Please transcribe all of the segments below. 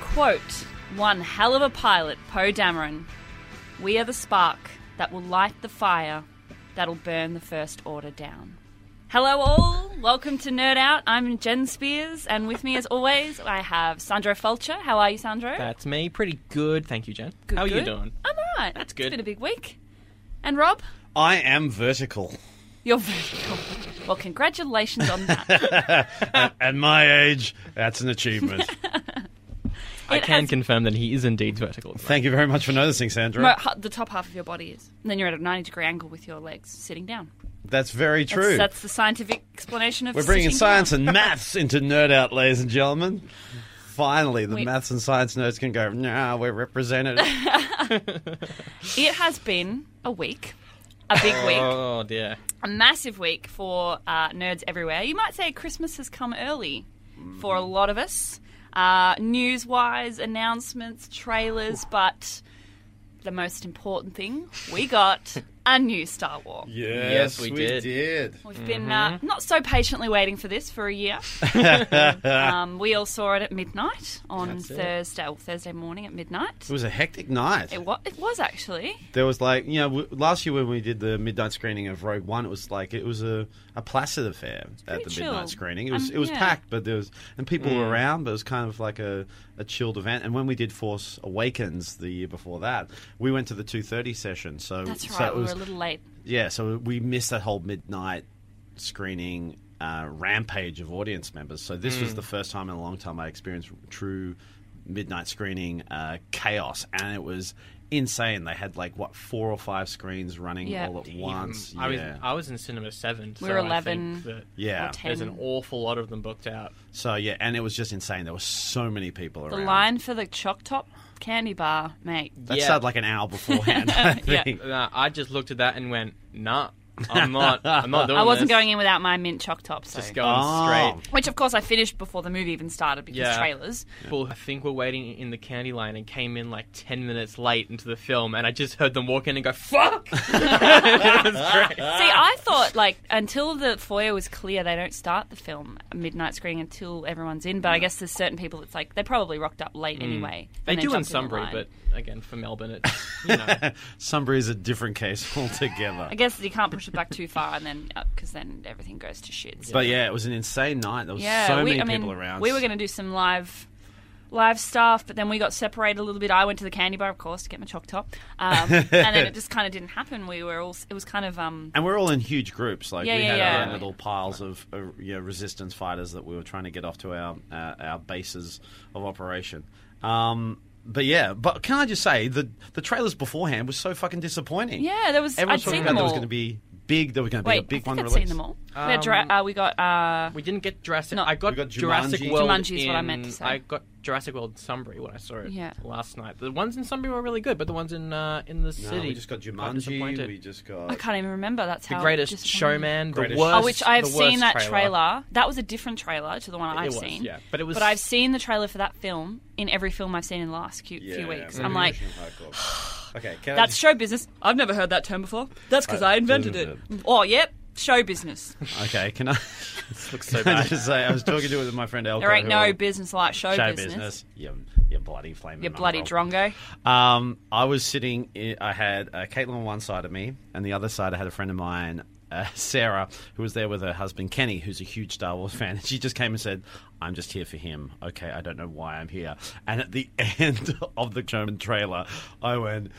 Quote One hell of a pilot, Poe Dameron. We are the spark that will light the fire that'll burn the First Order down. Hello, all. Welcome to Nerd Out. I'm Jen Spears, and with me, as always, I have Sandro Fulcher. How are you, Sandro? That's me. Pretty good. Thank you, Jen. Good, How are good. you doing? I'm all right. That's good. It's been a big week. And Rob, I am vertical. you're vertical. Well, congratulations on that. At my age, that's an achievement. I It can has- confirm that he is indeed vertical. Thank you very much for noticing, Mo- Sandra. ha- the top half of your body is. And then you're at a 90 degree angle with your legs sitting down. That's very That's, true. that's the scientific explanation of We're bringing sitting science down. and maths into Nerd Out, ladies and gentlemen. Finally, the We- maths and science nerds can go, nah, we're represented. It has been a week, a big Uh. week, Oh dear. a massive week for uh, nerds everywhere. You might say Christmas has come early for a lot of us. Uh, news wise, announcements, trailers, but the most important thing, we got a new Star Wars. Yes, we we did. We've been uh, Mm-hmm. not so patiently waiting for this for a year. um, we all saw it at midnight on That's it. Thursday, well, Thursday morning at midnight. It was a hectic night. It was, it was actually. There was like, you know, w- last year when we did the midnight screening of Rogue One, it was like it was a, a placid affair at pretty the chill. midnight screening. It was Um, it was yeah. Mm. packed, but there was and people were around, but it was kind of like a, a chilled event. And when we did Force Awakens the year before that, we went to the two thirty session. So That's so right, it we was were a little late. yeah, so we missed that whole midnight screening uh, rampage of audience members. So this Mm. was the first time in a long time I experienced true midnight screening uh, chaos, and it was insane. They had like what four or five screens running Yeah. all at Even- once. I was yeah. I was in cinema seven. We so were I 11. think that yeah. or 10. There's an awful lot of them booked out. So yeah, and it was just insane. There were so many people The around. line for the Choc Top candy bar, mate. that Yeah. started like an hour beforehand. I Yeah. think. Uh, I just looked at that and went, Nah, I'm not. I'm not doing. I wasn't this. going in without my mint Choc Top, so. Just going Oh. straight. Which, of course, I finished before the movie even started because Yeah. trailers. Well, I think we're waiting in the candy line and came in like ten minutes late into the film, and I just heard them walk in and go, "Fuck!" it was great. See, I thought like until the foyer was clear, they don't start the film at midnight screening until everyone's in. But I guess there's certain people. It's like they probably rocked up late anyway. Mm. They and then do in jumped the Sunbury, line. but again, for Melbourne, it's you know. Sunbury is a different case altogether. I guess you can't push it back too far, and then because then everything goes to shit. So. But yeah, it was an insane night. There was Yeah, so we, many I mean, people around. We were going to do some live. Live stuff, but then we got separated a little bit. I went to the candy bar, of course, to get my choc top, um, and then it just kind of didn't happen. We were all, it was kind of, um, And we're all in huge groups. Like Yeah, we yeah, had yeah. our own little piles of uh, you know, resistance fighters that we were trying to get off to our uh, our bases of operation. Um, but yeah, but can I just say the the trailers beforehand was so fucking disappointing. yeah, there was. everyone I'd was talking seen about them there all. was going to be big. There was going to be Wait, a I big think one I'd released. seen them all. we, had Jura- Um, uh, we got uh, We didn't get Jurassic. No. I got, We got Jurassic Jumanji. World. Jumanji is in, what I meant to say. I got Jurassic World in Sunbury when I saw it Yeah. last night. The ones in Sunbury were really good, but the ones in uh, in the No, city. we just got quite disappointed. Jumanji. We just got. I can't even remember. That's the how Greatest disappointing. Showman, Greatest the worst. Oh, which I've the seen worst that trailer. trailer. That was a different trailer to the one It I've was, seen. yeah, but it was. But I've seen the trailer for that film in every film I've seen in the last few, Yeah, Mm-hmm. few weeks. maybe I'm we like, shouldn't have hardcore. okay, can that's I show business. I've never heard that term before. That's because I, I invented it. didn't. Oh, yep, show business. just, Uh, okay? Can I? looks so can I bad. just say I was talking to my friend Elko. There ain't who no I- business like show, show business. business. You, you bloody flame. You bloody drongo. Um, I was sitting. In, I had uh, Caitlin on one side of me, and the other side I had a friend of mine, uh, Sarah, who was there with her husband Kenny, who's a huge Star Wars fan. And she just came and said, "I'm just here for him." Okay, I don't know why I'm here. And at the end of the German trailer, I went.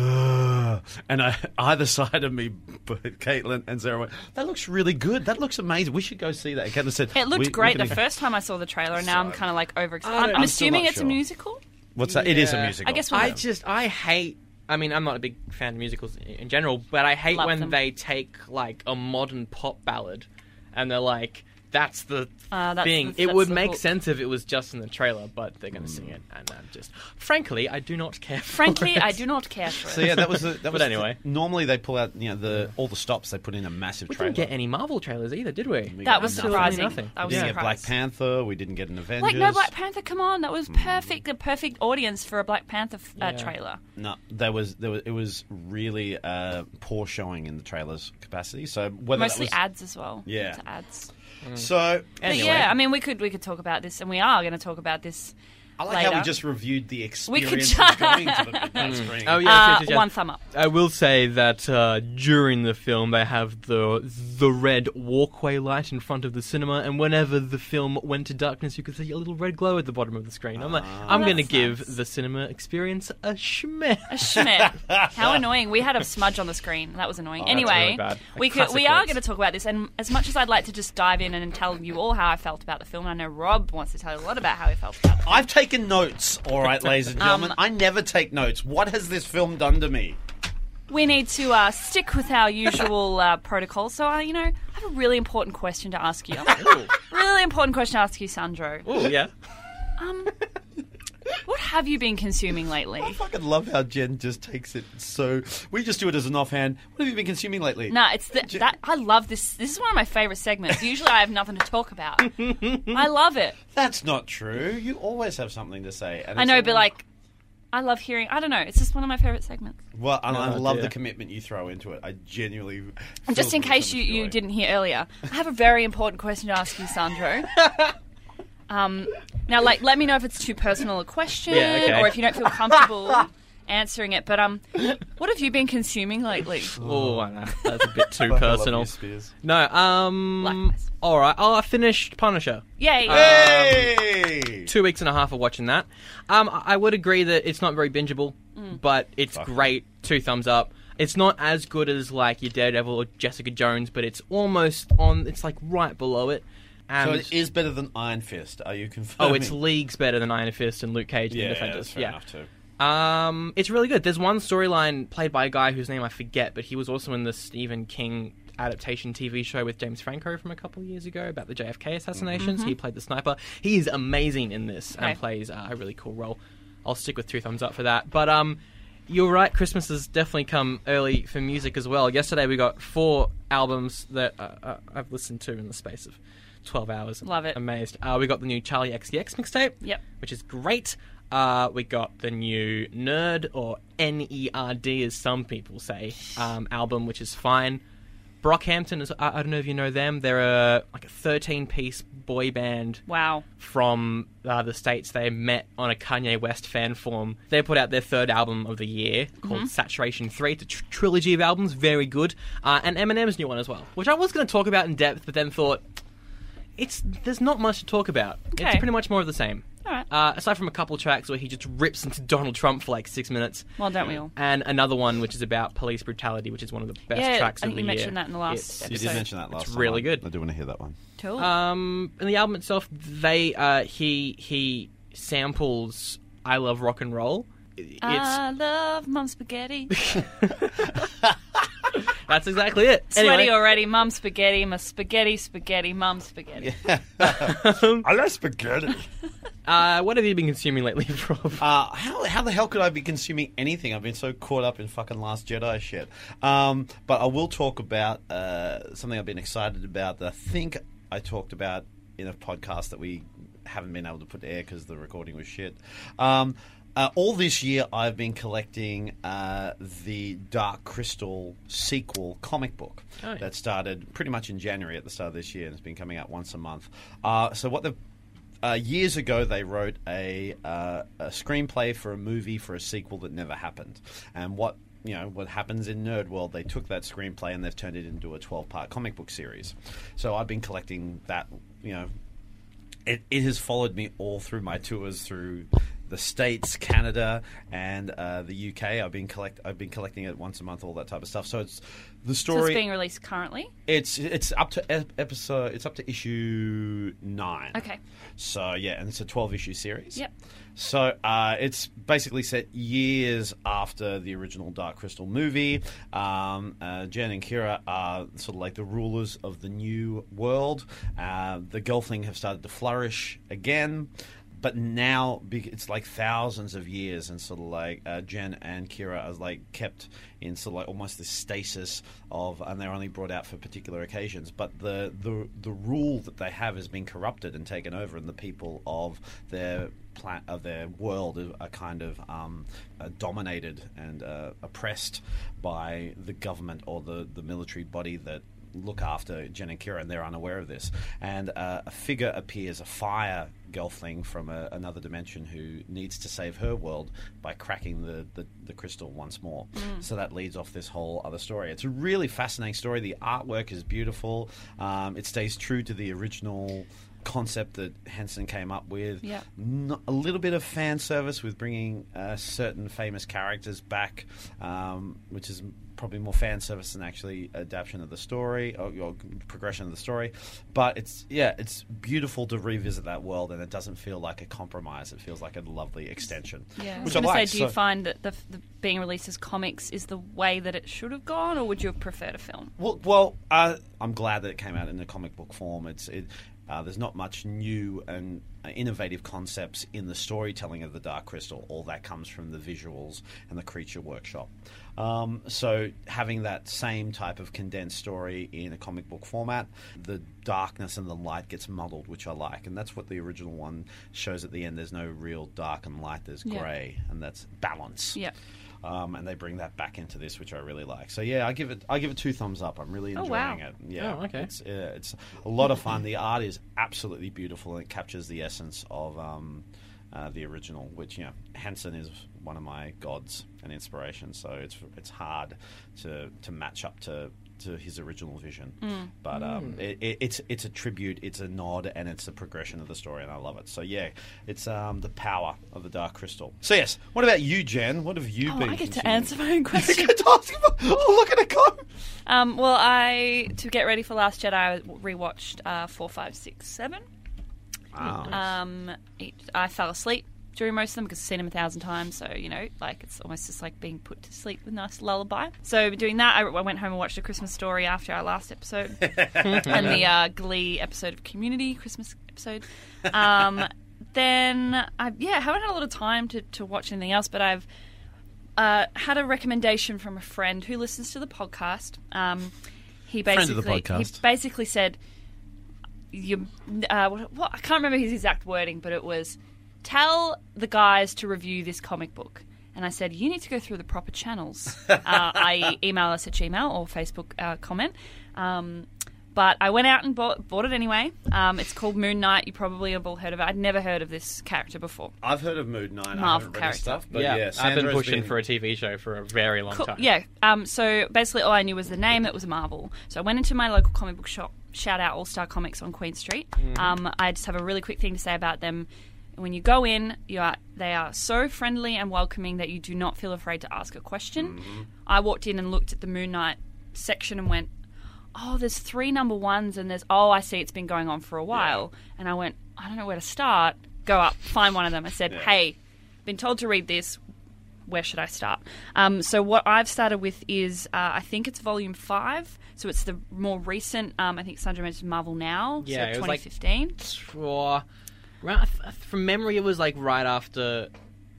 Ugh. And I, either side of me, both Caitlin and Sarah went, That looks really good. That looks amazing. We should go see that. And Caitlin said, It looked "We- we're great gonna the go." first time I saw the trailer, and now I'm So- kind of like over. I don't- I'm, I'm I'm still assuming not it's a sure. musical. What's that? It is a Yeah. musical. I guess we'll I just I hate. I mean, I'm not a big fan of musicals in- in general, but I hate Love when them. they take like a modern pop ballad, and they're like, "That's the Ah, that's thing." the- it that's would the make hook. sense if it was just in the trailer, but they're going to sing it, and I'm just, frankly, I do not care. For Frankly, it. I do not care for it. So yeah, that was the, that was the- anyway. normally they pull out you know the all the stops they put in a massive We trailer. didn't get any Marvel trailers either, did we? We That got was nothing. surprising. Nothing. That We was didn't get Black surprising. Panther. Mm. We didn't get an Avengers. Like no Black Panther, come on! That was perfect, the perfect audience for a Black Panther f- uh, Yeah. trailer. No, there was there was it was really uh, poor showing in the trailers capacity. So whether Mostly that ads as well. Yeah. Lots of ads. was, so But anyway, yeah, I mean, we could we could talk about this, and we are going to talk about this I like how we Later. just reviewed the We experience could of ju- going to the Midnight Spring. Oh, yeah. Uh, yes, yes, yes. One thumb up. I will say that uh, during the film they have the the red walkway light in front of the cinema, and whenever the film went to darkness, you could see a little red glow at the bottom of the screen. I'm like, I'm Well, going to that's give nice. the cinema experience a schmear. A schmidt. How annoying. We had a smudge on the screen. That was annoying. Oh, that's anyway, really bad. A we could, we classic are works. going to talk about this, and as much as I'd like to just dive in and tell you all how I felt about the film, I know Rob wants to tell you a lot about how he felt about it. I've taken notes, all right, ladies and Um, gentlemen. I never take notes. What has this film done to me? We need to uh, stick with our usual uh, protocol. So, uh, you know, I have a really important question to ask you. really important question to ask you, Sandro. Oh yeah, Um, what have you been consuming lately? I fucking love how Jen just takes it so. We just do it as an offhand. What have you been consuming lately? No, it's the, that I love this. This is one of my favorite segments. Usually, I have nothing to talk about. I love it. That's not true. You always have something to say. And I it's know, all- but like, I love hearing. I don't know. It's just one of my favorite segments. Well, and I Oh, love dear. the commitment you throw into it. I genuinely. And just feel in so case much you, you joy. didn't hear earlier, I have a very important question to ask you, Sandro. um, now, like, let me know if it's too personal a question Yeah, okay. or if you don't feel comfortable answering it. But um, what have you been consuming lately? oh no, that's a bit too Fuck, I love personal. you, Spears. No, um, Likewise. all right. Oh, I finished Punisher. Yay! Uh, Hey! two weeks and a half of watching that. Um, I I would agree that it's not very bingeable, Mm. but it's Fuck. great. Two thumbs up. It's not as good as like your Daredevil or Jessica Jones, but it's almost on. It's like right below it. so And it is better than Iron Fist. Are you confirming? oh, it's leagues better than Iron Fist and Luke Cage and yeah, the yeah, Defenders. that's fair enough too. Um, it's really good. There's one storyline played by a guy whose name I forget, but he was also in the Stephen King adaptation TV show with James Franco from a couple of years ago about the JFK assassinations. He played the sniper. He is amazing in this Mm-hmm. Okay. and plays uh, a really cool role. I'll stick with two thumbs up for that. But um, you're right. Christmas has definitely come early for music as well. Yesterday we got four albums that uh, uh, I've listened to in the space of. 12 hours. Love it. Amazed. Uh, we got the new Charlie XCX mixtape Yep. which is great. Uh, we got the new Nerd, or N E R D as some people say, um, album, which is fine. Brockhampton is, I, I don't know if you know them, they're a, like a 13 piece boy band Wow. from uh, the States. They met on a Kanye West fan form. They put out their third album of the year Mm-hmm. called Saturation 3. It's a tr- trilogy of albums, very good. Uh, and Eminem's new one as well, which I was going to talk about in depth, but then thought. It's there's not much to talk about. It's Okay. pretty much more of the same. All right. Uh, aside from a couple tracks where he just rips into Donald Trump for like six minutes, Well, don't we all? and another one which is about police brutality, which is one of the best Yeah, tracks I of think the you year. mentioned that in the last It's- episode. You did So- mention that last. it's time. really good. I do want to hear that one. Cool. Um, in the album itself, they uh, he he samples "I Love Rock and Roll." It's I love mum spaghetti. that's exactly it. Sweaty Anyway, already, mum spaghetti, my spaghetti, spaghetti, mum spaghetti. I love spaghetti. uh, what have you been consuming lately, Rob? Uh, how, how the hell could I be consuming anything? I've been so caught up in fucking Last Jedi shit. Um, but I will talk about uh, something I've been excited about that I think I talked about in a podcast that we haven't been able to put to air because the recording was shit. Um, uh, all this year, I've been collecting uh, the Dark Crystal sequel comic book Oh, yeah. that started pretty much in January at the start of this year and it's been coming out once a month. Uh, so, what they've uh, years ago, they wrote a, uh, a screenplay for a movie for a sequel that never happened. And what you know what happens in nerd world they took that screenplay and they've turned it into a 12 part comic book series so i've been collecting that you know it, it has followed me all through my tours through the states, Canada, and uh, the UK. I've been collect I've been collecting it once a month, all that type of stuff. So it's the So story. it's being released currently. it's it's up to ep- episode. It's up to issue nine. Okay. So yeah, and it's a twelve issue series. Yep. So uh, it's basically set years after the original Dark Crystal movie. Um, uh, Jen and Kira are sort of like the rulers of the new world. Uh, the Gelfling have started to flourish again. But now be- it's like thousands of years, and sort of like uh, Jen and Kira are like kept in sort of like almost this stasis of, and they're only brought out for particular occasions. But the the the rule that they have has been corrupted and taken over, and the people of their pla- of their world are- are kind of um, uh, dominated and uh, oppressed by the government or the, the military body that look after Jen and Kira, and they're unaware of this. And uh, a figure appears, a fire gelfling from a, another dimension who needs to save her world by cracking the, the, the crystal once more. So that leads off this whole other story. It's a really fascinating story. The artwork is beautiful. Um, it stays true to the original concept that Henson came up with. Yep. N- a little bit of fan service with bringing uh, certain famous characters back, um, which is probably more fan service than actually adaptation of the story or, or progression of the story. But it's yeah, it's beautiful to revisit that world, and it doesn't feel like a compromise. It feels like a lovely extension. Yeah, I was which I going to like. say, do you so- find that the, the being released as comics is the way that it should have gone, or would you have preferred a film? Well, well, uh, I'm glad that it came out in a comic book form. It's it. Uh, there's not much new and uh, innovative concepts in the storytelling of the Dark Crystal. All that comes from the visuals and the creature workshop. Um, so having that same type of condensed story in a comic book format, the darkness and the light gets muddled, which I like, and that's what the original one shows at the end. There's no real dark and light. There's Yeah. grey, and that's balance Yeah. um, and they bring that back into this, which I really like. So yeah, I give it I give it two thumbs up. I'm really Oh, enjoying wow. it. Yeah, Oh, okay. It's uh, it's a lot of fun. The art is absolutely beautiful, and it captures the essence of um, uh, the original. Which you know, Hansen is one of my gods and inspiration. So it's it's hard to to match up to. To his original vision, Hmm. but um, it, it, it's it's a tribute, it's a nod, and it's a progression of the story, and I love it. So yeah, it's um, the power of the Dark Crystal. So yes, what about you, Jen? What have you Oh, been? I get to consuming? answer my own question. Get to ask him- Oh, look at it go! Um, well, I to get ready for Last Jedi, I rewatched uh, four, five, six, seven. Oh, Um, it, I fell asleep during most of them because I've seen them a thousand times. So you know, like it's almost just like being put to sleep with a nice lullaby. So doing that, I, I went home and watched a Christmas story after our last episode and the uh, Glee episode of Community Christmas episode. Um, then I yeah haven't had a lot of time to to watch anything else, but I've uh, had a recommendation from a friend who listens to the podcast. Um, he Friend basically of the podcast. he basically said, "You, uh, what, what- I can't remember his exact wording, but it was tell the guys to review this comic book." And I said, "You need to go through the proper channels, uh, i.e., email us at Gmail or Facebook uh, comment." Um, but I went out and bought, bought it anyway. Um, it's called Moon Knight. You probably have all heard of it. I'd never heard of this character before. I've heard of Mood Nine. I Marvel haven't read character. his stuff, but yeah, yeah, I've Sandra's been pushing for a TV show for a very long Cool. time. Yeah. Um, so basically, all I knew was the name. It was Marvel. So I went into my local comic book shop. Shout out All Star Comics on Queen Street. Mm-hmm. Um, I just have a really quick thing to say about them. When you go in, you are they are so friendly and welcoming that you do not feel afraid to ask a question. Mm-hmm. I walked in and looked at the Moon Knight section and went, "Oh, there's three number ones, and there's oh, I see it's been going on for a while." And I went, "I don't know where to start." Go up, find one of them. I said, Yeah. "Hey, been told to read this where should I start? Um, so what I've started with is uh, I think it's volume five. So it's the more recent. Um, I think Sandra mentioned Marvel Now. Yeah, it so was like- 2015. Or, right, th- from memory, it was like right after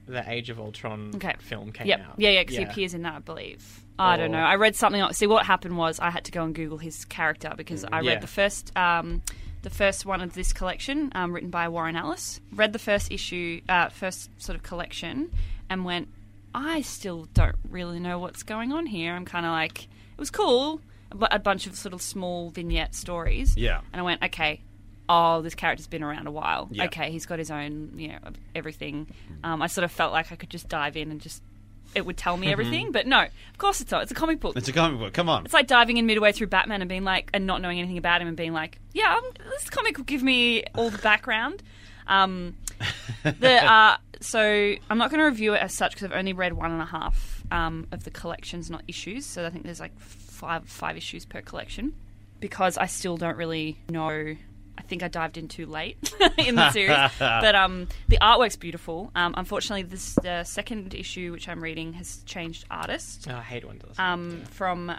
the Age of Ultron okay. film came yep. out. Yeah, yeah, because he appears in that, I believe. I don't Or- know. I read something. else. See, what happened was I had to go and Google his character because I read Yeah. the first, um, the first one of this collection, um, written by Warren Ellis. Read the first issue, uh, first sort of collection, and went, I still don't really know what's going on here. I'm kind of like, it was cool, but a bunch of sort of small vignette stories. Yeah. and I went, okay. Oh, this character's been around a while. Yeah. Okay, he's got his own, you know, everything. Um, I sort of felt like I could just dive in and just it would tell me everything, but no, of course it's not. It's a comic book. It's a comic book. Come on. Um, It's like diving in midway through Batman and being like, and not knowing anything about him and being like, yeah, um this comic will give me all the background. Um, the, uh, so I'm not going to review it as such because I've only read one and a half um, of the collections, not issues. So I think there's like five five issues per collection because I still don't really know. I think I dived in too late in the series, but um, the artwork's beautiful. Um, unfortunately, this the second issue which I'm reading has changed artist Oh, I hate when it does. um, from uh,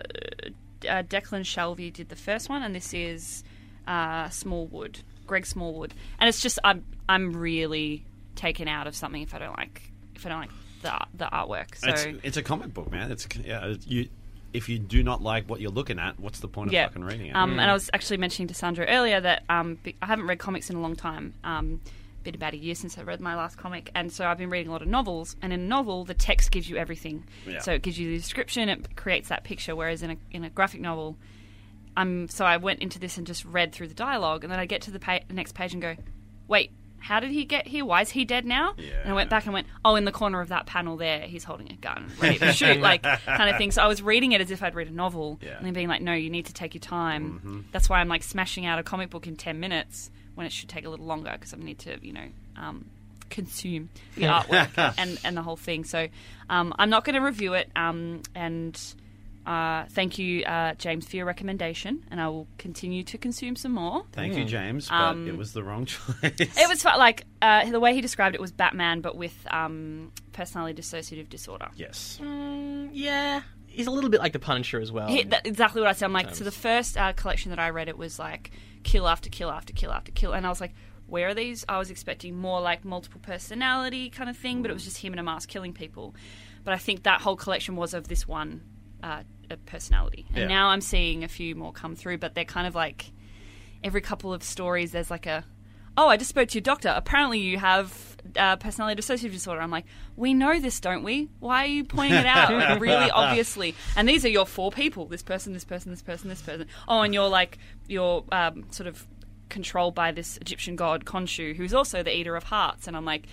uh, Declan Shelby did the first one, and this is uh, Smallwood, Greg Smallwood, and it's just I'm I'm really taken out of something if I don't like if I don't like the the artwork. So It's, it's a comic book, man. It's yeah. it's- You if you do not like what you're looking at, what's the point of yeah. fucking reading it? Um, And I was actually mentioning to Sandra earlier that um, be- I haven't read comics in a long time. Um, been about a year since I read my last comic, and so I've been reading a lot of novels. And in a novel, the text gives you everything. Yeah. So it gives you the description, it creates that picture. Whereas in a in a graphic novel, I'm so I went into this and just read through the dialogue, and then I get to the pa- next page and go, wait, how did he get here? Why is he dead now? And I went back and went, oh, in the corner of that panel there, he's holding a gun, ready to shoot, like kind of thing. So I was reading it as if I'd read a novel, Yeah. and then being like, no, you need to take your time. That's why I'm like smashing out a comic book in ten minutes when it should take a little longer because I need to, you know. Um, consume the artwork and, and the whole thing so um, i'm not going to review it um, and uh, thank you, uh, James, for your recommendation, and I will continue to consume some more. Thank you, James, but Um, it was the wrong choice. It was fun, like uh, the way he described it was Batman, but with um, personality dissociative disorder. yes. Mm, yeah, he's a little bit like the Punisher as well. He- that- exactly what I said. I'm like, so the first uh, collection that I read, it was like kill after kill after kill after kill, and I was like, where are these? I was expecting more like multiple personality kind of thing, but it was just him in a mask killing people. But I think that whole collection was of this one uh, uh, personality, and Yeah. now I'm seeing a few more come through, but they're kind of like every couple of stories, there's like a oh, I just spoke to your doctor. Apparently, you have uh, personality dissociative disorder. I'm like, we know this, don't we? Why are you pointing it out like, really obviously? And these are your four people: this person, this person, this person, this person. Oh, and you're like you're um, sort of controlled by this Egyptian god Khonshu, who's also the eater of hearts. And I'm like,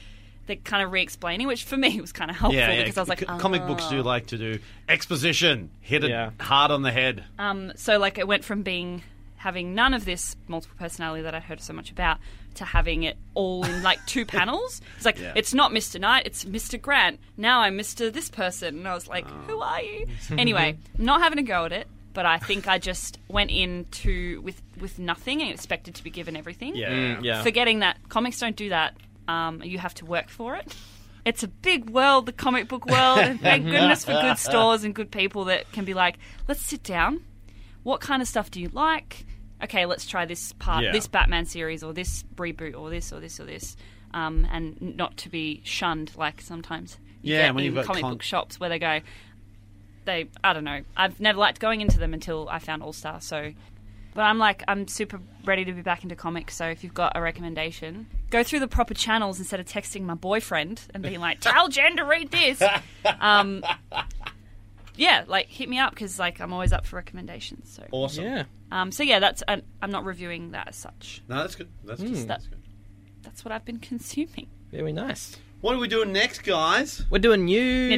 they're kind of re-explaining, which for me was kind of helpful Yeah, yeah. because I was like, C- comic "Ah." books do like to do exposition, hit it Yeah. hard on the head. Um, so like it went from being having none of this multiple personality that I heard so much about to having it all in like two panels. It's like Yeah. it's not Mr. Knight, it's Mr. Grant. Now I'm Mr. This person, and I was like, Oh. who are you? anyway, I'm not having a go at it, but I think I just went into with with nothing and expected to be given everything. Hmm, Yeah. Mm, yeah. Forgetting that comics don't do that. Um, you have to work for it. It's a big world, the comic book world, and thank goodness for good stores and good people that can be like, let's sit down. What kind of stuff do you like? Okay, let's try this part, Yeah. this Batman series, or this reboot, or this, or this, or this, um, and not to be shunned like sometimes. You Yeah, get when in you've got comic con- book shops where they go, they, I don't know. I've never liked going into them until I found All Star, so but I'm like, I'm super ready to be back into comics. So if you've got a recommendation, go through the proper channels instead of texting my boyfriend and being like, "Tell Jen to read this." Um, yeah, like hit me up because like I'm always up for recommendations. So, Awesome. Yeah. um, so yeah, that's an, I'm not reviewing that as such. No, that's good. That's Mm. just, Hmm. That- that's good. That's what I've been consuming. Very nice. What are we doing next, guys? We're doing news.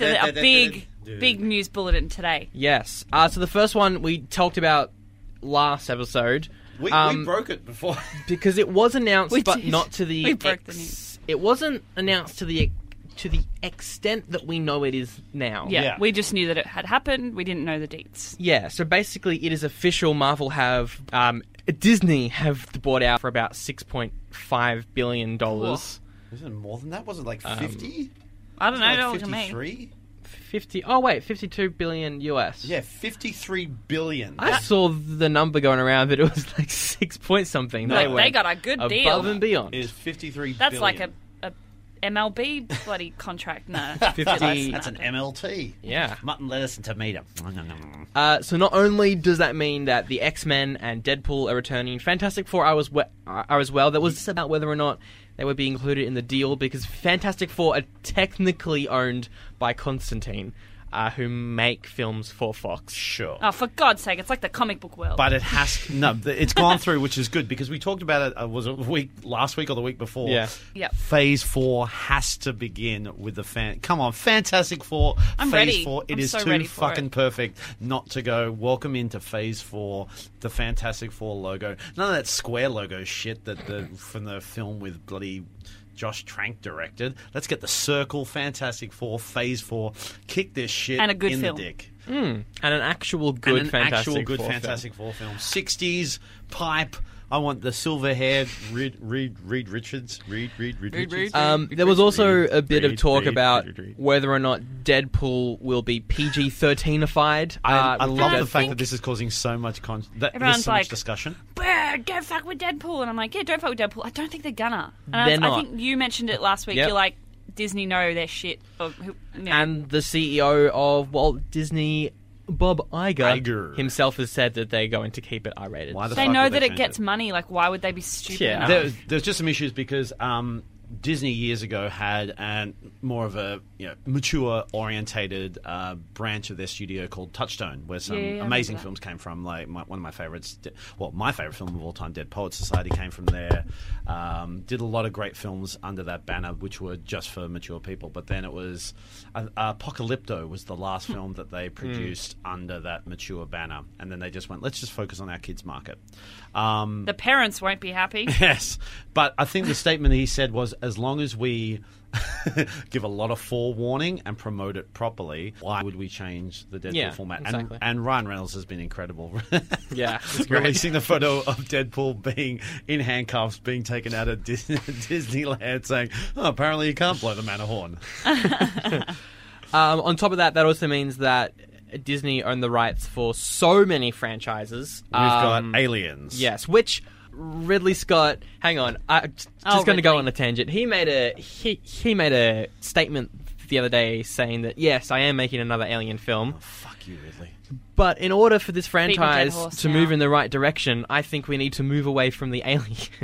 a big, big news bulletin today. Yes. Uh, so the first one we talked about last episode. We, um, we broke it before. because it was announced, We but did. not to the. We broke the ex- news. It wasn't announced to the to the extent that we know it is now. Yeah, Yeah. we just knew that it had happened. We didn't know the dates. Yeah, so basically, it is official. Marvel have um, Disney have bought out for about six point five billion dollars. Isn't it more than that? Was it like 50? um, I don't know. Like it all to me. 53? Fifty. Oh wait, fifty-two billion US. Yeah, 53 billion. I saw the number going around, but it was like six point something. Like, they, they went got a good above deal. and beyond. Is 53 That's like a, billion. a MLB bloody contract. No, 50 That's an MLT. Yeah. Mutton, lettuce, and tomato. Uh, so not only does that mean that the X Men and Deadpool are returning, Fantastic Four I was we- are as well. There was this about whether or not they would be included in the deal because Fantastic Four are technically owned by Constantine, uh, who make films for Fox. Sure. Oh, for God's sake! It's like the comic book world. But it has no. th- It's gone through, which is good because we talked about it. Uh, was it week last week or the week before? Yeah. Yep. Phase four has to begin with the fan. Come on, Fantastic Four. I'm phase ready. four. It I'm is so too ready for fucking it. perfect not to go. Welcome into Phase four. The Fantastic Four logo. None of that square logo shit that the from the film with bloody. Josh Trank directed. Let's get the Circle, Fantastic Four, Phase Four, kick this shit And a good in film. the dick And an actual good and an Fantastic actual good Four film. Fantastic Four film. Sixties pipe. I want the silver haired Reed, Reed Reed Richards. Reed Reed Reed Reed, Reed. Richards. Um, there was also Read, a bit of read, talk read, about read, read. whether or not Deadpool will be PG thirteenified. I, uh, I with love I the Deadpool. fact that think- this is causing so much con- that, there's Everyone's so much like- discussion. Brr, don't fuck with Deadpool, and I'm like, yeah, don't fuck with Deadpool. I don't think they're gonna. And I, They're was- not. I think you mentioned it last week. Yep. You're like, Disney know their shit. Or, who, you know. and the CEO of Walt Disney, Bob Iger, Iger. himself has said that they're going to keep it R-rated. Why the they fuck know would that they it change gets money. Like, why would they be stupid? Yeah. enough? There, there's just some issues because um, Disney years ago had an more of a you know, mature orientated uh, branch of their studio called Touchstone, where some Yeah, yeah, yeah, I remember amazing that. films came from. Like my, one of my favorites, De- well, my favorite film of all time, Dead Poets Society, came from there. Um, did a lot of great films under that banner, which were just for mature people. But then it was uh, Apocalypto was the Hmm. last film that they produced under that mature banner, and then they just went, let's just focus on our kids' market. Um, The parents won't be happy. Yes, but I think the statement he said was as long as we give a lot of forewarning and promote it properly, why would we change the Deadpool Yeah, format? exactly. And, and Ryan Reynolds has been incredible. Yeah, it's great. Releasing the photo of Deadpool being in handcuffs, being taken out of Dis- Disneyland, saying, oh, apparently you can't blow the man a horn. Um, on top of that, that also means that Disney owned the rights for so many franchises. We've Um, got aliens. Yes, which Ridley Scott. Hang on, I'm just, Oh, going to go Ridley. on a tangent. He made a he he made a statement the other day saying that yes, I am making another Alien film, Oh, Fuck you, Ridley. but in order for this dead franchise horse to now. move in the right direction, I think we need to move away from the aliens.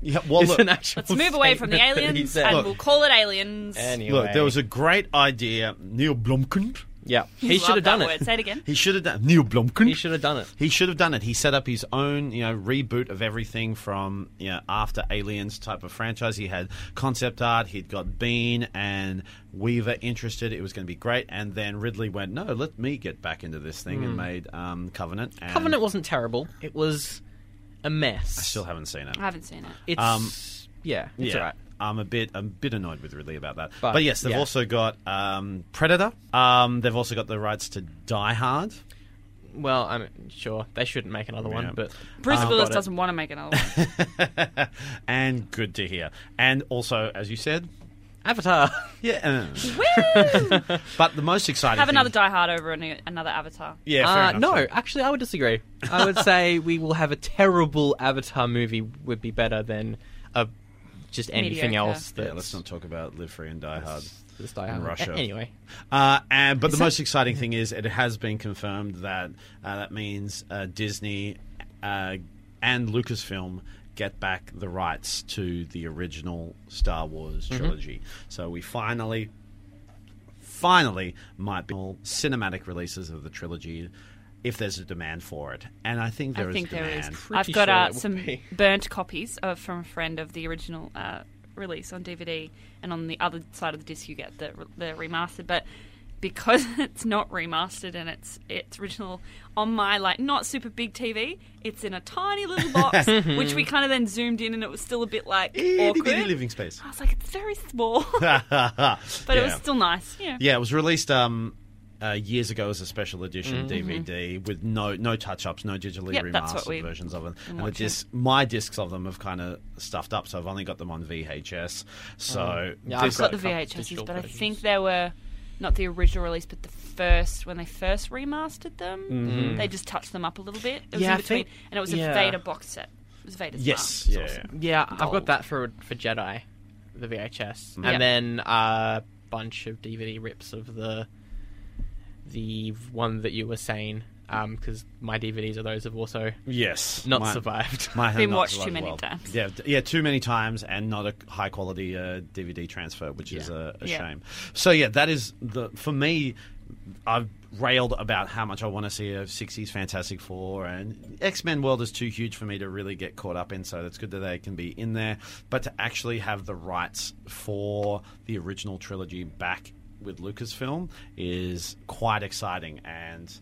Yeah, well, It's look, an actual Let's move away from the statement aliens that he said. and Look. we'll call it aliens. Anyway. look, there was a great idea. Neil Blomkamp. yeah, he Love should have that done it. word. Say it again. He should have done. Neil Blomkamp. He should have done it. He should have done it. He set up his own, you know, reboot of everything from you know after Aliens type of franchise. He had concept art. He'd got Bean and Weaver interested. It was going to be great. And then Ridley went, "No, let me get back into this thing," and made um, Covenant. And Hmm. Covenant wasn't terrible. It was a mess. I still haven't seen it. I haven't seen it. It's Um, yeah, Ah, it's yeah. alright. I'm a bit, I'm a bit annoyed with Ridley about that. But, But, yes, they've yeah. also got um, Predator. Um, they've also got the rights to Die Hard. Well, I'm sure they shouldn't make another Yeah. one, but Bruce Um, Willis got it. doesn't want to make another one. and good to hear. And also, as you said, Avatar. yeah. uh, Woo! but the most exciting. Have thing- another Die Hard over an, another Avatar. Yeah, fair Uh, enough. no, actually, I would disagree. I would say we will have a terrible Avatar movie would be better than a just anything Mediocre. else. That's, Yeah, let's not talk about Live Free and Die Hard. This Die in Hard. Russia. A- Anyway, Uh, and, but the most exciting thing is it has been confirmed that uh, that means uh, Disney uh, and Lucasfilm get back the rights to the original Star Wars Mm-hmm. trilogy. So we finally, finally might be all cinematic releases of the trilogy if there's a demand for it. And I think there I is think there is. demand. I've Pretty got sure uh, it will some be. burnt copies of, from a friend of the original uh, release on DVD, and on the other side of the disc you get the, the remastered. But because it's not remastered and it's it's original on my like not super big TV, it's in a tiny little box, which we kind of then zoomed in, and it was still a bit like Itty bitty awkward. living space. I was like, it's very small, but but it was still nice. Yeah. Yeah, it was released um, uh, years ago as a special edition DVD with no no touch ups, no digitally Mm-hmm. Yep, that's what remastered we've versions of it. been And the watching. disc, my discs of them have kind of stuffed up, so I've only got them on VHS. So Yeah, I've I've this- uh, got the got a couple VHSs, digital but I versions. think they were not the original release, but the first when they first remastered them. Mm-hmm. They just touched them up a little bit. It was Yeah, in I between, think- and it was a yeah. Vader box set. It was Vader's yes, mask. It's yeah, awesome. yeah, I've Gold. got that for for Jedi, the Mm. VHS, Yeah. and then a bunch of DVD rips of the the one that you were saying. Because my DVDs of those have also yes, not My- survived. my hand Been not watched too survived many well. times. Yeah, d- yeah, too many times, and not a high quality uh, DVD transfer, which is Yeah. a, a Yeah. shame. So yeah, that is the for me. I've railed about how much I want to see a '60s Fantastic Four, and X Men World is too huge for me to really get caught up in. So it's good that they can be in there, but to actually have the rights for the original trilogy back with Lucasfilm is quite exciting, and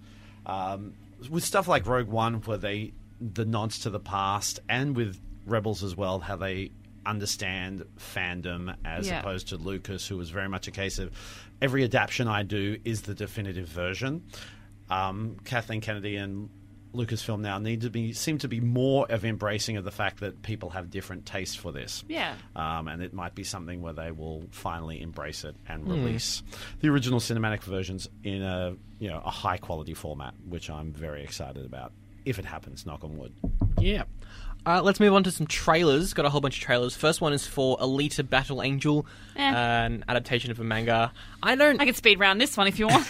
um, with stuff like Rogue One, where they the nods to the past, and with Rebels as well, how they understand fandom as Yeah. opposed to Lucas, who was very much a case of every adaptation I do is the definitive version. Um, Kathleen Kennedy and Lucasfilm now need to be seem to be more of embracing of the fact that people have different tastes for this Yeah. um, and it might be something where they will finally embrace it and release the original cinematic versions in a you know a high quality format, which I'm very excited about. If it happens, knock on wood. Yeah. Uh, let's move on to some trailers. Got a whole bunch of trailers. First one is for Alita Battle Angel, Eh. an adaptation of a manga. I don't, I can speed round this one if you want.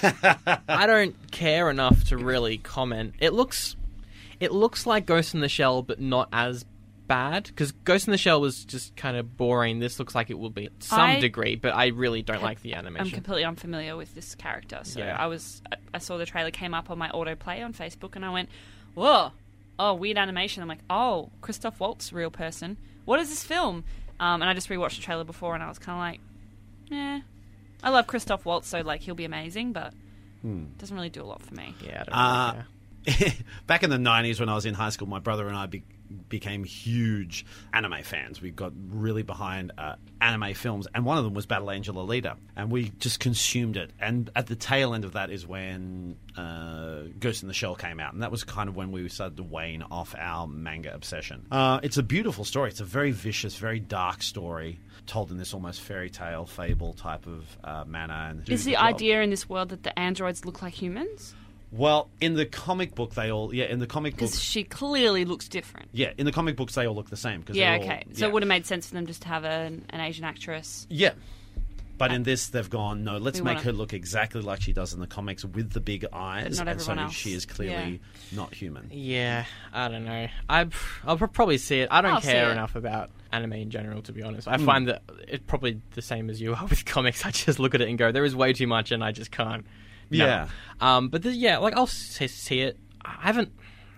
I don't care enough to really comment. It looks, it looks like Ghost in the Shell, but not as bad because Ghost in the Shell was just kind of boring. This looks like it will be to some I- degree, but I really don't like the I'm animation. completely unfamiliar with this character, so Yeah. I was I- I saw the trailer came up on my autoplay on Facebook, and I went, "Whoa, oh weird animation." I'm like, "Oh, Christoph Waltz, real person. What is this film?" Um, and I just rewatched the trailer before, and I was kind of like, "Eh." I love Christoph Waltz, so like he'll be amazing, but Hmm. doesn't really do a lot for me. yeah, I don't Uh, really care. back in the 90s when I was in high school, my brother and I be- became huge anime fans. We got really behind uh, anime films, and one of them was Battle Angel Alita, and we just consumed it. And at the tail end of that is when uh, Ghost in the Shell came out, and that was kind of when we started to wane off our manga obsession. Uh, it's a beautiful story. It's a very vicious, very dark story told in this almost fairy tale fable type of uh, manner. And Is the Well, idea in this world that the androids look like humans? Well, in the comic book, they all yeah. In the comic book, Because she clearly looks different. Yeah, in the comic books they all look the same. 'cause Yeah, they're all- okay. So yeah. it would have made sense for them just to have an, an Asian actress. Yeah. But in this, they've gone no. Let's We make wanna- her look exactly like she does in the comics with the big eyes, not and so everyone else. she is clearly not human. Yeah, I don't know. I I'll pro- probably see it. I don't I'll see care it. enough about anime in general, to be honest. I find that it's probably the same as you are with comics. I just look at it and go, there is way too much, and I just can't. No. Yeah. Um. But the, yeah, like I'll see, see it. I haven't.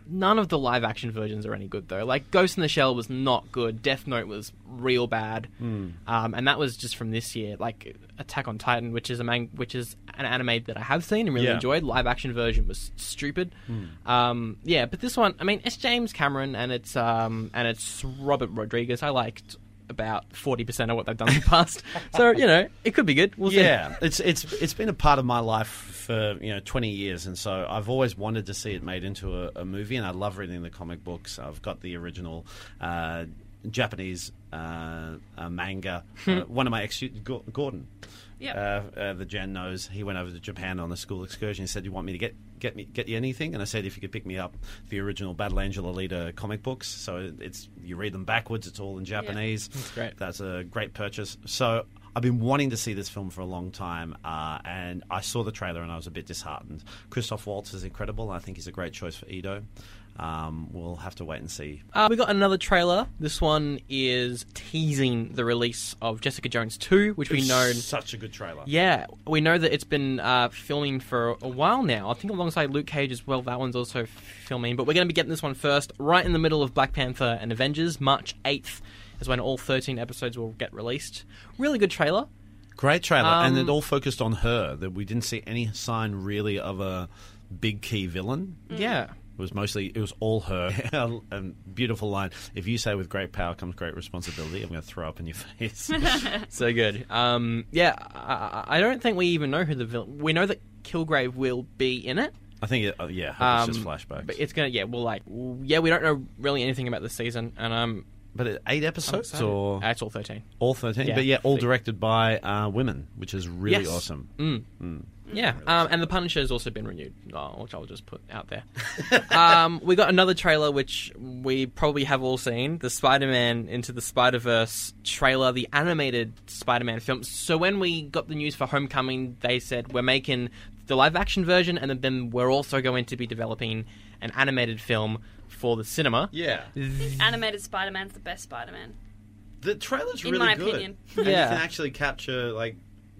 None of the live action versions are any good though. Like Ghost in the Shell was not good. Death Note was real bad. Hmm. Um, and that was just from this year. Like Attack on Titan, which is a man- which is an anime that I have seen and really Yeah. Hmm. enjoyed enjoyed. Live action version was stupid. Um, yeah, but this one, I mean, it's James Cameron and it's um, and it's Robert Rodriguez. I liked about forty percent of what they've done in the past, so you know it could be good. We'll Yeah, it's it's it's been a part of my life for you know twenty years, and so I've always wanted to see it made into a, a movie, and I love reading the comic books. I've got the original. Uh, Japanese uh, uh, manga. Uh, one of my ex, Gor- Gordon, Yep. uh, uh, the Jan knows. He went over to Japan on a school excursion. He said, "You want me to get get me get you anything?" And I said, "If you could pick me up the original Battle Angel Alita comic books, so it- it's you read them backwards. It's all in Japanese. That's great. That's a great purchase." So. I've been wanting to see this film for a long time, uh, and I saw the trailer and I was a bit disheartened. Christoph Waltz is incredible. I think he's a great choice for Edo. Um, we'll have to wait and see. Uh, we got another trailer. This one is teasing the release of Jessica Jones Two, which we know. such a good trailer. Yeah, we know that it's been uh, filming for a while now. I think alongside Luke Cage as well, that one's also f- filming. But we're going to be getting this one first, right in the middle of Black Panther and Avengers. March 8th is when all 13 episodes will get released. Really good trailer. Great trailer, and Um, it all focused on her. That we didn't see any sign really of a big key villain. Yeah. It was mostly it was all her. um, beautiful line. If you say with great power comes great responsibility, I'm going to throw up in your face. So good. Um, yeah, I-, I I don't think we even know who the villain... We know that Kilgrave will be in it. I think it, uh, yeah, I hope it's just Um, flashbacks. But it's going to... Yeah, well, like... Yeah, we don't know really anything about this season. And um, But it- eight I'm... episodes excited. or Uh, it's all 13. all thirteen. yeah, but yeah, all the- directed by uh, women, which is really Yes. Mm. awesome. Yeah, um, and the Punisher has also been renewed, oh, which I'll just put out there. um, we got another trailer, which we probably have all seen: the Spider-Man into the Spider-Verse trailer, the animated Spider-Man film. So when we got the news for Homecoming, they said we're making the live-action version, and then we're also going to be developing an animated film for the cinema. Yeah, Animated Spider Man's the best Spider Man. the trailer's In really my good. opinion. And Yeah. you can actually capture like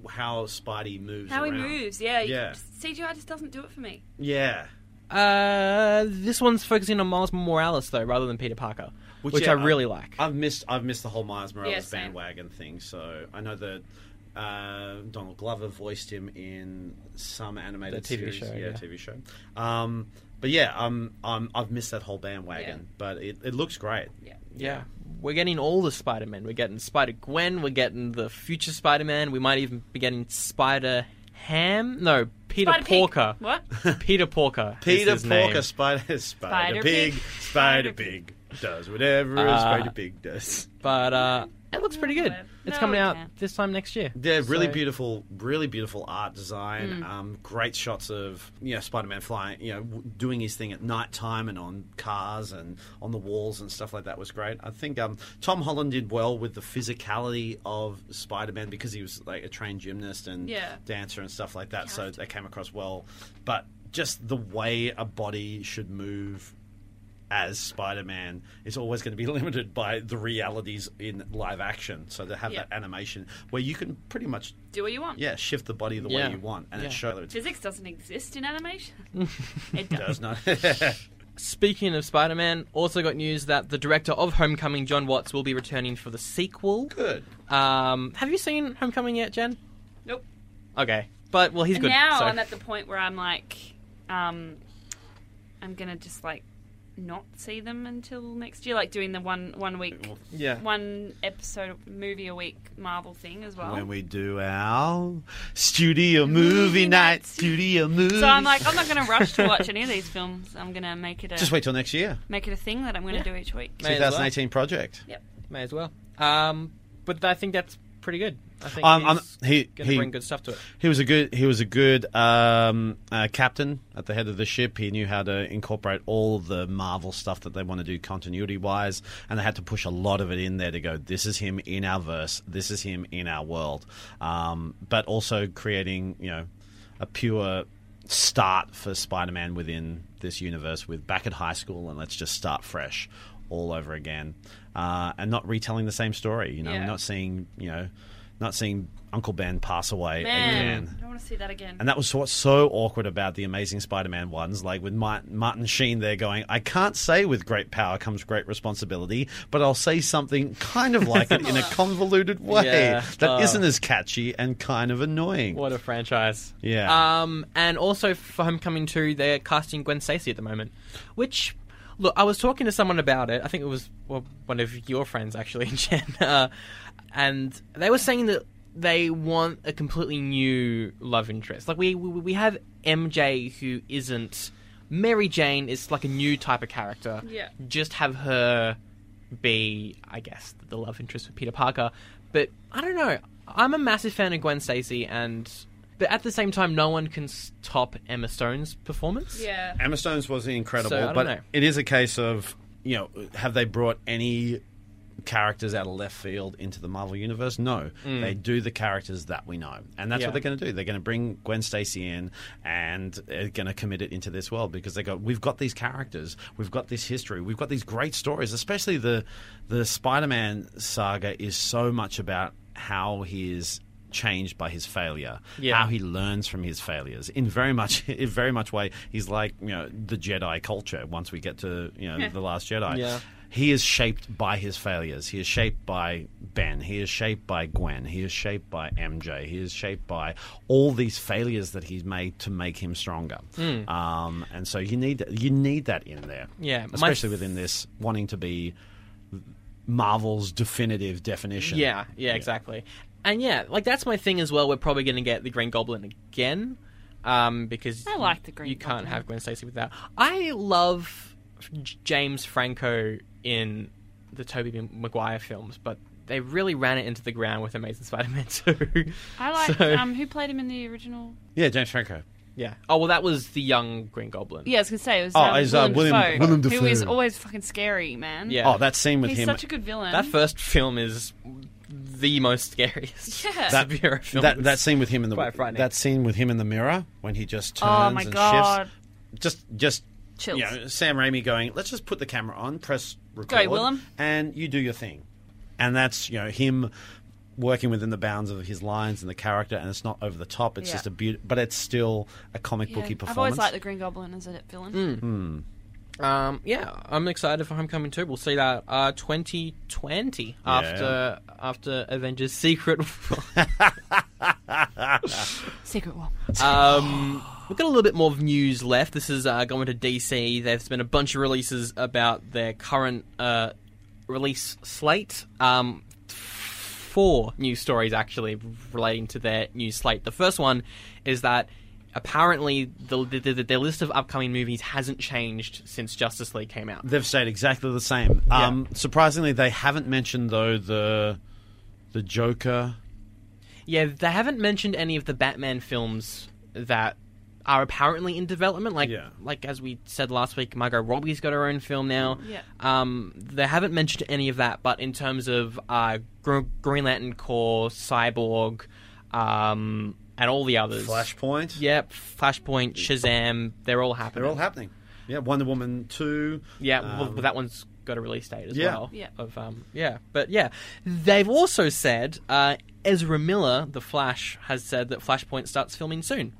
how Spidey moves. How he around. moves, yeah. you- Yeah. CGI just doesn't do it for me. Yeah. Uh, this one's focusing on Miles Morales though, rather than Peter Parker, which, yeah, I really like. I've missed I've missed the whole Miles Morales Yeah, same. bandwagon thing. So I know that uh, Donald Glover voiced him in some animated The TV series. show, yeah, yeah. TV show. Um, but yeah, um, um, I've missed that whole bandwagon. Yeah. But it, it looks great. Yeah. Yeah. We're getting all the Spider Men. We're getting Spider Gwen. We're getting the future Spider Man. We might even be getting Spider Ham. No, Peter Spider Pig. Porker. What? Peter Porker. is Peter his Porker, name. Spider, Spider, Spider Pig, Pig. Spider Pig does whatever a Uh, Spider Pig does. But uh, it looks pretty good. No, It's coming out okay. this time next year. Yeah, really So- beautiful, really beautiful art design. Mm. Um, great shots of you know Spider-Man flying, you know, w- doing his thing at night time and on cars and on the walls and stuff like that was great. I think um, Tom Holland did well with the physicality of Spider-Man because he was like a trained gymnast and Yeah. dancer and stuff like that, You so have to. they came across well. But just the way a body should move as Spider-Man is always going to be limited by the realities in live action. So to have Yeah. that animation where you can pretty much Do what you want. yeah shift the body the Yeah. way you want and Yeah. it shows that it's Physics doesn't exist in animation. it does. does not. Speaking of Spider Man, also got news that the director of Homecoming, John Watts, will be returning for the sequel. Good. Um, have you seen Homecoming yet, Jen? Nope. Okay. But, well, he's And good. now so- I'm at the point where I'm like, um, I'm gonna just like not see them until next year. Like doing the one one week, Yeah. one episode movie a week Marvel thing as well. When we do our studio movie night, studio movie. so I'm like, I'm not gonna rush to watch any of these films. I'm gonna make it a just wait till next year, make it a thing that I'm gonna Yeah. do each week. May as well. 2018 project. Yep. May as well. Um, but I think that's pretty good. I think Um, I'm- he's he- going to he- bring good stuff to it. He was a good. He was a good um, uh, captain at the head of the ship. He knew how to incorporate all the Marvel stuff that they want to do continuity wise, and they had to push a lot of it in there to go. This is him in our verse. This is him in our world. Um, but also creating, you know, a pure start for Spider-Man within this universe with back at high school, and let's just start fresh all over again, uh, and not retelling the same story. You know, Yeah. not seeing, you know. Not seeing Uncle Ben pass away Man, again. I don't want to see that again. And that was what's so awkward about the Amazing Spider-Man ones, like with Martin, Martin Sheen there going, I can't say with great power comes great responsibility, but I'll say something kind of like it in a convoluted way Yeah, that uh, not as catchy and kind of annoying. What a franchise. Yeah. Um, and also for Homecoming 2, they're casting Gwen Stacy at the moment. Which, look, I was talking to someone about it. I think it was well, one of your friends, actually, Jen. Uh, and they were saying that they want a completely new love interest. Like, we, we, we have MJ who isn't. Mary Jane is like a new type of character. Yeah. Just have her be, I guess, the love interest for Peter Parker. But I don't know. I'm a massive fan of Gwen Stacy, and but at the same time, no one can stop Emma Stone's performance. yeah. Emma Stone's was incredible, So, I don't but know. it is a case of you know, have they brought any characters out of left field into the Marvel universe? No, they do the characters that we know, and Mm. that's Yeah. what they're going to do. They're going to bring Gwen Stacy in and they're going to commit it into this world because they go, we've got these characters, we've got this history, we've got these great stories. Especially the the Spider-Man saga is so much about how he is changed by his failure Yeah. how he learns from his failures in very much in very much way he's like you know the jedi culture once we get to you know the last jedi Yeah. he is shaped by his failures he is shaped by ben he is shaped by gwen he is shaped by mj he is shaped by all these failures that he's made to make him stronger um, and so you need you need that in there Hmm. Yeah, my- especially within this wanting to be marvel's definitive definition Yeah, yeah, exactly. And yeah, like that's my thing as well. We're probably going to get the Green Goblin again um, because I like the Green You can't Goblin. have Gwen Stacy without. I love J- James Franco in the Tobey Maguire films, but they really ran it into the ground with Amazing Spider-Man 2. I like So- um, who played him in the original. yeah james franco yeah. Oh well, that was the young Green Goblin. Yeah, I was gonna say it was, Oh, um, it's, uh, Willem, William- Dafoe, Willem who is Dafoe. always fucking scary, man. Yeah. oh that scene with he's him such a good villain. That first film is the most scariest. Yeah. That That- bureau film. that, that scene with him in the quite frightening. that scene with him in the mirror when he just turns oh my and god, shifts. Just just chills. you know, Sam Raimi going, let's just put the camera on, press Go, record, Willem. and you do your thing. And that's you know him working within the bounds of his lines and the character, and it's not over the top. It's Yeah. just a beauty, but it's still a comic Yeah. booky performance. I've always liked the Green Goblin as a villain. Um, yeah, I'm excited for Homecoming too. We'll see that uh, 2020 after after Avengers Secret. War. Secret War. Uh, um, we've got a little bit more news left. This is uh, going to DC. There's been a bunch of releases about their current uh, release slate. Um, four news stories actually relating to their new slate. The first one is that apparently the, the, the, their list of upcoming movies hasn't changed since Justice League came out. They've stayed exactly the same. Um, surprisingly, they haven't mentioned though the the Joker. Yeah, they haven't mentioned any of the Batman films that are apparently in development. Like, Yeah. like as we said last week, Margot Robbie's got her own film now. Yeah. Um, they haven't mentioned any of that, but in terms of uh, Gr- Green Lantern Corps, Cyborg, um, and all the others, Flashpoint. Yep, Flashpoint, Shazam, they're all happening. They're all happening. Yeah, Wonder Woman two. Yeah, well, um, but that one's got a release date as Yeah. well. Yeah. Of um, yeah, but yeah, they've also said uh, Ezra Miller, the Flash, has said that Flashpoint starts filming soon.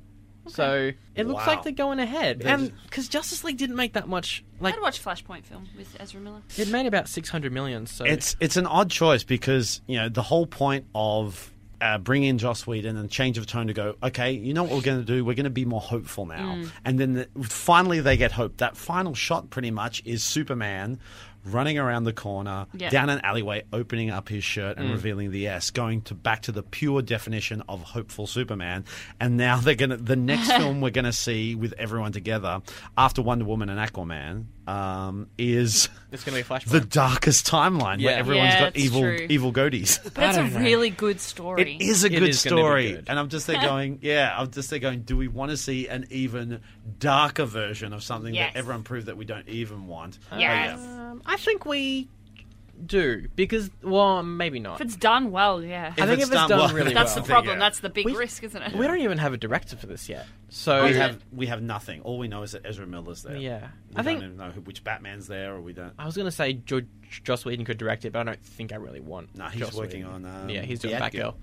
So it looks Wow. like they're going ahead, They and just- because Justice League didn't make that much, like I'd watch Flashpoint film with Ezra Miller. it made about six hundred million. So It's it's an odd choice because you know the whole point of uh, bringing in Joss Whedon and change of tone to go. Okay, you know what we're going to do? We're going to be more hopeful now. And then the, finally they get hope. That final shot pretty much is Superman running around the corner Yeah. down an alleyway, opening up his shirt and revealing the S, going to back to the pure definition of hopeful Superman. And now they're gonna the next film we're gonna see with everyone together after Wonder Woman and Aquaman um, is it's going to be Flashpoint. the darkest timeline where Yeah. everyone's Yeah, got it's evil true. evil goatees. But it's a don't know. really good story. It is a It good is gonna be story, good. and I'm just there going, yeah. I'm just there going, do we want to see an even darker version of something Yes. that everyone proved that we don't even want? But Yes. yeah. um, I think we do because well, maybe not. If it's done well, yeah. I think if it's done really That's well. the problem. yeah. That's the big We- risk, isn't it? We don't even have a director for this yet. So We Oh, have we have nothing. All we know is that Ezra Miller's there. yeah, we I don't think even know who, which Batman's there, or we don't. I was gonna say jo- Joss Whedon could direct it, but I don't think I really want. Nah, he's Joss working Whedon. on, um, yeah, he's doing the Batgirl.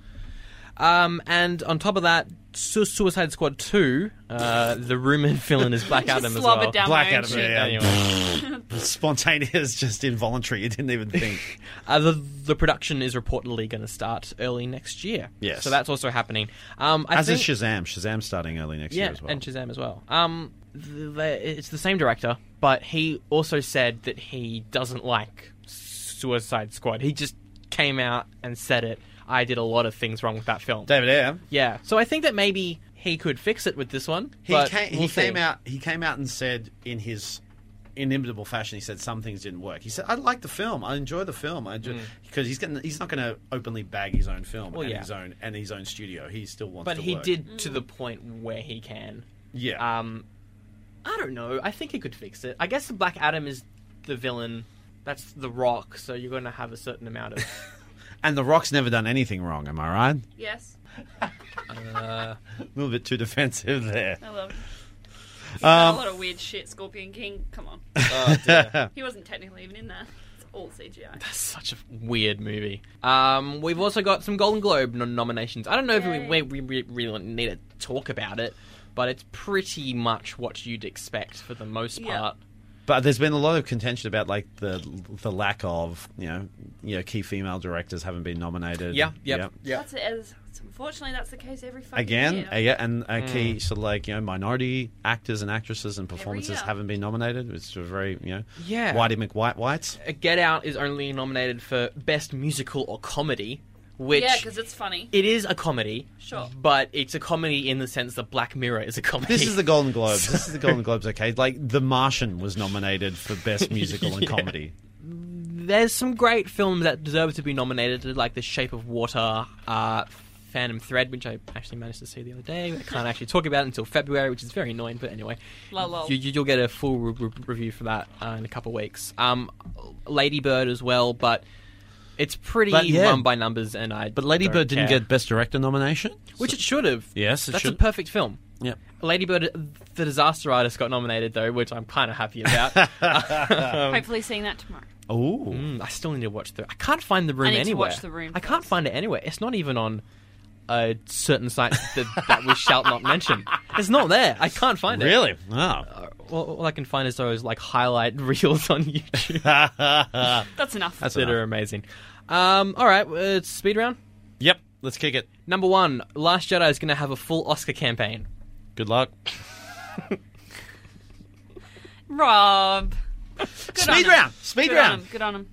Um, and on top of that, Su- Suicide Squad Two, uh, the rumored villain is Black Adam as Slob well. it down Black my own Adam, shit. yeah. Anyway, Spontaneous, just involuntary. You didn't even think. uh, the, the production is reportedly going to start early next year. Yes. so that's also happening. Um, I As think, is Shazam. Shazam's starting early next yeah, year as well. and Shazam as well. Um, th- they- it's the same director, but he also said that he doesn't like Suicide Squad. He just came out and said it. I did a lot of things wrong with that film. David Ayer. Yeah. So I think that maybe he could fix it with this one. He but came, we'll he came see. out. He came out and said in his inimitable fashion. He said some things didn't work. He said, "I like the film. I enjoy the film. I because he's gonna, he's not going to openly bag his own film Well, and yeah. his own and his own studio. He still wants. But to he work. did to the point where he can. Yeah. Um, I don't know. I think he could fix it. I guess the Black Adam is the villain. That's the Rock. So you're going to have a certain amount of. and The Rock's never done anything wrong. Am I right? Yes, Uh, A little bit too defensive there. I love. it. He's done a Um, lot of weird shit. Scorpion King. Come on, oh dear. he wasn't technically even in there. It's all CGI. Such a weird movie. Um, we've also got some Golden Globe nom- nominations. I don't know if Yay. we, we, we really need to talk about it, but it's pretty much what you'd expect for the most Yeah. part. But there's been a lot of contention about like the the lack of you know you know key female directors haven't been nominated. Yeah, yep, yeah. That's it. as- Unfortunately, that's the case every fucking again year. uh, yeah and uh, key sort of like you know minority actors and actresses and performances year. haven't been nominated which are very you know Yeah. whitey mcwhite whites Get Out is only nominated for Best Musical or Comedy, which yeah, because it's funny. it is a comedy. Sure. But it's a comedy in the sense that Black Mirror is a comedy. this is the golden globes this is the golden globes okay like the martian was nominated for best musical and comedy There's some great films that deserve to be nominated, like The Shape of Water, uh, Phantom Thread, which I actually managed to see the other day. I can't actually talk about it until February, which is very annoying. But anyway, Lol, lol. You, you, will get a full re- re- review for that uh, in a couple of weeks. Um, Lady Bird as well, but. It's pretty But, yeah. run by numbers, and I. but lady don't bird didn't care. get best director nomination which it should have. yes it That's should a perfect film. yeah Ladybird, the disaster artist, got nominated though, which I'm kind of happy about. Um, Hopefully, seeing that tomorrow. oh mm, I still need to watch the. I can't find the room I need to anywhere. watch The Room I can't find it anywhere. It's not even on a certain site that, that we shall not mention. It's not there. I can't find it. really oh All, all I can find is those like highlight reels on YouTube That's enough. that's that enough. are amazing. Um, all right, uh, speed round. yep let's kick it Number one, Last Jedi is going to have a full Oscar campaign. good luck Rob. Good on speed him. round speed Good on round him. Good on him.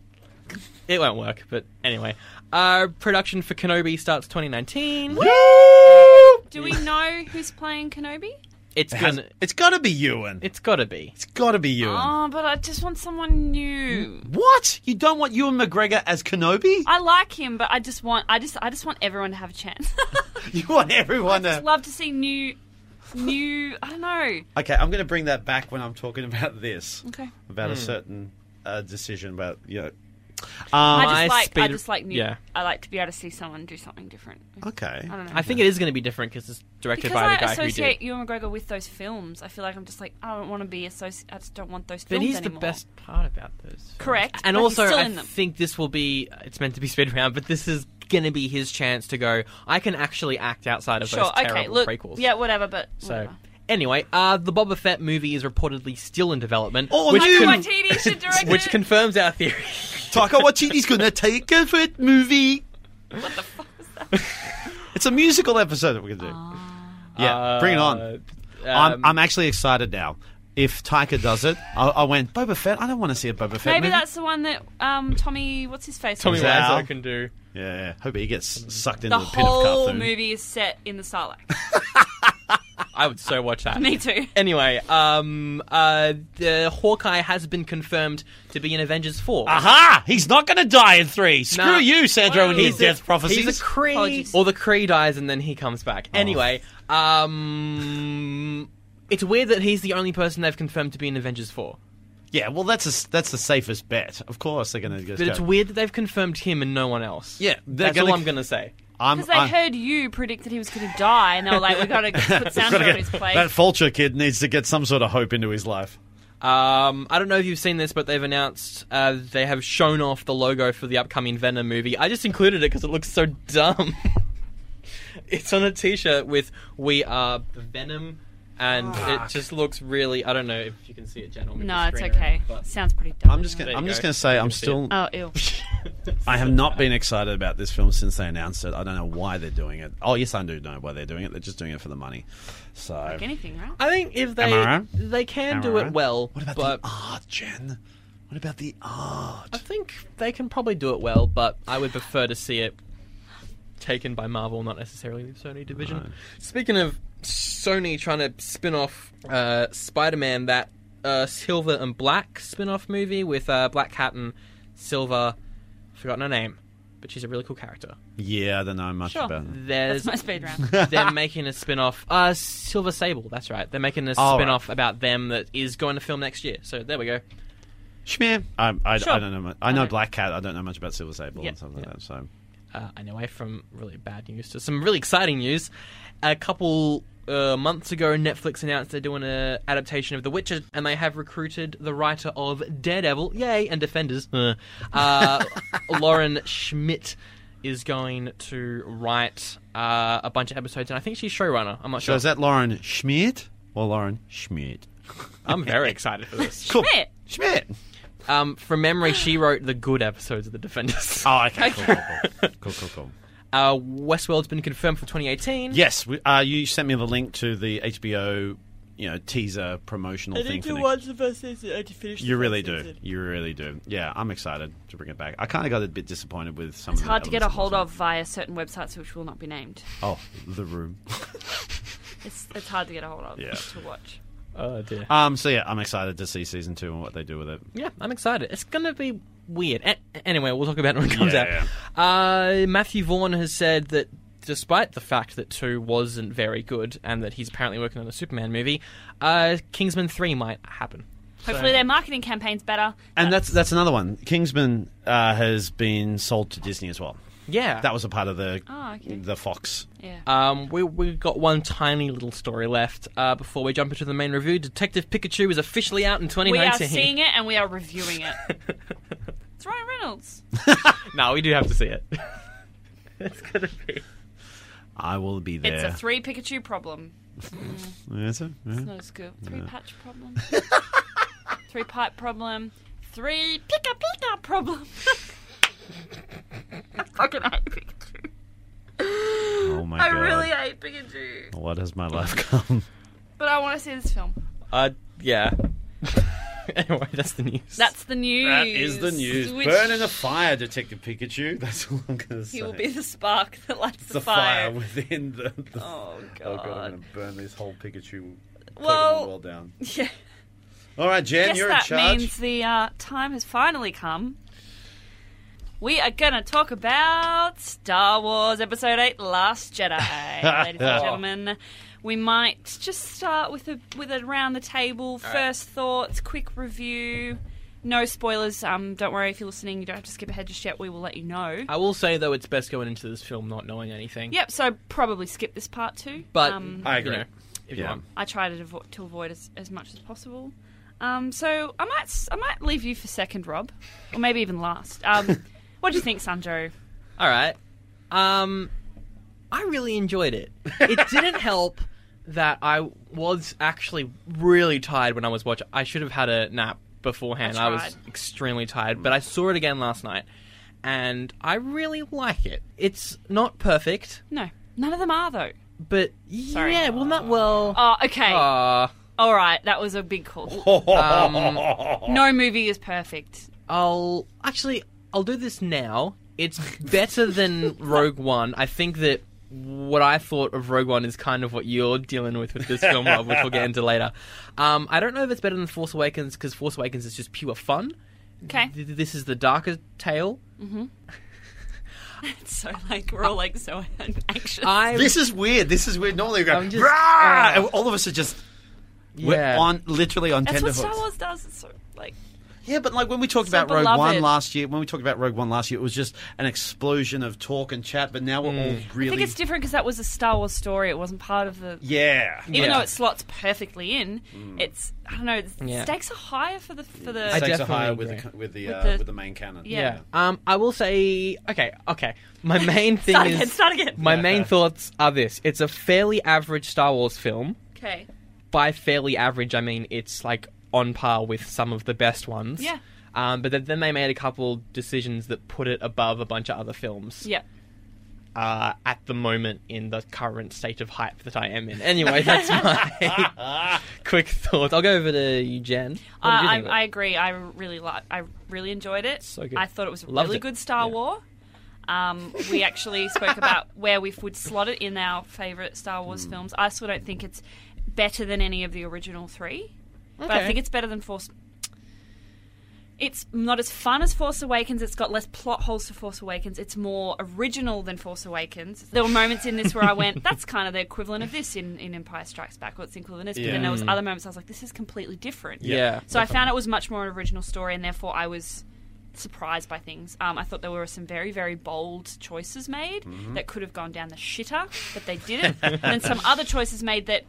It won't work, but anyway. Uh, production for Kenobi starts 2019. Do we know who's playing Kenobi? It's It has, gonna. it's gotta be Ewan. It's gotta be. It's gotta be Ewan. Oh, but I just want someone new. What? You don't want Ewan McGregor as Kenobi? I like him, but I just want I just I just want everyone to have a chance. You want everyone just to. love to see new new I don't know. Okay, I'm going to bring that back when I'm talking about this Okay. about a certain uh, decision about you know I Um, my just like I speed- just like new, yeah. I like to be able to see someone do something different. okay. I don't know. I think it is going to be different because it's directed because by I the guy who did. associate Ewan McGregor with those films, I feel like I'm just like I don't want to be associated. I just don't want those But films he's anymore. the best part about those. films. Correct, And but he's also, still I in them. think this will be. It's meant to be speed round, but this is going to be his chance to go. I can actually act outside of Sure. those terrible Okay. Look. prequels. Yeah. Whatever. But So. whatever. Anyway, uh, the Boba Fett movie is reportedly still in development, Oh, which, no! con- Waititi should direct which it. confirms our theory. Taika Waititi's gonna take over it movie. what the fuck was that? It's a musical episode that we're gonna do. Yeah, bring it on. Uh, I'm, um, I'm actually excited now. If Taika does it, I, I went Boba Fett. I don't want to see a Boba Fett. Maybe movie. that's the one that um, Tommy. What's his face? Tommy was Wiseau. in. Wiseau can do. yeah. yeah. Hope he gets sucked into The the, pit of whole Carthon. movie is set in the Sarlacc. I would so watch that. Me too. Anyway, um, uh, the Hawkeye has been confirmed to be in Avengers Four. Aha! He's not going to die in three. Screw Nah. you, Sandro, and his a- death prophecies. He's a Cree, Apologies. or the Cree dies and then he comes back. Anyway, um, it's weird that he's the only person they've confirmed to be in Avengers Four. yeah, well, that's a s that's the safest bet. Of course, they're going to. But it's weird that they've confirmed him and no one else. Yeah, they're that's gonna- all I'm gonna say. I'm, Because they I'm- heard you predict that he was going to die, and they were like, "We got to put We've Sandra gotta on get- his that place." vulture kid needs to get some sort of hope into his life. Um, I don't know if you've seen this, but they've announced uh, they have shown off the logo for the upcoming Venom movie. I just included it because it looks so dumb. it's on a T-shirt with "We are the Venom," and it just looks really. I don't know if you can see it, Jen. or move No, the it's screen okay. around, but- Sounds pretty dumb. I'm just going. There to you I'm just go. going to say I'm can see still. Oh, ew. I have not been excited about this film since they announced it. I don't know why they're doing it. Oh, yes, I do know why they're doing it. They're just doing it for the money. So Like anything, right? I think if they Am I right? they can Am I do it right? well, What about but the art, Jen? What about the art? I think they can probably do it well. But I would prefer to see it taken by Marvel, not necessarily the Sony division. Right. Speaking of Sony trying to spin off uh, Spider-Man, that uh, Silver and Black spin-off movie with uh, Black Cat and Silver, forgotten her name, but she's a really cool character. Yeah, I don't know much Sure. about it. There's That's my speed round. they're making a spin-off uh silver sable that's right they're making a All right. spin-off about them that is going to film next year so there we go Shmeh. I, I, Sure. I don't know. Much. I know don't- Black Cat. I don't know much about Silver Sable Yeah, and stuff like that. So uh, and away from really bad news to some really exciting news. A couple uh, months ago, Netflix announced they're doing an adaptation of The Witcher, and they have recruited the writer of Daredevil, yay, and Defenders. uh, uh, Lauren Schmidt is going to write uh, a bunch of episodes, and I think she's showrunner. I'm not So sure. is that Lauren Schmidt or Lauren Schmidt? I'm very excited for this. Cool. Schmidt. Schmidt. Um, from memory, she wrote the good episodes of The Defenders. Oh, okay. Cool, cool, cool. cool, cool, cool. Uh, Westworld's been confirmed for 2018. Yes, we, uh, you sent me the link to the HBO, you know, teaser promotional thing. for next- the first season. I finished. You really do. You really do. Yeah, I'm excited to bring it back. I kind of got a bit disappointed with some. It's of the hard to get a elements hold wasn't- of via certain websites which will not be named. Oh, the room. It's, it's hard to get a hold of Yeah. to watch. Oh dear. Um. So yeah, I'm excited to see season two and what they do with it. Yeah, I'm excited. It's going to be weird. A- anyway, we'll talk about it when it comes Yeah, out. Uh, Matthew Vaughn has said that despite the fact that 2 wasn't very good and that he's apparently working on a Superman movie, uh, Kingsman 3 might happen. Hopefully, their marketing campaign's better. And that's that's another one. Kingsman uh, has been sold to Disney as well. Yeah. That was a part of the Oh, okay. the Fox. yeah. Um, we, we've got one tiny little story left uh, before we jump into the main review. Detective Pikachu is officially out in we 2019. are seeing it and we are reviewing it. it's Ryan Reynolds. no, we do have to see it. it's going to be. I will be there. It's a three Pikachu problem. Is it? Yeah. It's not as good. Three patch problem. three pipe problem. Three pika pika problem. I fucking hate Pikachu. Oh my I god! really hate Pikachu. what has my life come? But I want to see this film. Uh, yeah. anyway, that's the news. That's the news. Which fire, Detective Pikachu. That's all I'm going to say. He will be the spark that lights the, fire. within the. the Oh god. going to burn this whole Pikachu Well- world down. yeah. All right, Jen, Guess that means the uh, time has finally come. We are going to talk about Star Wars Episode 8 Last Jedi. Ladies and gentlemen, we might just start with a with a round the table first thoughts, quick review. no spoilers. Um, don't worry if you're listening. You don't have to skip ahead just yet. We will let you know. I will say though, it's best going into this film not knowing anything. Yep. So probably skip this part too. But um, I you agree. know, if you Yeah. want. I try to, devo- to avoid as, as much as possible. Um, so I might s- I might leave you for second, Rob, or maybe even last. Um, what do you think, Sanjo? All right. Um, I really enjoyed it. It didn't help that I was actually really tired when I was watching. I should have had a nap beforehand. I I was tried. extremely tired, Mm. but I saw it again last night, and I really like it. It's not perfect, No, none of them are though. but Sorry. yeah, well, not well. Ah. Oh, okay. Aw. All right, that was a big call. Um, No movie is perfect. I'll actually I'll do this now. It's better than Rogue One. I think that what I thought of Rogue One is kind of what you're dealing with with this film, Rob, which we'll get into later. Um, I don't know if it's better than Force Awakens because Force Awakens is just pure fun. Okay, Th- This is the darker tale. so like we're all like so anxious. I This is weird. This is weird. Normally, we go, I'm just- "Rah!" uh, And all of us are just yeah. we're on literally on That's what Star tenderhooks. Wars does. It's so like Yeah, but like when we talked So about Rogue beloved. One last year, when we talked about Rogue One last year, it was just an explosion of talk and chat. But now we're Mm. all I really, think it's different because that was a Star Wars story. It wasn't part of the. yeah, Even Yeah. Mm. though it slots perfectly in, it's I don't know. The Yeah. Stakes are higher for the for the. I Stakes are definitely higher with the, agree. co- with the With uh, the- with the main canon. Yeah. Um, I will say, okay, okay. My main thing Start is again. Start again. my main thoughts are this: it's a fairly average Star Wars film. okay. by fairly average, I mean it's like on par with some of the best ones. Yeah. Um, but then, then they made a couple decisions that put it above a bunch of other films. Yeah. Uh, at the moment, in the current state of hype that I am in. Anyway, that's my quick thoughts. I'll go over to you, Jen. What did you Uh, I, think of it? I, I agree. I really like. I really enjoyed it. So good. I thought it was a Loved really it. good Star Yeah. War. Um, we actually spoke about where we would slot it in our favorite Star Wars Hmm. films. I still don't think it's better than any of the original three, but I Okay. think it's better than Force. It's not as fun as Force Awakens. It's got less plot holes to Force Awakens. It's more original than Force Awakens. There were moments in this where I went, "That's kind of the equivalent of this in, in Empire Strikes Back," or it's the equivalent of this. But then Yeah. there was other moments I was like, "This is completely different." yeah. So I found it was much more an original story, and therefore I was surprised by things. Um, I thought there were some very, very bold choices made that could have gone down the shitter, but they didn't. and then some other choices made that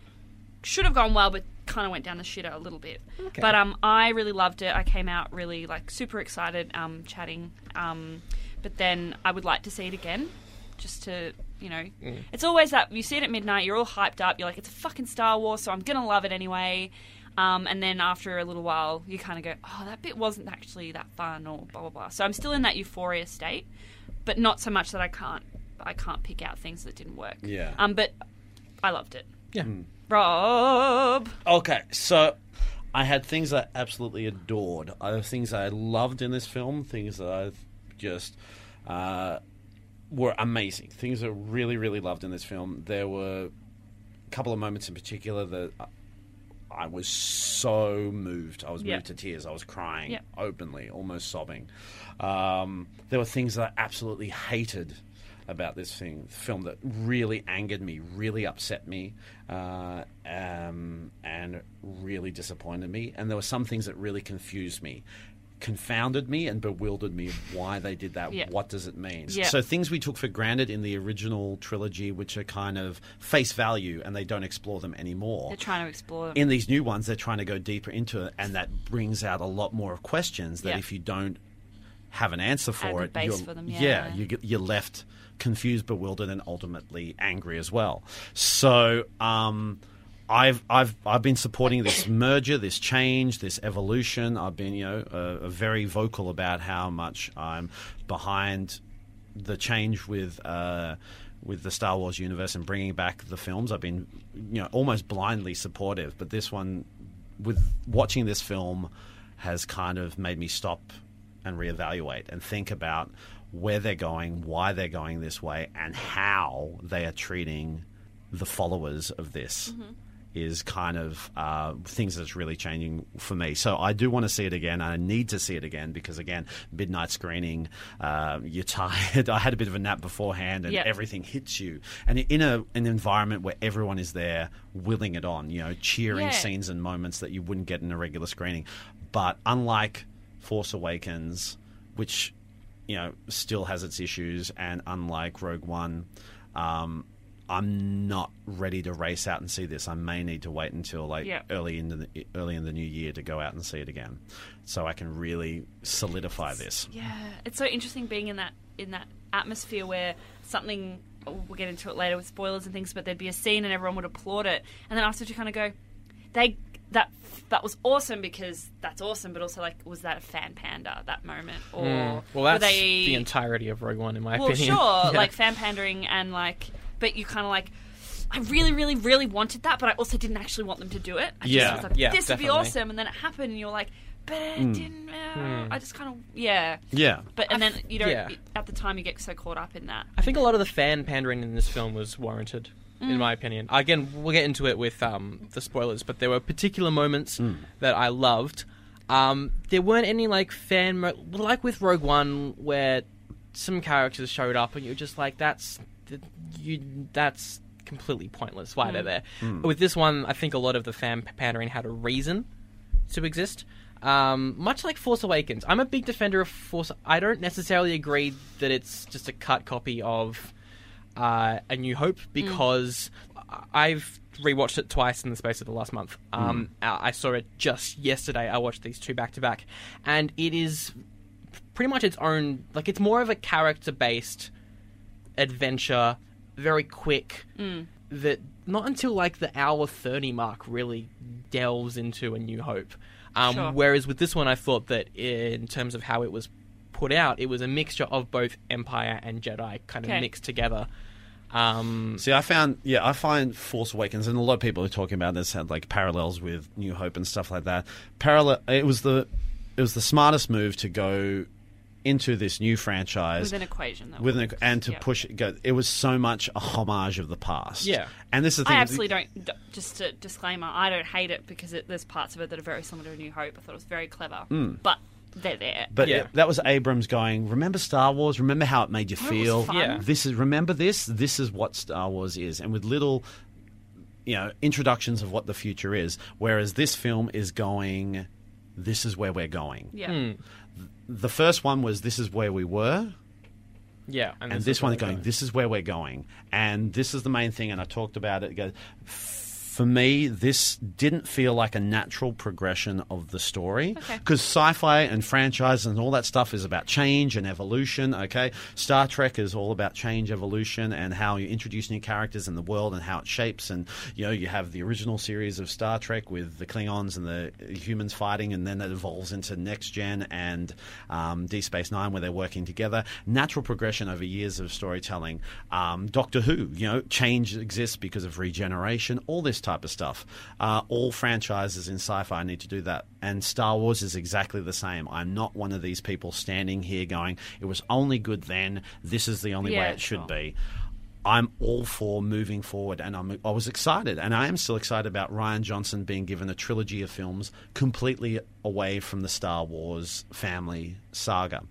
should have gone well, but kind of went down the shitter a little bit. But um, I really loved it. I came out really like super excited, um, chatting. Um, but then I would like to see it again, just to you know, Mm. it's always that you see it at midnight. You're all hyped up. You're like, it's a fucking Star Wars, so I'm gonna love it anyway. Um, and then after a little while, you kind of go, oh, that bit wasn't actually that fun, or blah blah blah. So I'm still in that euphoria state, but not so much that I can't I can't pick out things that didn't work. Yeah. Um, but I loved it. Yeah. Rob. Okay, so I had things I absolutely adored. I have things I loved in this film. Things that I just uh, were amazing. Things I really, really loved in this film. There were a couple of moments in particular that I- I was so moved. I was Yeah. moved to tears. I was crying Yeah. openly, almost sobbing. Um, there were things that I absolutely hated about this thing, film that really angered me, really upset me, uh, um, and really disappointed me. And there were some things that really confused me, confounded me, and bewildered me why they did that. Yeah. What does it mean? Yeah. So things we took for granted in the original trilogy, which are kind of face value, and they don't explore them anymore They're trying to explore them. in these new ones they're trying to go deeper into it and that brings out a lot more of questions that Yeah. if you don't have an answer for the it base you're, for them, yeah. you get, you're left confused bewildered and ultimately angry as well so um I've, I've I've been supporting this merger, this change, this evolution. I've been you know uh, very vocal about how much I'm behind the change with uh, with the Star Wars universe and bringing back the films. I've been you know almost blindly supportive, but this one with watching this film has kind of made me stop and reevaluate and think about where they're going, why they're going this way, and how they are treating the followers of this. Mm-hmm. Is kind of uh, things that's really changing for me. So I do want to see it again. I need to see it again because again, midnight screening, uh, you're tired. I had a bit of a nap beforehand, and Yeah. everything hits you. And in a an environment where everyone is there, willing it on, you know, cheering Yeah. scenes and moments that you wouldn't get in a regular screening. But unlike Force Awakens, which you know still has its issues, and unlike Rogue One, um, I'm not ready to race out and see this. I may need to wait until like Yeah. early in the early in the new year to go out and see it again, so I can really solidify this. Yeah, it's so interesting being in that in that atmosphere where something oh, we'll get into it later with spoilers and things, but there'd be a scene and everyone would applaud it, and then afterwards you kind of go, they that that was awesome because that's awesome, but also like was that a fan pander that moment or Hmm. Mm. Well, that's were they the entirety of Rogue One, in my well, sure, opinion. Yeah. like fan pandering and like, but you kind of like, I really, really, really wanted that, but I also didn't actually want them to do it. I just Yeah, was like, yeah, this would be definitely. Hmm. awesome, and then it happened, and you're like, but it didn't. Uh, I just kind of yeah, Yeah, but and then you don't yeah. at the time you get so caught up in that. I think a lot of the fan pandering in this film was warranted, in my opinion. Again, we'll get into it with um, the spoilers, but there were particular moments that I loved. Um, there weren't any like fan mo- like with Rogue One where some characters showed up and you were just like, "That's th- you, that's completely pointless. Why they're there?" With this one, I think a lot of the fan pandering had a reason to exist. Um, much like Force Awakens, I'm a big defender of Force. I don't necessarily agree that it's just a cut copy of uh, A New Hope because I- I've rewatched it twice in the space of the last month. Um, I I saw it just yesterday. I watched these two back to back, and it is pretty much its own. Like it's more of a character based adventure, very quick. Mm. That not until like the hour thirty mark really delves into a new hope. Um, Sure. Whereas with this one, I thought that in terms of how it was put out, it was a mixture of both Empire and Jedi kind of Okay. mixed together. Um, See, I found, yeah, I find Force Awakens, and a lot of people are talking about this had like parallels with New Hope and stuff like that. Parallel, it was the, it was the smartest move to go into this new franchise With an equation, though. with an, and to Yeah. push it. Go, it was so much a homage of the past. Yeah. and this is the I thing. absolutely don't. d- Just a disclaimer: I don't hate it because it, there's parts of it that are very similar to New Hope. I thought it was very clever, but they're there. Hmm. But Yeah. it- that was Abrams going. Remember Star Wars? Remember how it made you it was feel? fun. Yeah. This is remember this. This is what Star Wars is, and with little, you know, introductions of what the future is. Whereas this film is going. This is where we're going. yeah, The first one was this is where we were, yeah, and is this one's where going we're this is where we're going, and this is the main thing. And I talked about it. it goes, For me, this didn't feel like a natural progression of the story Okay. because sci-fi and franchise and all that stuff is about change and evolution. Okay, Star Trek is all about change, evolution, and how you introduce new characters in the world and how it shapes. And you know, you have the original series of Star Trek with the Klingons and the humans fighting, and then it evolves into Next Gen and um, D Space Nine, where they're working together. Natural progression over years of storytelling. Um, Doctor Who, you know, change exists because of regeneration. All this type of stuff. Uh, all franchises in sci-fi need to do that, and Star Wars is exactly the same. I'm not one of these people standing here going, "It was only good then. This is the only Yeah, way it should sure. be." I'm all for moving forward, and I'm, I was excited, and I am still excited about Ryan Johnson being given a trilogy of films completely away from the Star Wars family saga.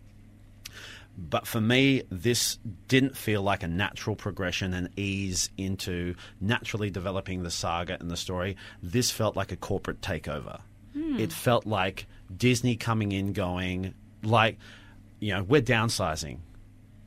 But for me, this didn't feel like a natural progression and ease into naturally developing the saga and the story. This felt like a corporate takeover. It felt like Disney coming in, going, like, you know, we're downsizing.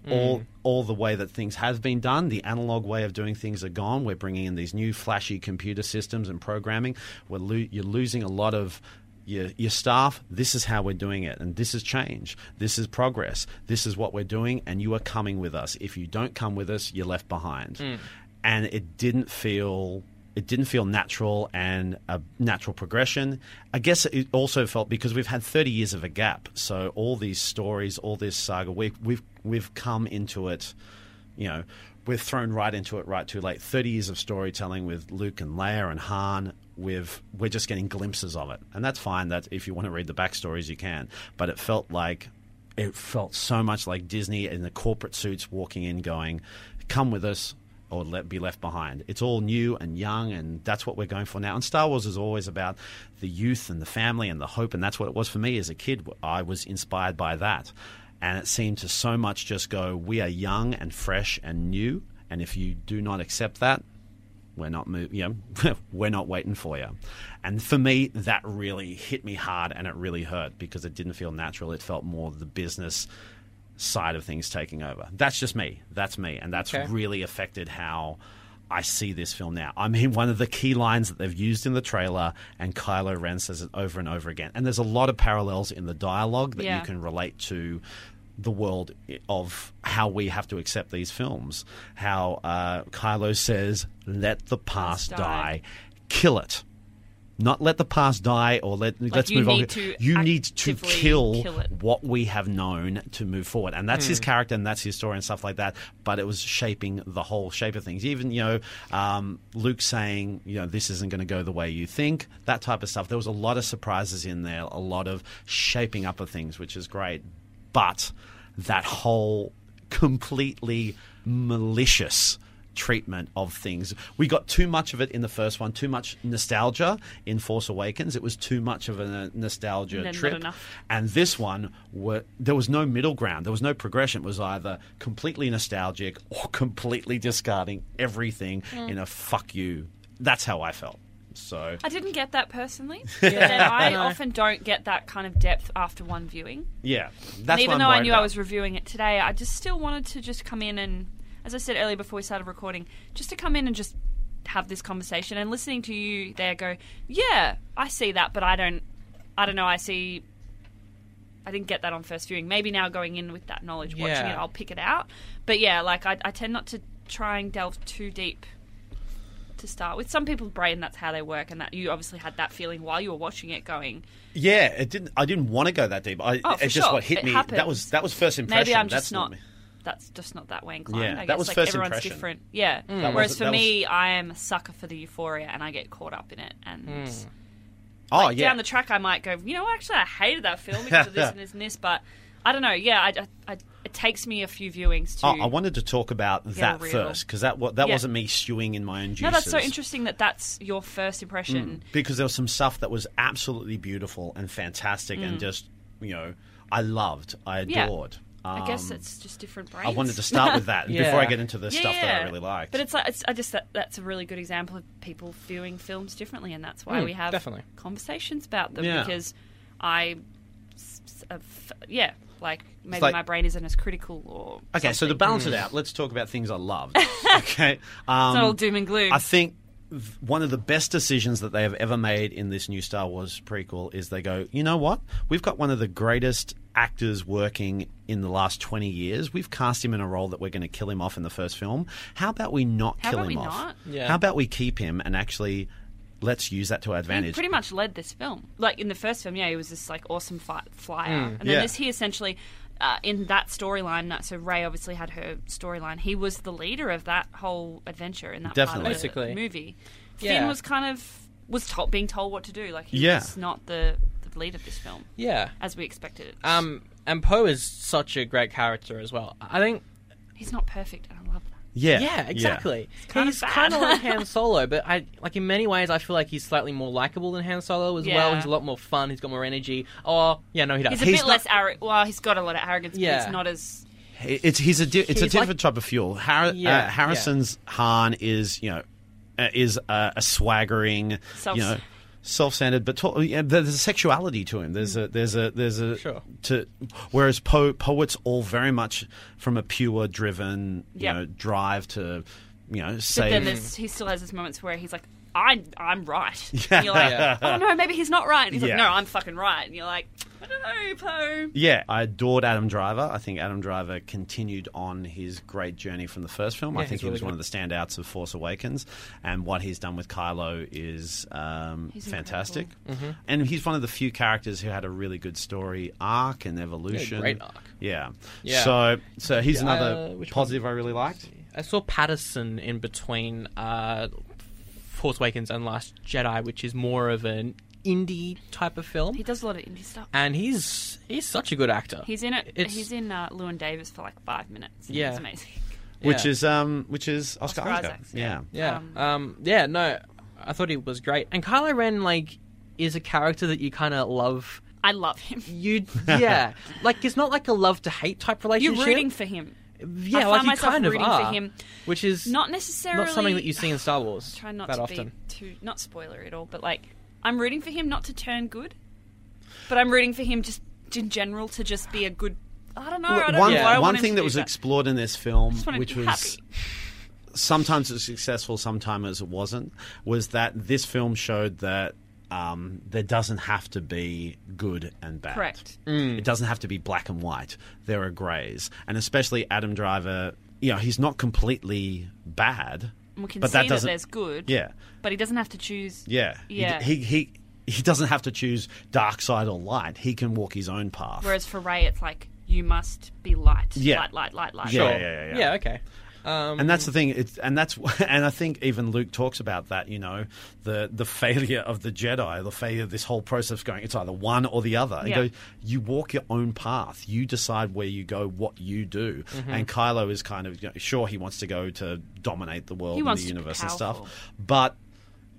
All, all the way that things have been done, the analog way of doing things are gone. We're bringing in these new flashy computer systems and programming. We're lo- you're losing a lot of your, your staff, this is how we're doing it. And this is change. This is progress. This is what we're doing. And you are coming with us. If you don't come with us, you're left behind. And it didn't feel. It didn't feel natural and a natural progression. I guess it also felt because we've had 30 years of a gap. So all these stories, all this saga, we, we've we've come into it you know, we're thrown right into it right too late. 30 years of storytelling with Luke and Leia and Han. With we're just getting glimpses of it, and that's fine. That if you want to read the backstories, you can. But it felt like it felt so much like Disney in the corporate suits walking in, going, "Come with us." Or let be left behind. It's all new and young, and that's what we're going for now. And Star Wars is always about the youth and the family and the hope, and that's what it was for me as a kid. I was inspired by that and it seemed to so much just go, we are young and fresh and new, and if you do not accept that, we're not move, you know, we're not waiting for you. And for me, that really hit me hard, and it really hurt because it didn't feel natural. It felt more the business side of things taking over. That's just me. That's me, and that's Okay. really affected how. I see this film now. I mean, one of the key lines that they've used in the trailer, and Kylo Ren says it over and over again. And there's a lot of parallels in the dialogue that Yeah. you can relate to the world of how we have to accept these films. How uh, Kylo says, "Let the past die. die. kill it." Not let the past die, or let let's you move on. need to you need to actively kill, kill it. what we have known to move forward, and that's his Hmm. character, and that's his story, and stuff like that. But it was shaping the whole shape of things. Even you know, um, Luke saying, you know, this isn't going to go the way you think, that type of stuff. There was a lot of surprises in there, a lot of shaping up of things, which is great. But that whole completely malicious treatment of things. We got too much of it in the first one, too much nostalgia in Force Awakens. It was too much of a n- nostalgia And then not trip. enough. And this one, were, there was no middle ground. There was no progression. It was either completely nostalgic or completely discarding everything Mm. in a fuck you. That's how I felt. So I didn't get that personally. But then I often don't get that kind of depth after one viewing. yeah, that's and even what I'm though I worried knew I about. was reviewing it today, I just still wanted to just come in and, as I said earlier before we started recording, just to come in and just have this conversation and listening to you there go, yeah, I see that, but I don't, I don't know, I see, I didn't get that on first viewing. Maybe now going in with that knowledge, watching Yeah. it, I'll pick it out. But yeah, like I, I tend not to try and delve too deep. To start with, some people's brain that's how they work, and that you obviously had that feeling while you were watching it, going, yeah, it didn't. I didn't want to go that deep. I, Oh, for it's just sure. what hit It me. happens. That was that was first impression. maybe I'm just that's not. me. That's just not that way inclined. Yeah, I that guess. was like first everyone's impression. Mm. different. Yeah. That Whereas was- for that me, I am a sucker for the euphoria, and I get caught up in it. And Mm. Oh yeah, down the track, I might go, you know, actually, I hated that film because of this and this and this. But I don't know. Yeah, I, I, I, it takes me a few viewings to. Oh, I wanted to talk about that real. first because that wa- that Yeah. wasn't me stewing in my own juices. no, that's so interesting that that's your first impression. because there was some stuff that was absolutely beautiful and fantastic and just you know I loved, I Mm. Yeah. adored. I guess Um, it's just different brains. I wanted to start with that Yeah. before I get into the Yeah, stuff that yeah. I really liked. But it's like it's, I just that, that's a really good example of people viewing films differently, and that's why Mm, we have definitely. conversations about them Hmm, Yeah. because I, s- s- uh, f- yeah, like maybe like- my brain isn't as critical or okay, so to balance it out, let's talk about things I loved. Mm. okay, um, it's not all doom and gloom. I think th- one of the best decisions that they have ever made in this new Star Wars prequel is they go, you know what? We've got one of the greatest actors working in the last 20 years. We've cast him in a role that we're going to kill him off in the first film. How about we not How kill about him we off? not? Yeah. How about we keep him and actually let's use that to our he advantage? pretty much led this film. Like in the first film, yeah, he was this like awesome fi flyer, and then Mm, yeah. this he essentially. Uh, in that storyline, that so Ray obviously had her storyline. He was the leader of that whole adventure in that Definitely. part of the Basically. movie. Finn Yeah. was kind of was told, being told what to do. Like he Yeah. was not the, the lead of this film Yeah. as we expected. It. Um, and Poe is such a great character as well. I think. He's not perfect, and I love that. yeah. Yeah, exactly. kinda He's bad. kind of like Han Solo, but I like in many ways I feel like he's slightly more likable than Han Solo as well. Yeah. He's a lot more fun. He's got more energy. Oh, yeah, no, he does. He's a bit not- less arrogant. Well, he's got a lot of arrogance, but Yeah. he's not as It's he's a di- it's a He's like- different type of fuel. Har- Yeah, uh, Harrison's Han is you know uh, is a, a swaggering Self- you know self-centered, but to- yeah, there's a sexuality to him. There's a there's a there's a Sure. to whereas Poe poets all very much from a pure driven you Yep. know drive to you know But then save. there's, he still has those moments where he's like, I, I'm right. And you're like, Yeah. oh no, maybe he's not right. And he's Yeah. like, no, I'm fucking right. And you're like, I don't know, Poe. Yeah, I adored Adam Driver. I think Adam Driver continued on his great journey from the first film. I Yeah, he's think he was really one of the standouts of Force Awakens, and what he's done with Kylo is um, He's fantastic. Mm-hmm. And he's one of the few characters who had a really good story arc and evolution. great arc. Yeah. Yeah. So, so he's Yeah, uh, another which positive I really liked. I saw Patterson in between uh, Force Awakens and Last Jedi, which is more of an indie type of film. He does a lot of indie stuff. and he's he's such a good actor. He's in it. It's- He's in uh, Lewin Davis for like five minutes. Yeah. It's amazing. Which Yeah. is um, which is Oscar, Oscar Isaac. Isaacs, Yeah. yeah. yeah, um, um, yeah. No, I thought he was great. And Kylo Ren like is a character that you kind of love. I love him. You yeah, like it's not like a love to hate type You're relationship. rooting for him. I Yeah, like find you myself kind of rooting for are, him. which is Not necessarily not something that you see in Star Wars try not that to often. be too not spoiler at all, but like I'm rooting for him not to turn good, but I'm rooting for him just in general to just be a good. I don't know. I don't one know why I Yeah. want one him thing to that do was that. explored in this film, just wanted to which be was happy. sometimes it was successful, sometimes it wasn't, was that this film showed that um, there doesn't have to be good and bad. Correct. It doesn't have to be black and white. There are grays, and especially Adam Driver. You know, he's not completely bad, And we can but see that that, doesn't. there's good. yeah, but he doesn't have to choose. yeah, He- Yeah. He he he doesn't have to choose dark side or light. He can walk his own path. Whereas for Ray, it's like you must be light, Yeah. light, light, light, light. Yeah, Sure. yeah, yeah, yeah. okay. Um, and that's the thing it's and that's and i think even luke talks about that you know the the failure of the jedi the failure of this whole process of going it's either one or the other Yeah. you, go, you walk your own path you decide where you go what you do Mm-hmm. and kylo is kind of you know, sure he wants to go to dominate the world He and wants the to be universe and powerful. stuff but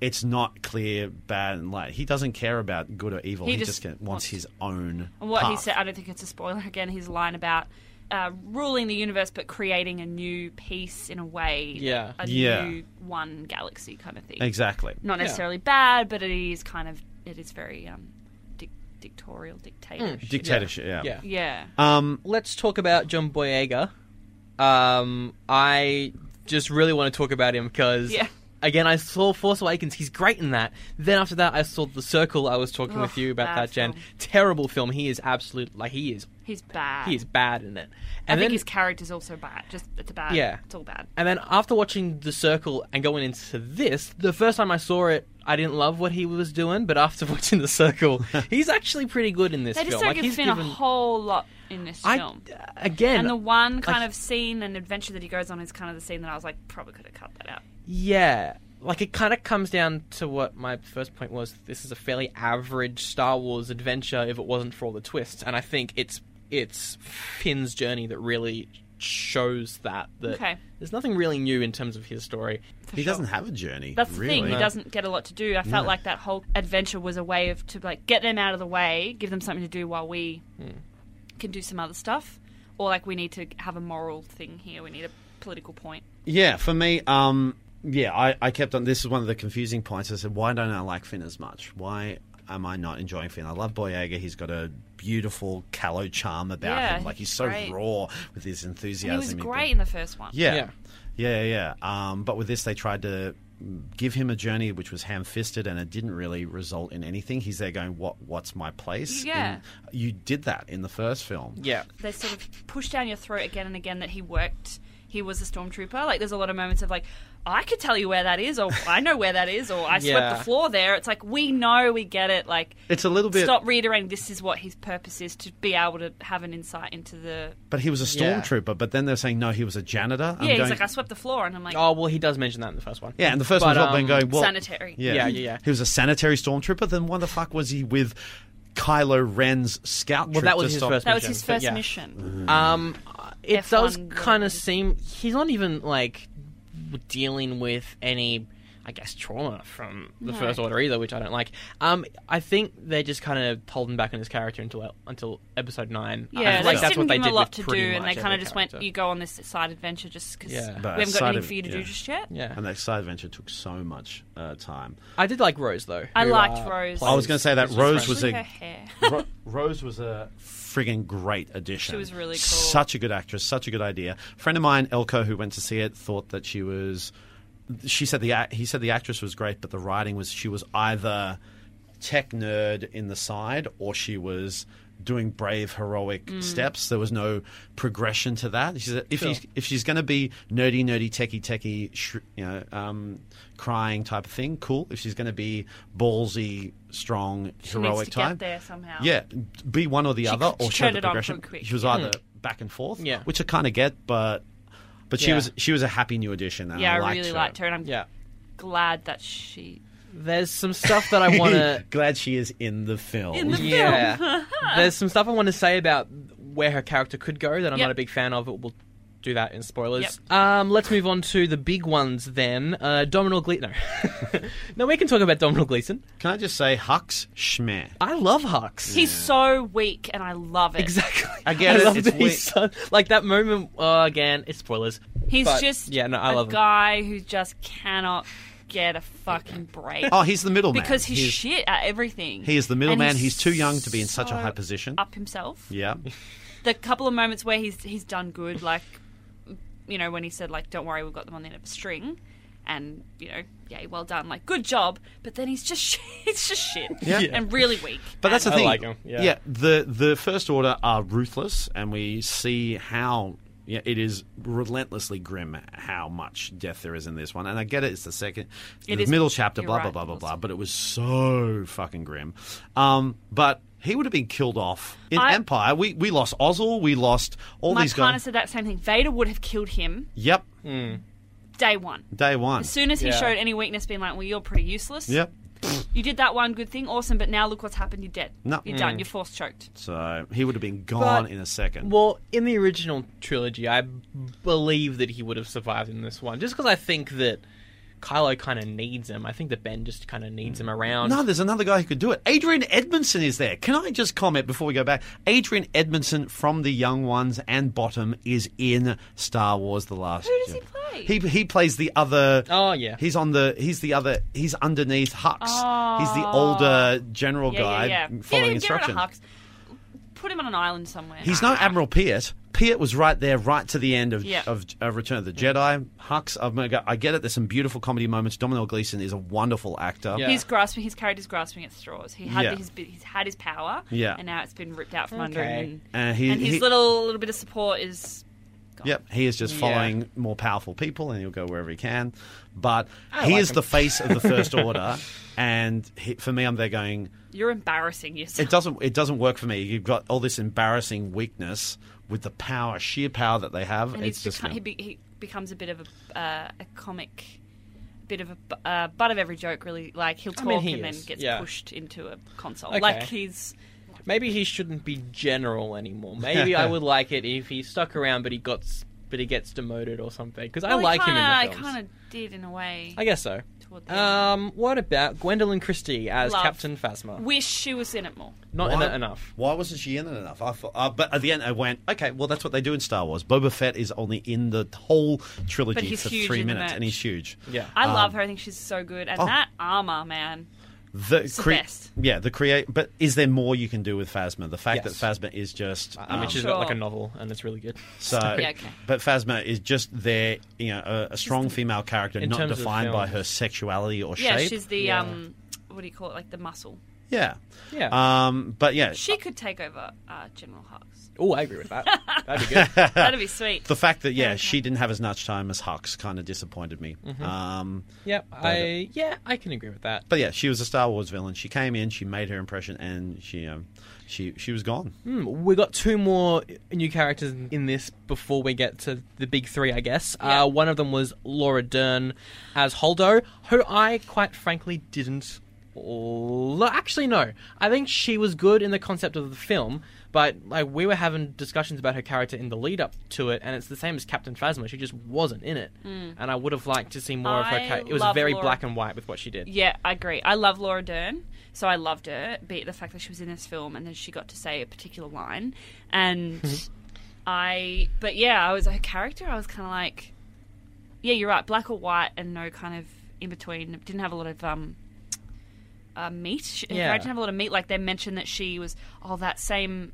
it's not clear bad and light he doesn't care about good or evil He he, just just, can, wants- wants his own And what he path. said, I don't think it's a spoiler again, his line about uh, ruling the universe but creating a new peace in a way. Yeah. A Yeah. new one galaxy kind of thing. exactly Not Yeah. necessarily bad, but it is kind of, it is very um, dic- dictatorial, dictatorship. Mm. dictatorship yeah, yeah. yeah. Um, Let's talk about John Boyega. Um, I just really want to talk about him because, Yeah. again, I saw Force Awakens. He's great in that. Then after that, I saw The Circle. I was talking Ugh, with you about bad that, Jen. film. Terrible film. He is absolute like he is. He's bad. He is bad in it. I And think then, his character's also bad. Just, it's a bad. Yeah. It's all bad. And then after watching The Circle and going into this, the first time I saw it, I didn't love what he was doing. But after watching The Circle, he's actually pretty good in this They film. just don't like give he's Finn given, a whole lot in this I- uh, film. again. And the one kind like- of scene and adventure that he goes on is kind of the scene that I was like, probably could have cut that out. Yeah. Like it kind of comes down to what my first point was. This is a fairly average Star Wars adventure if it wasn't for all the twists, and I think it's it's Finn's journey that really shows that. That Okay. there's nothing really new in terms of his story. for he sure. doesn't have a journey That's the really thing. He doesn't get a lot to do. I felt No. like that whole adventure was a way of to like get them out of the way, give them something to do while we Hmm. can do some other stuff, or like we need to have a moral thing here. We need a political point. Yeah, for me, um, yeah, I, I kept on. This is one of the confusing points. I said, why don't I like Finn as much? Why am I not enjoying Finn? I love Boyega. He's got a beautiful, callow charm about Yeah, him. Like he's he's so great. raw with his And he enthusiasm. was He- great in the first one. Yeah, yeah, yeah. yeah. Um, but with this, they tried to give him a journey which was ham-fisted and it didn't really result in anything he's there going what what's my place Yeah. And you did that in the first film Yeah. they sort of push down your throat again and again that he worked. He was a stormtrooper. Like, there's a lot of moments of like, I could tell you where that is, or I know where that is, or I swept Yeah. the floor there. It's like we know, we get it. Like, it's a little bit stop reiterating. This is what his purpose is to be able to have an insight into the. but he was a Yeah. stormtrooper but then they're saying no he was a janitor I'm yeah, he's going- like, I swept the floor, and I'm like, Oh well, he does mention that in the first one. Yeah, and the first But, one's not been um, going well. sanitary. Yeah. Yeah, yeah, yeah. He was a sanitary stormtrooper. Then why the fuck was he with Kylo Ren's scout Well, troop that was to his stop- first that was mission, his but first yeah. mission. Um, it F1 does whatever kind it of is. seem he's not even like dealing with any, I guess, trauma from the No. First Order either, which I don't like. Um, I think they just kind of told him back on his character until until Episode Nine. I Yeah, feel they like just that's didn't what they give did him a lot with to do, pretty and they much kind of every just went, character. "You go on this side adventure just because Yeah. we But haven't got side anything of- for you to yeah. do just yet." yeah, And that side adventure took so much uh, time. I did like Rose though. I who, liked uh, Rose. plays- I was gonna say that who's his Rose friend. was Look at a- her hair. Ro- Rose was a friggin' great addition. She was really cool. Such a good actress. Such a good idea. friend of mine, Elko, who went to see it, thought that she was. She said the act- he said the actress was great, but the writing was she was either tech nerd in the side or she was doing brave heroic Mm. steps. There was no progression to that. She said if Sure. she's if she's going to be nerdy nerdy techie techie sh- you know um, crying type of thing, cool. If she's going to be ballsy strong She needs heroic to type, get there somehow. yeah, be one or the other, she or show turned the it on progression. pretty quick. She was either back and forth, Hmm. Yeah. which I kind of get, but but she Yeah. was she was a happy new addition. And yeah, I I, liked really her. liked her, and I'm Yeah, glad that she there's some stuff that I want to Glad she is in the film. In the film. There's some stuff I want to say about where her character could go that I'm Yep. not a big fan of. It will do that in spoilers. Um, let's move on to the big ones then. Uh, Domino Gleeson. No. no, we can talk about Domino Gleeson. Can I just say Hux Schmear? I love Hux. He's so weak, and I love it. Exactly. I get it, love it's that he's weak. so- like that moment uh, again. It's spoilers. He's But, just yeah, no, I a love him. guy who just cannot get a fucking break. Oh, he's the middleman. because he's, He's- shit at everything. he is the And middleman. He's, too young to be in such a so high position. Up himself. Yeah. The couple of moments where he's he's done good, like you know when he said like, "Don't worry, we've got them on the end of a string," and you know, yay, well done, like good job. But then he's just he's just shit Yeah. Yeah. and really weak. But that's the And- I thing. like him, yeah. the the first order are ruthless, and we see how yeah, it is relentlessly grim how much death there is in this one. And I get it; it's the second, It the is- middle chapter, you're blah right, blah blah blah it blah. was. But it was so fucking grim. Um, but he would have been killed off in I- Empire. We we lost Ozzel, we lost all my these partner guys. said that same thing. Vader would have killed him Yep, day one. day one. As soon as he Yeah. showed any weakness, being like, "Well, you're pretty useless. Yep. You did that one good thing, awesome. But now look what's happened. You're dead. No. You're Mm. done. You're force choked. So he would have been gone But- in a second. Well, in the original trilogy, I b- believe that he would have survived in this one, just because I think that Kylo kind of needs him. I think that Ben just kind of needs him around. No, there's another guy who could do it. Adrian Edmondson is there. Can I just comment before we go back? Adrian Edmondson from the Young Ones and Bottom is in Star Wars: The Last. Who does he Jedi. play? He he plays the other. Oh, yeah. He's on the. He's the other. He's underneath Hux. He's the older general guy following Oh. yeah, instructions. Get rid of Hux. Put him on an island somewhere. He's no Admiral Piet. Piet was right there, right to the end of, Yeah. of uh, Return of the Jedi. Hux, I'm gonna go- I get it. There's some beautiful comedy moments. Domino Gleeson is a wonderful actor. Yeah. He's grasping. His character's grasping at straws. He had Yeah. his. He's had his power. Yeah. And now it's been ripped out from under Okay. him. And, And, he, and his he- little little bit of support is. gone. Yep, he is just Yeah. following more powerful people, and he'll go wherever he can. But I he like is him. the face of the First Order, and he, for me, I'm there going. You're embarrassing yourself. It doesn't. It doesn't work for me. You've got all this embarrassing weakness with the power, sheer power that they have. and it's he's just. become, he, be, he becomes a bit of a, uh, a comic, a bit of a bu- uh, butt of every joke. Really, like he'll talk mean, he and is, then gets yeah. pushed into a console. Okay. Like he's Maybe he shouldn't be general anymore. Maybe I would like it if he stuck around, but he got, s- but he gets demoted or something. Because I well, he like him in kinda- the I films. kind of did in a way. I guess so. toward the end. Um, what about Gwendolyn Christie as Love. Captain Phasma? Wish she was in it more. Not in it enough. Why wasn't she in it enough? I thought, uh, but at the end, I went, okay, well, that's what they do in Star Wars. Boba Fett is only in the whole trilogy But he's for huge three in the minutes, and merch. he's huge. Yeah. I love her. I think she's so good. And oh. that armor, man. The, the best. Yeah, the create. But is there more you can do with Phasma? The fact Yes. that Phasma is just. I mean, um, she's got like a Sure. novel, and it's really good. So, Yeah, okay. but Phasma is just there, you know, a, a strong female character, In not terms of defined by films. her sexuality or Yeah, shape. she's the Yeah. um, what do you call it? Like the muscle. yeah, Yeah. Um, but yeah, She could take over uh, General Hux. oh, I agree with that. That'd be good. That'd be sweet. the fact that yeah, she didn't have as much time as Hux kind of disappointed me. Mm-hmm. Um, Yep. I yeah, I can agree with that. but yeah, she was a Star Wars villain. She came in, she made her impression, and she um, she she was gone. Hmm, we got two more new characters in this before we get to the big three, I guess. Yeah. Uh, one of them was Laura Dern as Holdo, who I quite frankly didn't. l- Actually, no. I think she was good in the concept of the film, but like we were having discussions about her character in the lead up to it, and it's the same as Captain Phasma. She just wasn't in it, and I would have liked to see more of her. Hmm. I character. it was love very Laura. black and white with what she did. Yeah, I agree. I love Laura Dern, so I loved her. Be the fact that she was in this film and then she got to say a particular line, and Mm-hmm. I. But yeah, I was her character. I was kind of like, yeah, you're right, black or white, and no kind of in between. Didn't have a lot of um. Uh, meat. She, her Yeah. character didn't have a lot of meat. Like they mentioned that she was, oh, that same,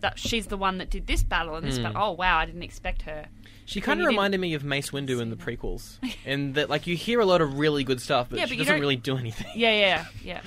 that she's the one that did this battle and this Mm. battle. Oh wow, I didn't expect her. She But kind you of didn't- reminded me of Mace Windu in the prequels, in that like you hear a lot of really good stuff, but Yeah, she but you doesn't don't- really do anything. Yeah, yeah, yeah.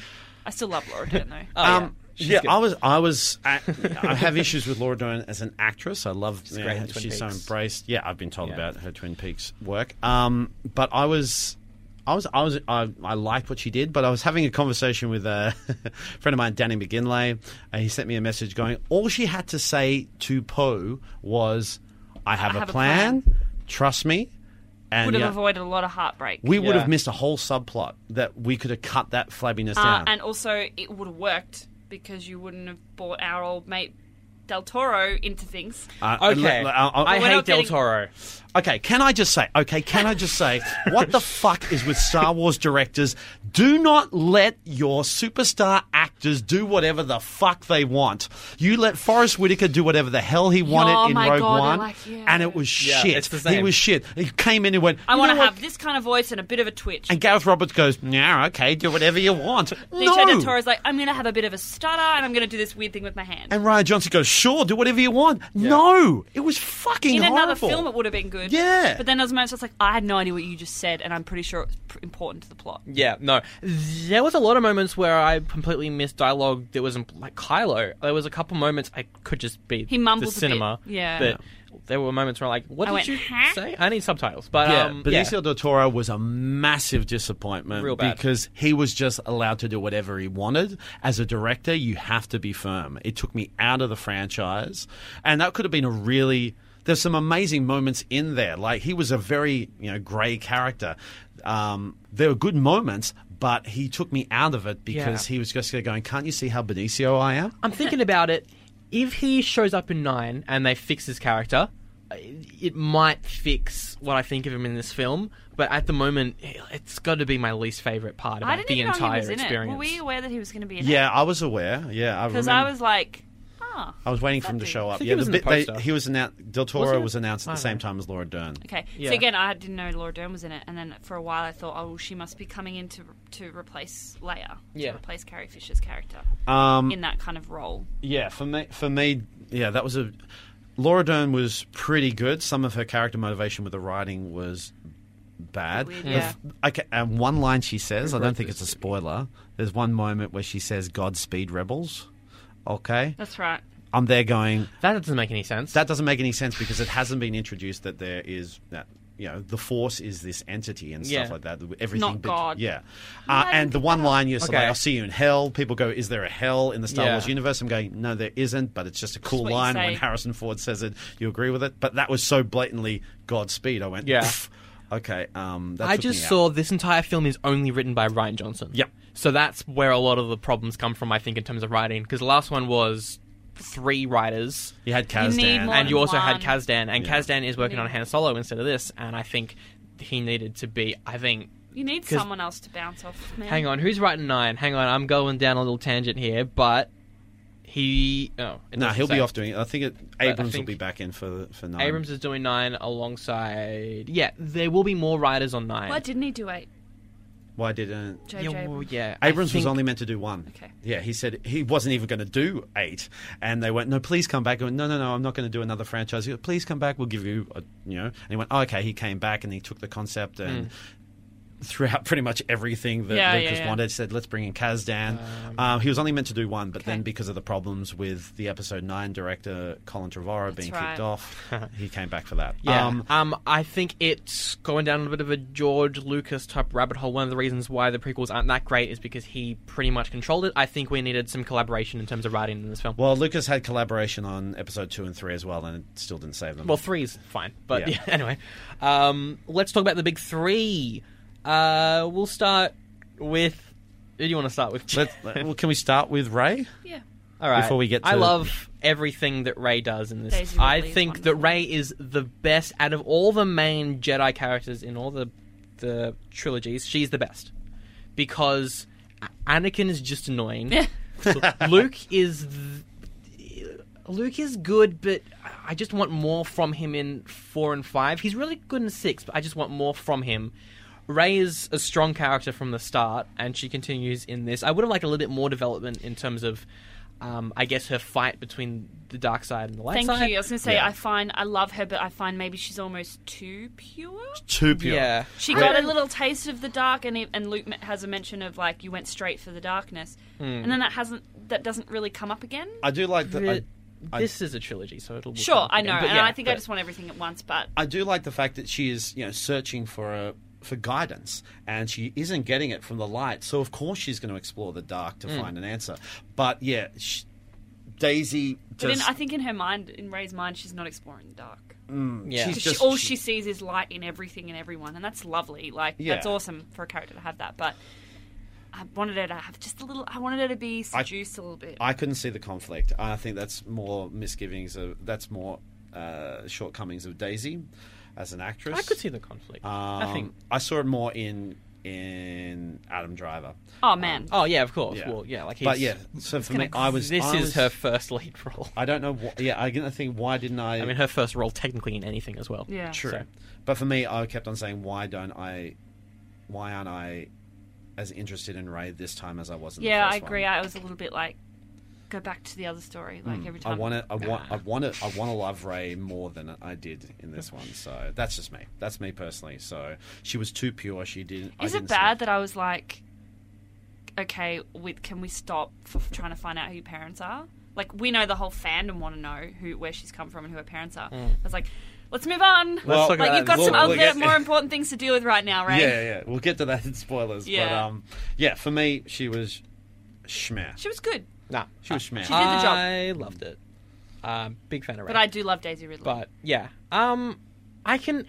I still love Laura Dern though. Oh, Um, She's yeah, good. I was, I was, I, I have issues with Laura Dern as an actress. I love, she's, great in Twin she's so Peaks. embraced. Yeah, I've been told Yeah. about her Twin Peaks work. Um, but I was, I was, I was, I, I liked what she did. But I was having a conversation with a friend of mine, Danny McGinlay. Uh, he sent me a message going, all she had to say to Poe was, "I have, have a, a plan, plan. Trust me." And Would have yeah, avoided a lot of heartbreak. we would Yeah. have missed a whole subplot that we could have cut that flabbiness Uh, down. and also, it would have worked because you wouldn't have bought our old mate Del Toro into things. Uh, Okay. l- l- I'll- I'll- I We're hate not Del getting- Toro. Okay, can I just say, okay, can I just say, what the fuck is with Star Wars directors? Do not let your superstar actors do whatever the fuck they want. You let Forrest Whitaker do whatever the hell he wanted Oh in my Rogue God, I One, like- yeah. and it was Yeah, shit. it's the He same. was shit. He came in and went, I "You want to know what?" have this kind of voice and a bit of a twitch. And Gareth Roberts goes, yeah, okay, do whatever you want. Nico Del No! Toro's like, I'm going to have a bit of a stutter and I'm going to do this weird thing with my hand. And Ryan Johnson goes, sure, do whatever you want. No! It was fucking in horrible. another film, it would have been good. Yeah. But then there was moments I was like, I had no idea what you just said, and I'm pretty sure it's pr- important to the plot. Yeah, no. There was a lot of moments where I completely missed dialogue that was imp- like Kylo. There was a couple moments I could just be He mumbles the a cinema. bit, yeah. But there were moments where I'm like, what I did went, you "Huh?" say? I need subtitles. But Yeah, um, yeah. Benicio del Toro was a massive disappointment Real bad. because he was just allowed to do whatever he wanted. As a director, you have to be firm. It took me out of the franchise, and that could have been a really. There's some amazing moments in there. Like he was a very you know grey character. Um, there were good moments, but he took me out of it because Yeah. he was just going, "Can't you see how Benicio I am?" I'm thinking about it. If he shows up in nine and they fix his character, it might fix what I think of him in this film. But at the moment, it's got to be my least favorite part I about didn't the even know he entire was in experience. it. Were we aware that he was going to be in Yeah, I was aware. Yeah, I Because remember. I was like, ah. I was waiting for him to Something. show I up. think Yeah, it was in the the bit they- poster. he was announced. Del Was Toro it? was announced at I the don't same know. time as Laura Dern. Okay. Yeah. So again, I didn't know Laura Dern was in it, and then for a while I thought, oh, she must be coming in to to replace Leia, Yeah. to replace Carrie Fisher's character Um, in that kind of role. Yeah, for me, for me, yeah, that was a. Laura Dern was pretty good. Some of her character motivation with the writing was bad. Weird, The yeah. f- okay, and one line she says, I Who don't wrote think this? it's a spoiler. There's one moment where she says, "Godspeed, rebels." Okay, That's right. I'm there going. That doesn't make any sense. That doesn't make any sense because it hasn't been introduced that there is that you know the force is this entity and stuff Yeah. like that. Everything, Not but- God. Yeah, I uh, didn't and the pick one that up. line you're sort of Okay. like, "I'll see you in hell." People go, "Is there a hell in the Star Yeah. Wars universe?" I'm going, "No, there isn't," but it's just a cool what you line. say. When Harrison Ford says it, you agree with it. But that was so blatantly Godspeed. I went, Yeah. "Pff, okay." Um, that I took just me out. saw this entire film is only written by Ryan Johnson. Yep. So that's where a lot of the problems come from, I think, in terms of writing. Because the last one was three writers, you had Kazdan, need more and you also had One. Kazdan, and Yeah. Kazdan is working on Yeah. Han Solo instead of this, and I think he needed to be. I think. You need 'Cause- someone else to bounce off. Man. Hang on, who's writing nine? Hang on, I'm going down a little tangent here, but he. Oh, it no, doesn't he'll say. be off doing. it. I think it, I Abrams think- will be back in for for nine. Abrams is doing nine alongside. Yeah, there will be more writers on nine. Why didn't he do eight? Why didn't? JJ. Yeah, well, yeah. I Abrams was think- only meant to do one. Okay. Yeah, he said he wasn't even going to do eight, and they went, "No, please come back." He went, "No, no, no, I'm not going to do another franchise." He went, "Please come back. We'll give you, a, you know." And he went, oh, "Okay." He came back and he took the concept and threw out pretty much everything that Mm. Yeah, yeah, Lucas yeah. wanted. Said, "Let's bring in Kazdan." Um, he was only meant to do one, but then because of the problems with the Episode Nine director Colin Trevorrow being right. kicked off, he came back for that. Yeah. Um, Um, I think it's going down a bit of a George Lucas type rabbit hole. One of the reasons why the prequels aren't that great is because he pretty much controlled it. I think we needed some collaboration in terms of writing in this film. Well, well, Lucas had collaboration on Episode Two and Three as well, and it still didn't save them. three is fine, but Yeah. yeah, anyway. Um, let's talk about the big three. Uh, we'll start with. Who do you want to start with? Let's, well, can we start with Ray? Yeah. All right. Before we get I to- love everything that Ray does in this. Daisy I Ridley is think that wonderful. Ray is the best out of all the main Jedi characters in all the the trilogies. She's the best because Anakin is just annoying. Luke is th- Luke is good, but I just want more from him in four and five. He's really good in six, but I just want more from him. Ray is a strong character from the start, and she continues in this. I would have liked a little bit more development in terms of, um, I guess, her fight between the dark side and the light Thank side. you. I was going to say, Yeah. I find I love her, but I find maybe she's almost too pure. Too pure. Yeah, She got a little taste of the dark, and he- and Luke me- has a mention of like you went straight for the darkness, Hmm. and then that hasn't that doesn't really come up again. I do like the. I, I- this is a trilogy, so it'll. we'll come Sure, up I know, again. But and yeah, I think I but- just want everything at once. But I do like the fact that she is, you know, searching for a for guidance and she isn't getting it from the light. So of course she's going to explore the dark to Mm. find an answer. But yeah, sh Daisy but in, just I think in her mind, in Ray's mind, she's not exploring the dark. yeah. she's- She- just- all she sees is light in everything and everyone, and that's lovely. Like Yeah. that's awesome for a character to have that. But I wanted her to have just a little. I wanted her to be seduced a little bit. I couldn't see the conflict. I think that's more misgivings. Of, that's more uh, shortcomings of Daisy as an actress. I could see the conflict. I Um, think. I saw it more in in Adam Driver. oh man, Oh yeah, of course. Yeah. Well, yeah, like he's. But yeah, so for me, gonna- I was. this I is was- her first lead role. I don't know. Wh- yeah, I didn't think. Why didn't I? I mean, her first role technically in anything as well. yeah, true. so- But for me, I kept on saying, why don't I? Why aren't I as interested in Ray this time as I was? In the yeah. I first agree. One? I was a little bit like, go back to the other story. Like every I time. want to. I want. I want to. I want to love Ray more than I did in this one. So that's just me. That's me personally. So she was too pure. She didn't. I Is it didn't see bad that I was like, okay, with can we stop for f- trying to find out who your parents are? Like we know the whole fandom want to know who where she's come from and who her parents are. I was like, let's move on. Well, talk like about you've got that. some We'll- other we'll get- more important things to deal with right now, right? Yeah, yeah, yeah. We'll get to that in spoilers. But Yeah. um, yeah, for me, she was schmash. She was good, Nah, She was schmash. She did the job. I loved it. Um, big fan of Ray. but I do love Daisy Ridley. But yeah, um, I can.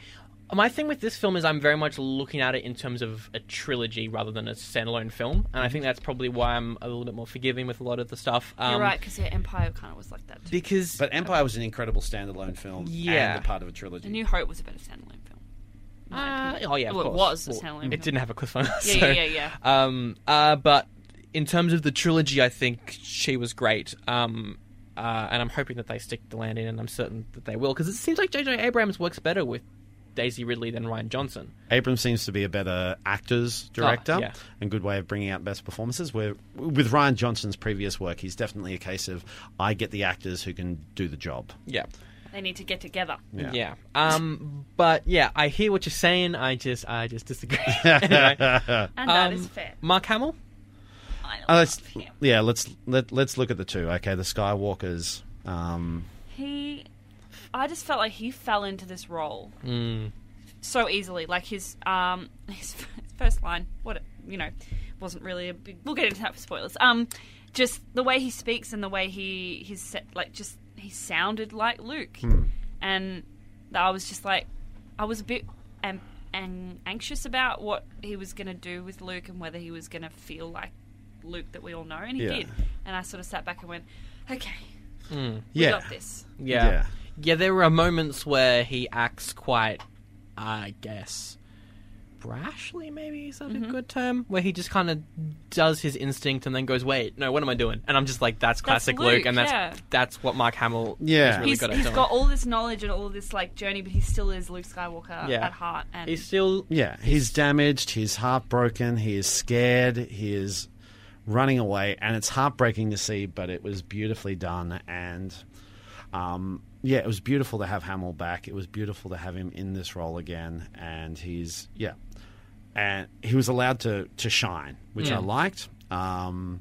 My thing with this film is I'm very much looking at it in terms of a trilogy rather than a standalone film, and I think that's probably why I'm a little bit more forgiving with a lot of the stuff. Um, You're right, because yeah, Empire kind of was like that. Too. because But Empire was an incredible standalone film. Yeah. and a part of a trilogy. The New Hope was a better standalone film. in my Uh, opinion. oh yeah, of well, it course. was a Well, standalone. film. it didn't have a cliffhanger. Yeah, so, yeah, yeah, Um, uh, but in terms of the trilogy, I think she was great. Um, uh, and I'm hoping that they stick the landing, and I'm certain that they will because it seems like J.J. Abrams works better with Daisy Ridley than Ryan Johnson. Abrams seems to be a better actors director Oh, yeah. and good way of bringing out best performances. Where with Ryan Johnson's previous work, he's definitely a case of I get the actors who can do the job. Yeah. They need to get together. Yeah. Um. But yeah, I hear what you're saying. I just, I just disagree. And that Um, is fair. Mark Hamill. I Uh, love let's, him. yeah, let's let let's look at the two. Okay, the Skywalkers. Um, He, I just felt like he fell into this role so easily. Like his um his, f- his first line, what it- you know, wasn't really a big. We'll get into that for spoilers. Um, just the way he speaks and the way he his set, like just he sounded like Luke, and I was just like, I was a bit and and anxious about what he was going to do with Luke and whether he was going to feel like Luke that we all know, and he Yeah. did. And I sort of sat back and went, okay, we yeah, got this. Hmm. Yeah. Yeah. yeah. there are moments where he acts quite, I guess, brashly, maybe is that Mm-hmm. a good term? Where he just kind of does his instinct and then goes, wait, no, what am I doing? And I'm just like, that's classic Luke, Luke, and that's yeah. that's what Mark Hamill Yeah. is really he's, good at he's doing. got all this knowledge and all this like journey, but he still is Luke Skywalker Yeah. at heart. And he's still. yeah. He's damaged. He's heartbroken. He is scared. He is running away, and it's heartbreaking to see. But it was beautifully done, and um, yeah, it was beautiful to have Hamill back. It was beautiful to have him in this role again, and he's yeah, and he was allowed to to shine, which Mm. I liked. Um,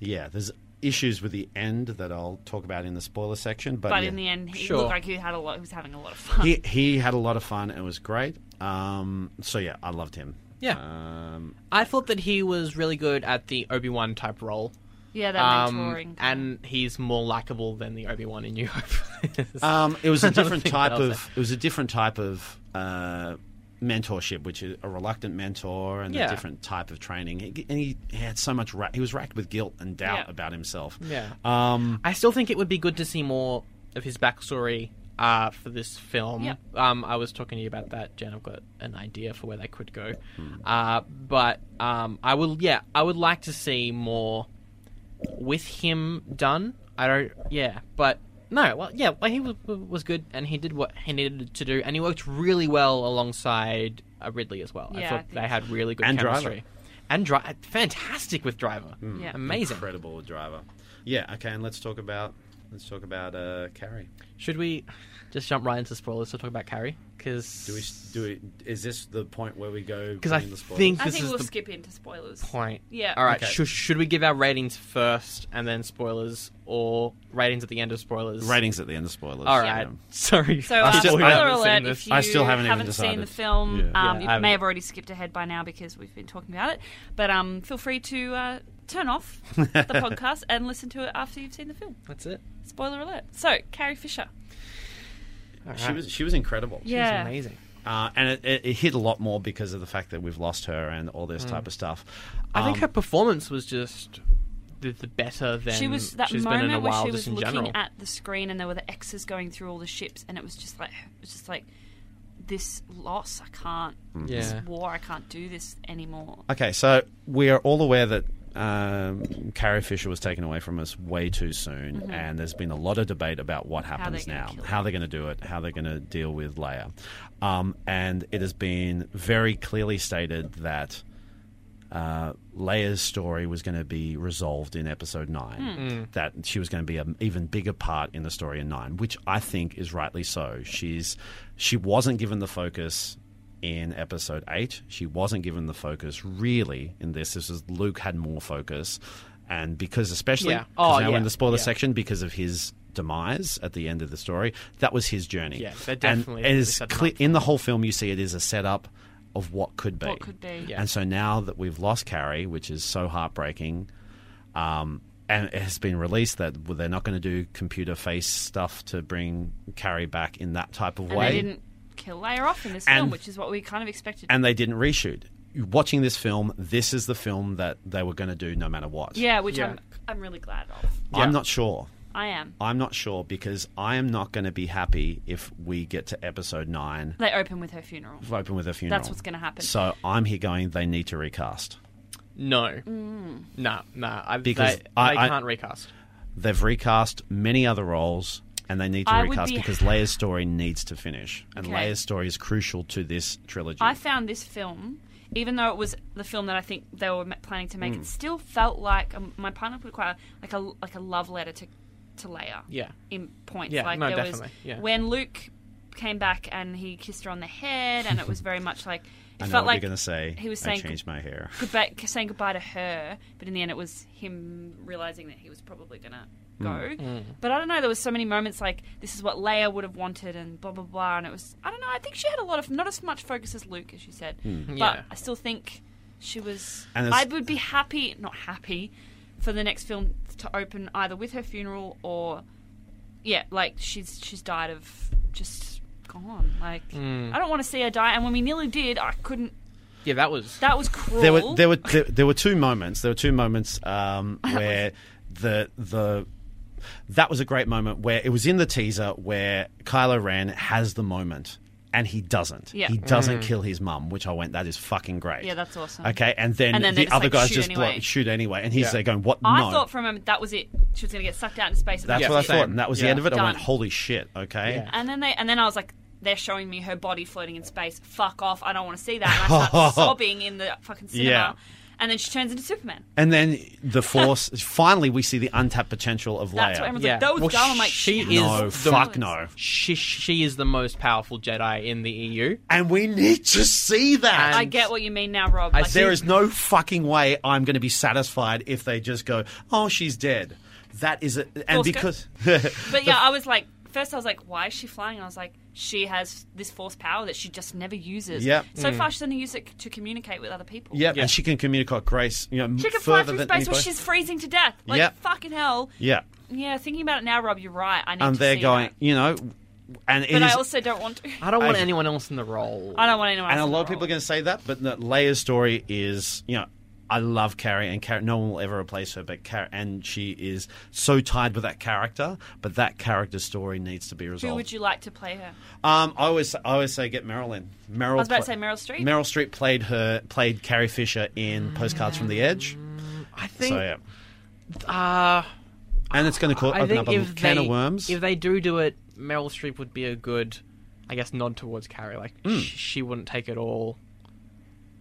yeah, there's issues with the end that I'll talk about in the spoiler section, but, but yeah. in the end, he Sure. looked like he had a lot. He was having a lot of fun. he he had a lot of fun. It was great. Um, so yeah, I loved him. Yeah. Um, I thought that he was really good at the Obi Wan type role. yeah, that Um, mentoring. and he's more likable than the Obi Wan in New Hope. um, it was a different think type that'll of it was a different type of uh, mentorship, which is a reluctant mentor and Yeah. a different type of training. He- And he had so much. Ra- he was racked with guilt and doubt Yeah. about himself. yeah. Um, I still think it would be good to see more of his backstory uh, for this film. Yep. Um, I was talking to you about that, Jen. I've got an idea for where they could go, Hmm. uh, but um, I will. Yeah, I would like to see more with him done. I don't. Yeah, but no. Well, yeah, well, he was, was good, and he did what he needed to do, and he worked really well alongside uh, Ridley as well. Yeah, I I thought think they had really good And Driver. Hmm. chemistry. And Driver, fantastic with Driver, Yeah. amazing. incredible driver. Yeah. Okay. And let's talk about let's talk about uh, Carrie. Should we just jump right into spoilers to talk about Carrie? Because Do we do we, Is this the point where we go? Because I between the spoilers? think I this think is we'll the skip into spoilers. point. Yeah. All right. Okay. Should, should we give our ratings first and then spoilers, or ratings at the end of spoilers? ratings at the end of spoilers. All right. Yeah. Sorry. So, uh, still spoiler haven't alert: if you I still haven't even seen the decided. film, Yeah. um, Yeah, you I haven't. may have already skipped ahead by now because we've been talking about it. But um, feel free to uh, turn off the podcast and listen to it after you've seen the film. That's it. Spoiler alert! So, Carrie Fisher. All She right. was she was incredible. She was yeah, amazing. Uh, and it, it, it hit a lot more because of the fact that we've lost her and all this type of stuff. Mm. I think Um, her performance was just the, the better than she was that she's moment been in a while where she was just in looking general. at the screen and there were the X's going through all the ships, and it was just like it was just like this loss. I can't. This Yeah. war. I can't do this anymore. Okay, so we are all aware that um, Carrie Fisher was taken away from us way too soon, and there's been a lot of debate about what happens Mm-hmm. they're gonna now, kill how they're going to do it, how they're going to deal with Leia. Um, and it has been very clearly stated that uh, Leia's story was going to be resolved in episode 9, Hmm. that she was going to be an even bigger part in the story in 9, which I think is rightly so. She's She wasn't given the focus in episode 8. She wasn't given the focus really in this. This is Luke had more focus. And because, especially, Yeah. 'cause Oh, now we're in yeah. the spoiler Yeah. section, because of his demise at the end of the story, that was his journey. Yeah, they're definitely- And it they is set him cle- up in the whole film, you see it is a setup of what could be. What could be? Yeah. And so now that we've lost Carrie, which is so heartbreaking, um, and it has been released that they're not going to do computer face stuff to bring Carrie back in that type of And way. they didn't kill Leia off in this And- film, which is what we kind of expected. And they didn't reshoot. Watching this film, this is the film that they were going to do no matter what. yeah, which Yeah. I'm I'm really glad of. I'm Yeah. not sure. I am. I'm not sure because I am not going to be happy if we get to episode nine, They open with her funeral. open with a funeral. That's what's going to happen. So I'm here going, they need to recast. No, Mm. nah, nah. I, Because they, I- they I- can't recast. They've recast many other roles, and they need to I would recast be- because Leia's story needs to finish, and Okay. Leia's story is crucial to this trilogy. I found this film, even though it was the film that I think they were ma- planning to Mm. make, it still felt like um, my partner put it quite like a like a love letter to to Leia. Yeah. in points. Yeah, like no, there was definitely, yeah. when Luke came back and he kissed her on the head, and it was very much like it I know felt what like you're going to say. he was I saying changed my hair. goodbye, saying goodbye to her, but in the end, it was him realizing that he was probably gonna Hmm. go. But I don't know. There was so many moments like this is what Leia would have wanted, and blah blah blah. And it was I don't know. I think she had a lot of not as much focus as Luke, as you said, but Yeah. I still think she was. Hmm. And I there's- would be happy, not happy, for the next film to open either with her funeral or, yeah, like she's she's died of just gone. Like I don't want to see her die. And when we nearly did, I couldn't. Yeah, that was. That was cruel. There were there were there, there were two moments. There were two moments um, where the the that was a great moment where it was in the teaser where Kylo Ren has the moment and he doesn't. Yeah. He doesn't kill his mum, which I went, that is fucking great. Yeah, that's awesome. Okay, and then, And then they the just, other like, guys shoot just anyway. blo- shoot anyway, and he's Yeah. there going, "What? I no." thought for a moment that was it. She was going to get sucked out into space. and That's that what I was it. thought, and that was the Yeah. end of it. I went, Done. "Holy shit!" Okay, Yeah. And then they, and then I was like, they're showing me her body floating in space. Fuck off! I don't want to see that. And I start sobbing in the fucking cinema. Yeah. And then she turns into Superman. and then the Force. finally, we see the untapped potential of That's what Leia. everyone's Yeah. like. That was Well, dumb. I'm like, she shit. is no, the- fuck no. She she is the most powerful Jedi in the E EU. And we need to see that. I get what you mean now, Rob. I Like, There is no fucking way I'm going to be satisfied if they just go, "Oh, she's dead." That is it, and Force because But yeah, I was like, first I was like, why is she flying? And I was like, she has this force power that she just never uses. Yep. So far, she's only used it to communicate with other people. yeah, Yeah. and she can communicate grace, you know, She can fly further through than space while anybody- she's freezing to death. Like Yep. fucking hell. yeah, Yeah, thinking about it now, Rob, you're right. I need and to they're see going, that. you know, and it But I is- also don't want to. I don't want I- anyone else in the role. I don't want anyone. and a else in lot the of people role. are going to say that, but no, Leia's story is, you know, I love Carrie, and Carrie, no one will ever replace her. But Car- and she is so tied with that character, but that character's story needs to be resolved. Who would you like to play her? Um, I always, I always say get Meryl in. Meryl. I was about to say Meryl Streep. Meryl Streep played her, played Carrie Fisher in Postcards from the Edge. I think. So yeah, uh, and it's going to I open think up a if can they, of worms. if they do do it, Meryl Streep would be a good, I guess, nod towards Carrie. Like Hmm. sh- she wouldn't take it all.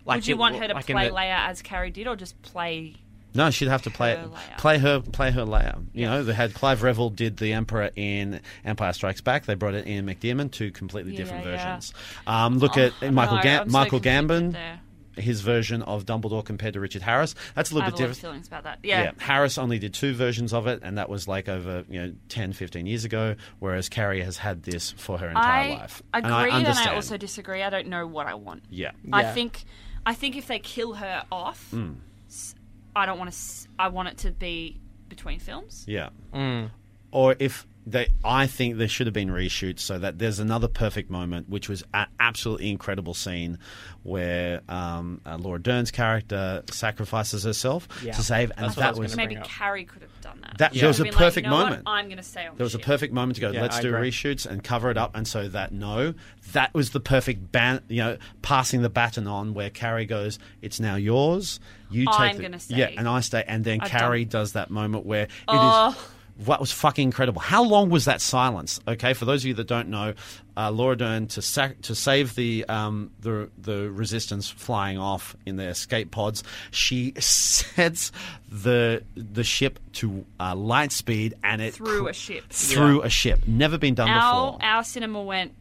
Like Would you it- want her to like in play the- Leia as Carrie did, or just play? No, she'd have to play Her layer. play her play her layer. You know, they had Clive Revel did the Emperor in Empire Strikes Back. They brought it in McDiarmid, two completely Yeah, different yeah. versions. Um, look at Michael No, Gam- I'm so Michael conflicted Gambon, there. his version of Dumbledore compared to Richard Harris. That's I a little have bit a lot of different. feelings about that. Yeah. Harris only did two versions of it, and that was like over you know 10, 15 years ago. Whereas Carrie has had this for her entire I life. agree, and I and understand. I also disagree. I don't know what I want. yeah. I Yeah. think, I think if they kill her off, Hmm. s- I don't want to. I want it to be between films. Mm. Yeah. or if they, I think there should have been reshoots so that there's another perfect moment, which was an absolutely incredible scene where um, uh, Laura Dern's character sacrifices herself Yeah. to save, and That's what I that was was. gonna Maybe bring up. Carrie could have done that. That- She there was could was a have been like, perfect "You know what? moment. I'm going to stay on. There was a ship." perfect moment to go. Yeah, let's I do agree. reshoots and cover it up, and so that no, that was the perfect ban. You know, passing the baton on where Carrie goes, "It's now yours. You take." I'm the- gonna stay. Yeah, and I stay, and then I've Carrie done- does that moment where it is Oh. What was fucking incredible? How long was that silence? Okay, for those of you that don't know, uh, Laura Dern to sac- to save the um, the the resistance flying off in their escape pods, she sets the the ship to uh, light speed and it Through cr- a ship. through a ship. Never been done Our, before. our cinema went,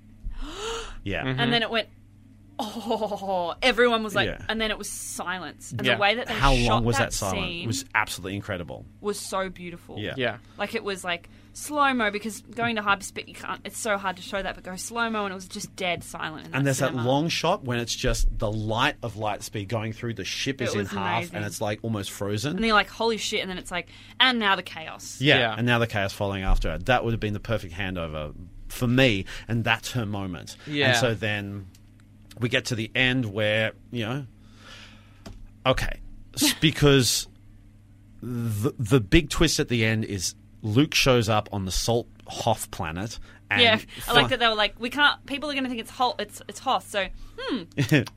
yeah. and then it went. Oh, everyone was like, Mm-hmm. Yeah. and then it was silence. And Yeah. the way that they How shot long was that, that, silent? scene It was absolutely incredible. was so beautiful. Yeah. Yeah. Like it was like slow mo because going to hyperspit you can't. It's so hard to show that, but go slow mo and it was just dead silent. In And there's cinema. that long shot when it's just the light of light speed going through the ship It is in was half amazing. and it's like almost frozen. And then you're like, holy shit! And then it's like, and now the chaos. yeah. Yeah. and now the chaos following after it. That would have been the perfect handover for me, and that's her moment. Yeah. And so then we get to the end where, you know, okay, s- because the, the big twist at the end is Luke shows up on the Salt Hoff planet. And Yeah, I like fi- that they were like, we can't. People are going to think it's hot. It's it's hot. So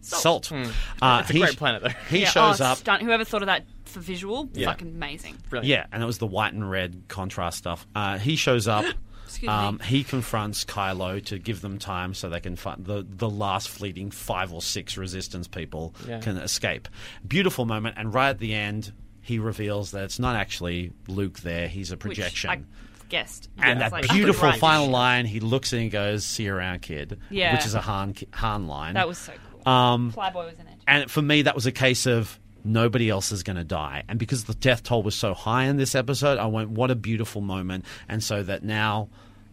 Salt. Uh, It's a he- great planet, though. He yeah, shows oh, up. Stunt. Whoever thought of that for visual, Yeah. fucking amazing. Brilliant. Yeah, and it was the white and red contrast stuff. Uh, he shows up. Excuse um, me. He confronts Kylo to give them time so they can find the, the last fleeting five or six resistance people Yeah. can escape. Beautiful moment, and right at the end, he reveals that it's not actually Luke there, he's a Which projection. I guessed. and It's that like- beautiful Right. final line, he looks in and goes, See you around, kid. Yeah. Which is a Han, Han line. That was so cool. Um, Flyboy was in it. and for me, that was a case of nobody else is going to die. And because the death toll was so high in this episode, I went, what a beautiful moment. And so that now,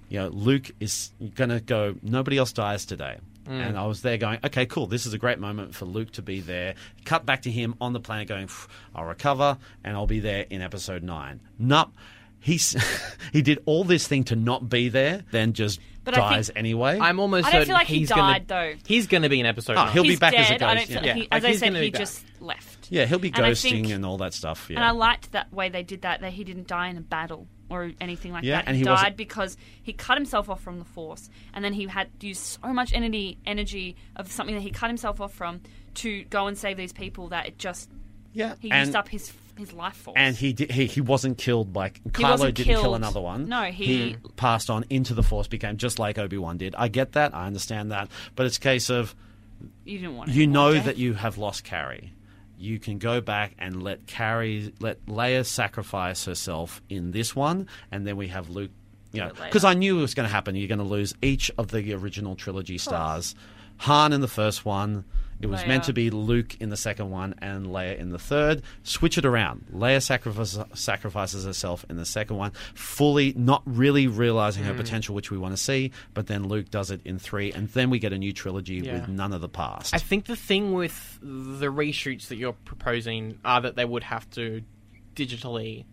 you know, Luke is going to go, nobody else dies today. Mm. And I was there going, okay, cool. This is a great moment for Luke to be there. Cut back to him on the planet going, "Phew, I'll recover and I'll be there in episode nine. Nope. He's, he did all this thing to not be there, then just But I think- dies anyway. I'm almost I don't certain feel like he he's died, gonna, though. He's going to be in episode. Oh, nine. he'll be he's back as dead. a I ghost, don't feel yeah. like he, Yeah, as like, I he's said, gonna be he back. just left. yeah, he'll be And I ghosting think- and all that stuff. Yeah. And I liked that way they did that, that he didn't die in a battle or anything like Yeah, that. and he died wasn't- because he cut himself off from the force and then he had to use so much energy energy of something that he cut himself off from to go and save these people that it just yeah. he and, used up his his life force. and he did, he he wasn't killed by Kylo wasn't didn't kill killed. another one. No, he- passed on into the Force, became just like Obi Wan did. I get that, I understand that, but it's a case of you didn't want you any more know death. that you have lost Carrie. You can go back and let Carrie let Leia sacrifice herself in this one, and then we have Luke. You know, Bit later. because I knew it was going to happen. You're going to lose each of the original trilogy stars. Han in the first one. It was meant Leia. to be Luke in the second one and Leia in the third. Switch it around. Leia sacrifices, sacrifices herself in the second one, fully not really realizing her potential, which we want to see. But then Luke does it in three, and then we get a new trilogy Yeah. with none of the past. I think the thing with the reshoots that you're proposing are that they would have to digitally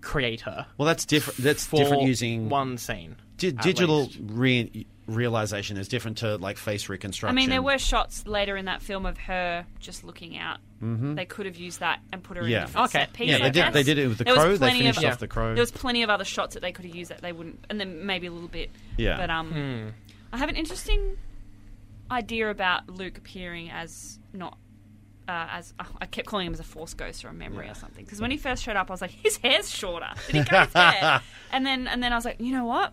create her Well, that's different. That's for different using one scene. di- at digital least. re- realization is different to like face I reconstruction. mean, there were shots later in that film of her just looking out. Mm-hmm. They could have used that and put her in Yeah. a different Okay. set piece. Yeah, I they did. They guess. did it with the There was crow. They plenty finished of, off the crow. There was plenty of other shots that they could have used that they wouldn't, and then maybe a little bit. Yeah. But um, I have an interesting idea about Luke appearing as not. Uh, as oh, I kept calling him as a force ghost or a memory or something, because when he first showed up, I was like, his hair's shorter. Did he grow his hair? And then, and then I was like, you know what?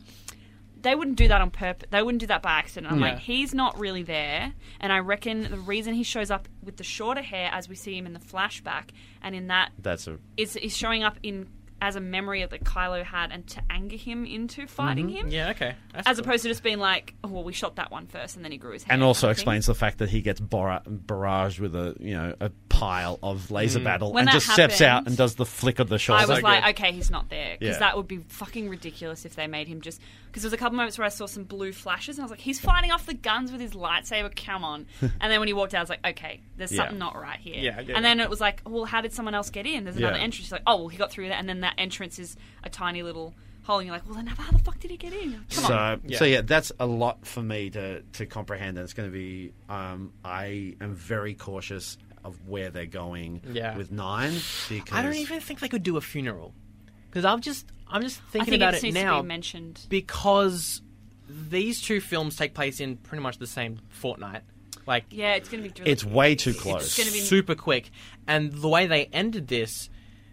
They wouldn't do that on purpose. They wouldn't do that by accident. I'm Yeah. like, he's not really there, and I reckon the reason he shows up with the shorter hair, as we see him in the flashback, and in that That's a is is showing up in as a memory that Kylo had and to anger him into fighting Mm-hmm. him, Yeah. Okay. That's as cool. opposed to just being like, oh, well, we shot that one first and then he grew his hair. and also kind of thing. explains the fact that he gets bar- barraged with a you know a pile of laser Mm. battle When and that just steps out happened, and does the flick of the shoulder. I was so like, good. okay, he's not there because Yeah. that would be fucking ridiculous if they made him just. Because there was a couple moments where I saw some blue flashes and I was like, he's fighting off the guns with his lightsaber. Come on! and then when he walked out, I was like, okay, there's Yeah. something not right here. Yeah, yeah, and yeah. then it was like, well, how did someone else get in? There's another Yeah. entrance. She's like, oh, well, he got through that, and then that entrance is a tiny little hole, and you're like, well, then how the fuck did he get in? Come so, on. Yeah. so yeah, that's a lot for me to to comprehend. And it's going to be, um, I am very cautious of where they're going Yeah. with nine because I don't even think they could do a funeral because I'm just I'm just thinking I think about it it, needs now to be mentioned. because these two films take place in pretty much the same fortnight. Like Yeah, it's gonna be. Really it's way too It's close. gonna be- super quick, and the way they ended this,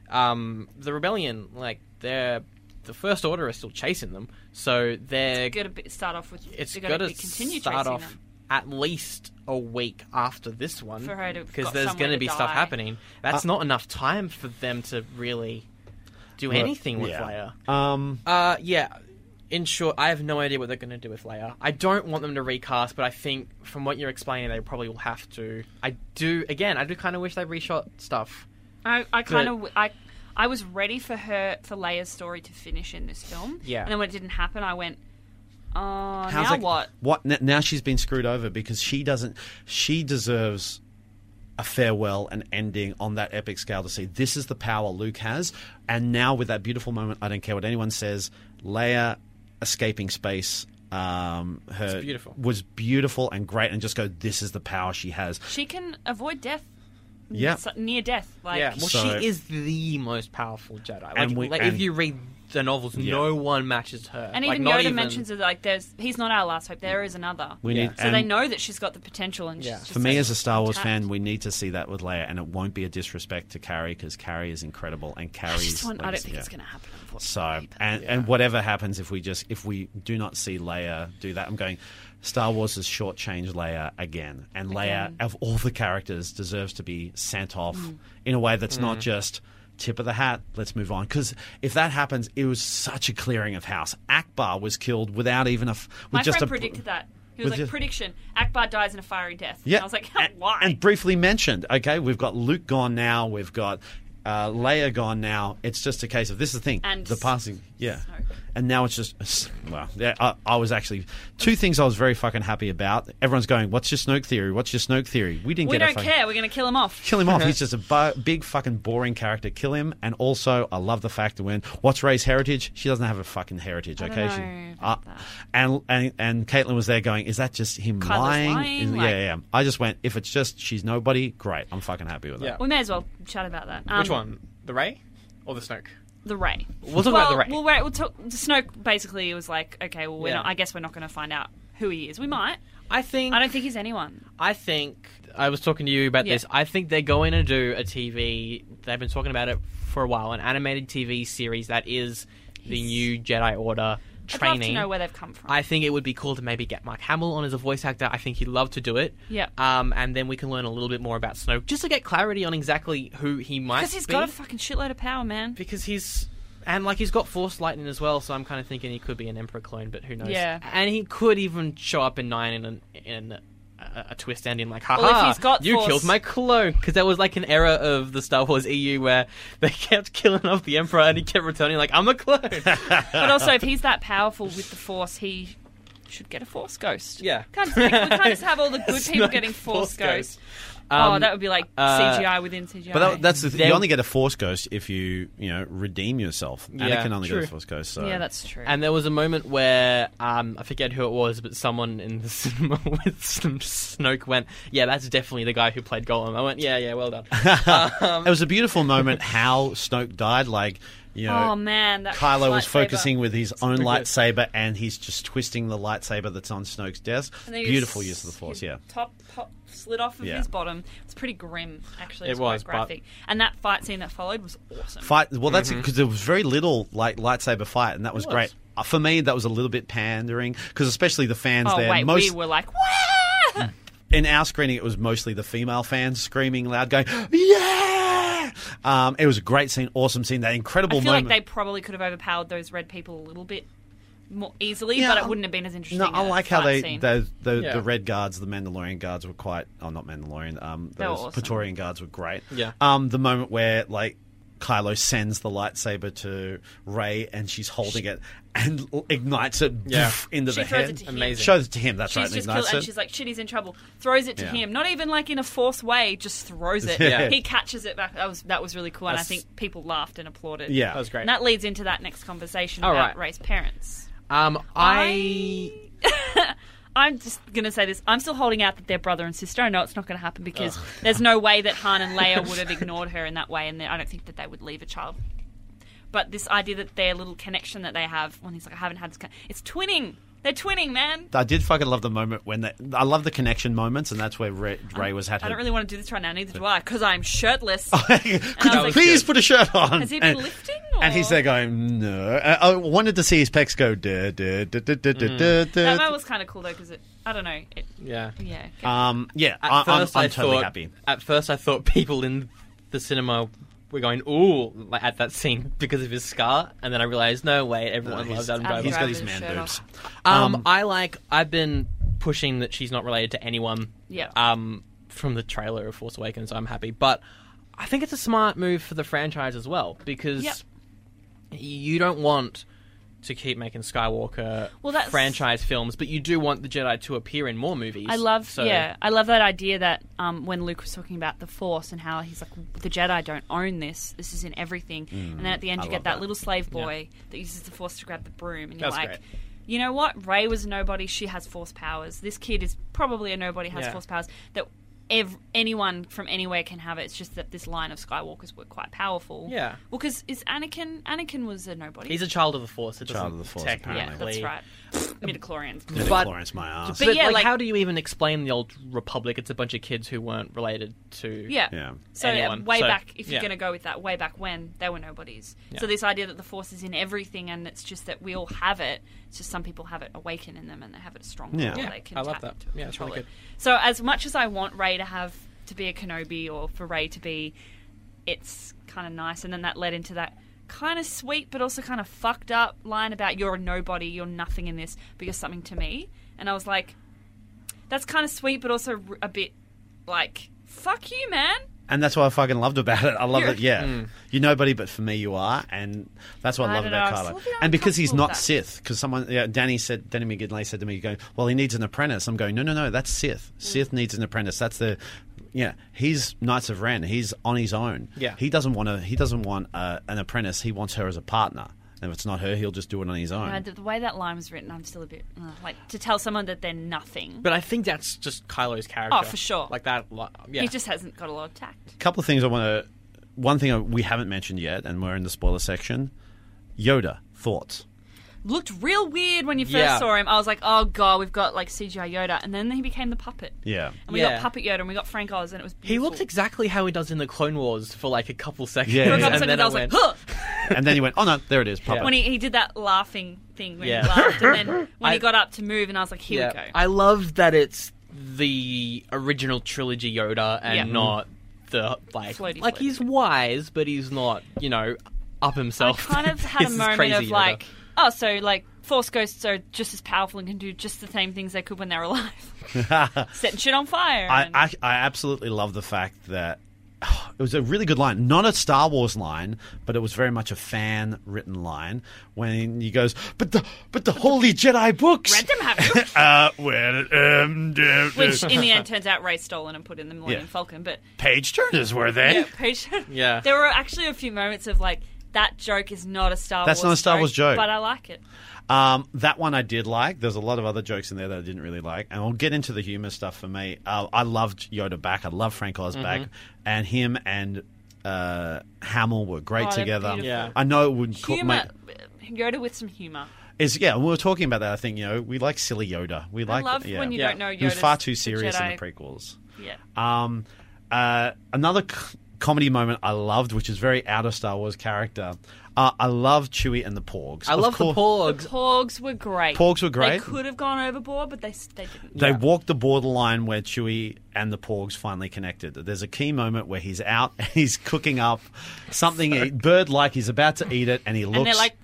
um, the rebellion, like they're the first order are still chasing them, so they're Got to start off with. it's got to gotta continue start tracing off them. at least a week after this one For her to have got there's somewhere gonna to be stuff die. happening. That's Uh, not enough time for them to really do anything with yeah. Leia. um, Uh, yeah. In short, I have no idea what they're going to do with Leia. I don't want them to recast, but I think from what you're explaining, they probably will have to. I do. Again, I do kind of wish they reshot stuff. I, I kind of I I was ready for her for Leia's story to finish in this film. Yeah. And then when it didn't happen, I went, oh, how's now it- what? What n- now? She's been screwed over because she doesn't. She deserves a farewell and ending on that epic scale to see this is the power Luke has. And now with that beautiful moment, I don't care what anyone says. Leia escaping space. Um, her beautiful. was beautiful and great, and just go. This is the power she has. She can avoid death. Yeah. S- near death. Like yeah. Well, So- she is the most powerful Jedi. Like, And we- like, and- if you read the novels, no one matches her. and Like, even not Yoda mentions it like there's he's not our last hope. There is another. We Yeah. need. so they and- know that she's got the potential. And Yeah. she's For me, as a Star Wars tapped. fan, we need to see that with Leia, and it won't be a disrespect to Carrie because Carrie is incredible, and I Carrie's. just want. I don't legacy- think yeah. it's going to happen. So, Unfortunately, and but- and whatever happens if we just if we do not see Leia do that, I'm going. Star Wars has shortchanged Leia again, and Leia Again. Mm. of all the characters deserves to be sent off in a way that's not just tip of the hat. Let's move on because if that happens, it was such a clearing of house. Akbar was killed without even a f- with my just friend a, predicted that. He with was like, just- prediction: Akbar dies in a fiery death. yeah. And I was like, and, why? and briefly mentioned, okay, we've got Luke gone now, we've got uh, Leia gone now. It's just a case of this is the thing. And the passing. Yeah. Snoke. And now it's just, well, yeah, I, I was actually, two things I was very fucking happy about. Everyone's going, what's your Snoke theory? What's your Snoke theory? We didn't we get don't a fucking, care. We're going to kill him off. Kill him off. He's just a bu- big fucking boring character. Kill him. And also, I love the fact that when what's Ray's heritage? She doesn't have a fucking heritage. I okay, don't She- know about uh, that. and and and Caitlin was there going, "Is that just him Kylo's lying?" lying, Is- like- yeah, yeah. I just went, if it's just she's nobody, great. I'm fucking happy with Yeah. that. We may as well chat about that. Um, Which one? The Ray or the Snoke? The Ray. We'll talk well, about the Ray. Well, Ray, we'll talk, Snoke basically was like, okay, well, we're Yeah. not, I guess we're not going to find out who he is. We might. I think. I don't think he's anyone. I think I was talking to you about Yeah. this. I think they're going to do a TV. They've been talking about it for a while, an animated TV series that is the new Jedi Order I'd love to training. know where they've come from. I think it would be cool to maybe get Mark Hamill on as a voice actor. I think he'd love to do it. Yeah. Um, and then we can learn a little bit more about Snoke, just to get clarity on exactly who he might Because he's be. got a fucking shitload of power, man. because he's and like he's got Force Lightning as well, so I'm kind of thinking he could be an Emperor clone, but who knows? Yeah. And he could even show up in nine in an, in a, a twist ending, like, haha, Well, if he's got you Force- killed my clone, because that was like an era of the Star Wars EU where they kept killing off the Emperor, and he kept returning like, I'm a clone. But also, if he's that powerful with the Force, he should get a Force Ghost. Yeah. Can't just, we can't just have all the good people Snoke getting Force, Force Ghost. Ghost. oh, Um, that would be like uh, CGI within CGI. But that, that's the thing. Then- You only get a Force Ghost if you you know redeem yourself. And Yeah, Anakin only true. got a Force Ghost. So. yeah, that's true. And there was a moment where um, I forget who it was, but someone in the cinema with some Snoke went, "Yeah, that's definitely the guy who played Golem." I went, "Yeah, yeah, well done." it was a beautiful moment how Snoke died. Like you know. oh man, that Kylo was lightsaber. focusing with his own good. lightsaber, and he's just twisting the lightsaber that's on Snoke's desk. And then he Beautiful just- use of the Force, his yeah. Top pop, slid off of Yeah. his bottom. It's pretty grim, actually. It It's quite was, but- graphic. And that fight scene that followed was awesome. Fight. Well, that's because there was very little like lightsaber fight, and that was, Mm-hmm. was. great. Uh, For me, that was a little bit pandering because especially the fans oh there. wait, most Mm, we were like, "Wah!" in our screening, it was mostly the female fans screaming loud, going "Yeah!" Um, it was a great scene, awesome scene, that I incredible feel moment. like they probably could have overpowered those red people a little bit more easily, Yeah, but it I- wouldn't have been as interesting. no, I a like how fight they scene. the the, Yeah. the red guards, the Mandalorian guards were quite. Oh, not Mandalorian. Um, They were those awesome. Praetorian guards were great. Yeah. Um, the moment where like Kylo sends the lightsaber to Ray, and she's holding it and l- ignites it Yeah. into She the throws head. it to him. Amazing. Shows it to him. That's She's right. and just killed, ignites and it. she's like, "Shit, he's in trouble." Throws it to Yeah. him, not even like in a forced way, just throws it. Yeah. He catches it back. That was that was really cool, and I That's- think people laughed and applauded. Yeah. That was great. And that leads into that next conversation All about right. Ray's parents. Um, I I'm just gonna say this. I'm still holding out that they're brother and sister. I know it's not gonna happen because there's no way that Han and Leia would have ignored her in that way, and they- I don't think that they would leave a child. But this idea that their little connection that they have, when he's like, "I haven't had this," con-. it's twinning. They're twinning, man. I did fucking love the moment when they, I love the connection moments, and that's where Ray, Ray was at. Um, I her- don't really want to do this right now. Neither do I, because I'm shirtless. Could you like- please put a shirt on? Has he been And- lifting? And he's or- there going, no. Uh, I I wanted to see his pecs go. duh, duh, duh, duh, duh, Mm. duh, duh, duh. That one was kind of cool though, because it. I don't know. It, yeah. yeah. Um, yeah, At I, I'm, first, I'm I totally thought, happy. At first, I thought people in the cinema were going ooh like, at that scene because of his scar, and then I realized no way, everyone he's- loves Adam Adam Driver. He's got Driver's his man shirt boobs. off. Um, I like. I've been pushing that she's not related to anyone. Yeah. Um, from the trailer of Force Awakens, I'm happy, but I think it's a smart move for the franchise as well because Yep. you don't want to keep making Skywalker Well, that's- franchise films, but you do want the Jedi to appear in more movies. I love. so Yeah, I love that idea that um, when Luke was talking about the Force and how he's like, the Jedi don't own this. This is in everything. Mm, and then at the end, I you love get that, that. little slave boy that uses the Force to grab the broom, and you're That's like. great. You know what? Ray was a nobody. She has force powers. This kid is probably a nobody. Has Yeah. force powers that ev- anyone from anywhere can have it. It's just that this line of Skywalkers were quite powerful. Yeah. Well, because is Anakin? Anakin was a nobody. He's a child of the Force. It Child doesn't of the Force, technically. yeah, that's right. Midichlorians. But- Florence, my ass. But, yeah, like, like- how do you even explain the old Republic? It's a bunch of kids who weren't related to. Yeah. Yeah. So uh, Anyone. way So, back, if you're yeah. going to go with that, way back when they were nobodies. Yeah. So this idea that the force is in everything, and it's just that we all have it. It's just some people have it awaken in them, and they have it strong. Yeah. or Yeah, They can I love tap that. into Yeah, it's control really it. good. So as much as I want Ray to have to be a Kenobi or for Ray to be, it's kind of nice. And then that led into that kind of sweet but also kind of fucked up line about you're a nobody, you're nothing in this, but you're something to me. And I was like, that's kind of sweet, but also r- a bit like fuck you, man. And that's what I fucking loved about it. I love You're- it. Yeah, you nobody, but for me, you are, and that's what I, I love don't about know, I was a Kylo. little bit And because he's uncomfortable not with Sith, because someone, yeah, Danny said, Danny McGinley said to me, going, "Well, he needs an apprentice." I'm going, "No, no, no, that's Sith. Sith needs an apprentice. That's the, yeah, he's Knights of Ren. He's on his own. Yeah. he doesn't want to. He doesn't want uh, an apprentice. He wants her as a partner. And if it's not her, he'll just do it on his own. Uh, the, the way that line was written, I'm still a bit uh, like to tell someone that they're nothing. But I think that's just Kylo's character. Oh, for sure. Like that. Like, yeah. He just hasn't got a lot of tact. couple of things I want to. One thing I- we haven't mentioned yet, and we're in the spoiler section. Yoda thoughts. Looked real weird when you first Yeah. saw him. I was like, oh god, we've got like CGI Yoda, and then he became the puppet. Yeah. And we Yeah. got puppet Yoda, and we got Frank Oz, and it was he beautiful. looked exactly how he does in the Clone Wars for like a couple seconds. Yeah, For a yeah. couple And seconds, then I I was went, like, huh! and then he went, "Oh no, there it is, Papa." Yeah. when he, he did that laughing thing when Yeah. he laughed, and then when I- he got up to move, and I was like, here yeah. we go. I love that it's the original trilogy Yoda and Yeah. not the like Floaty, like floaty. he's wise, but he's not you know up I himself. kind of had a This is moment crazy of Yoda. like, oh, so like Force ghosts are just as powerful and can do just the same things they could when they're alive, setting shit on fire. I, and- I, I absolutely love the fact that it was a really good line, not a Star Wars line, but it was very much a fan written line. When he goes, "But the but the holy Jedi books." Read them, have you? Uh, well, um, d- d- Which in the end turns out Ray stolen and put in the Millennium Yeah. Falcon. But page turners were they? yeah, patient. Yeah. there were actually a few moments of like that joke is not a Star That's Wars. not a Star Wars joke. but I like it. Um, that one I did like. There's a lot of other jokes in there that I didn't really like, and we'll get into the humor stuff for me. Uh, I loved Yoda back. I love Frank Oz Mm-hmm. back, and him and uh, Hamill were great Oh, they're together. beautiful. Yeah. I know it would co- Humor, make- Yoda with some humor. is yeah. We were talking about that. I think you know we like silly Yoda. We like love yeah. when you Yeah. don't know Yoda. He was far too serious in the prequels. Yeah. Um, uh, another c- comedy moment I loved, which is very out of Star Wars character. Uh, I love Chewie and the Porgs. I Of love course- the Porgs. Porgs were great. Porgs were great. They could have gone overboard, but they s- they didn't. They walked the borderline where Chewie and the Porgs finally connected. There's a key moment where he's out and he's cooking up something bird like. He's about to eat it, and he looks. and they're like,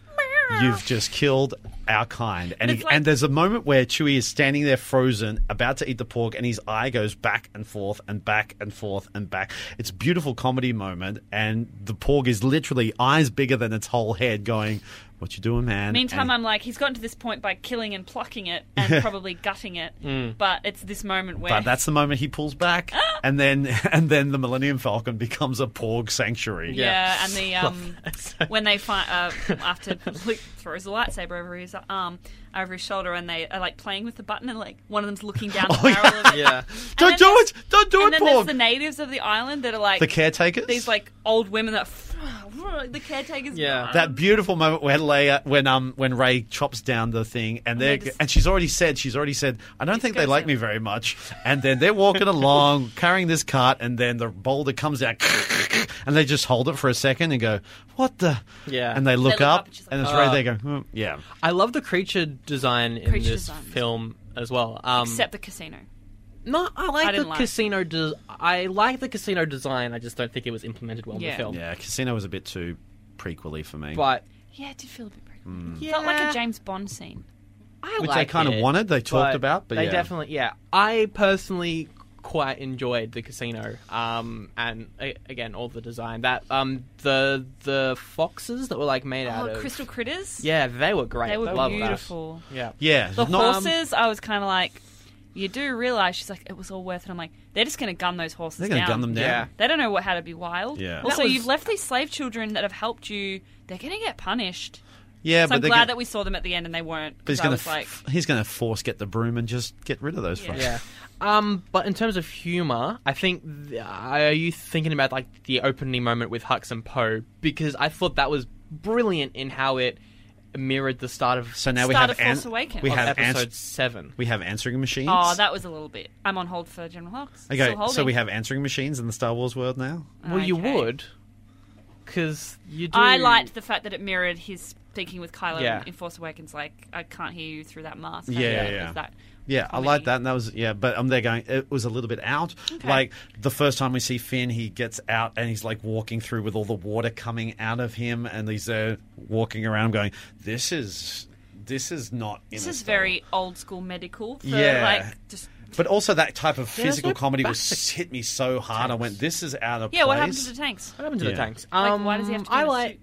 "Meow." You've just killed our kind. And, it's he, like- and there's a moment where Chewie is standing there frozen, about to eat the pork, and his eye goes back and forth and back and forth and back. It's a beautiful comedy moment, and the pork is literally eyes bigger than its whole head going, What you doing, man? Meantime, And- I'm like, he's gotten to this point by killing and plucking it and probably gutting it. But it's this moment where. Hmm. But that's the moment he pulls back, and then and then the Millennium Falcon becomes a porg sanctuary. yeah. and the um, when they find uh, after Luke throws a lightsaber over his arm, over his shoulder, and they are like playing with the button, and like one of them's looking down Oh, the barrel of it. Yeah. And Don't then do there's- it! Don't do and it, then there's porg! the natives of the island that are like The caretakers. these like old women that the caretakers. Yeah. that beautiful moment when Leia, when um, when Ray chops down the thing, and they they are just- and she's already said, she's already said, I don't think they goes like in. me very much. And then they're walking along, carrying this cart, and then the boulder comes out, and they just hold it for a second and go, "What the?" Yeah. And they look, look up, up, and she's like, and it's "Oh." right there. Go, "Hmm, yeah. I love the creature design in Creature this design. film as well. Um, except the casino. no, I like I the didn't like it. casino. Des- I like the casino design. I just don't think it was implemented well in Yeah. the film. Yeah, Casino was a bit too prequely for me, But Yeah, it did feel a bit. Hmm. pregnant. It felt like Yeah. a James Bond scene. I which they like kind of it, wanted. They talked but about, but they yeah. definitely yeah. I personally quite enjoyed the casino. Um, and a- again, all the design that um the the foxes that were like made out Oh, of crystal critters. Yeah, they were great. they were Love that. beautiful. Yeah. yeah, The not- um, horses, I was kind of like, you do realize she's like, it was all worth it. I'm like, they're just going to gun those horses. They're gonna down. gun them down. Yeah. They don't know what how to be wild. Yeah. Also, That was- you've left these slave children that have helped you. They're going to get punished. Yeah, So but I'm they're glad gonna- that we saw them at the end and they weren't. But he's 'cause I gonna was like, f- he's gonna force get the broom and just get rid of those Yeah. frogs. Yeah. Um, but in terms of humor, I think th- are you thinking about like the opening moment with Hux and Poe because I thought that was brilliant in how it mirrored the start of So now we Start have of Force an- Awakens. we of have episode ans- seven. we have answering machines. oh, that was a little bit. I'm on hold for General Hawks. okay. Still holding. So we have answering machines in the Star Wars world now. Well, you Okay. would, because you do. I liked the fact that it mirrored his speaking with Kylo Yeah. in Force Awakens. Like, I can't hear you through that mask. Yeah, yeah, yeah. That Yeah, I like that, and that was yeah. But I'm there going. It was a little bit out. Like the first time we see Finn, he gets out and he's like walking through with all the water coming out of him, and he's uh, walking around going, "This is this is not." in This a is Star Wars." very old school medical. For, Yeah. Like, just But also that type of There's physical no comedy was basic hit me so hard. I went, "This is out of yeah. place." What happened to the tanks? What happened to Yeah. the tanks? Like, Um, why does he have to be I in a like.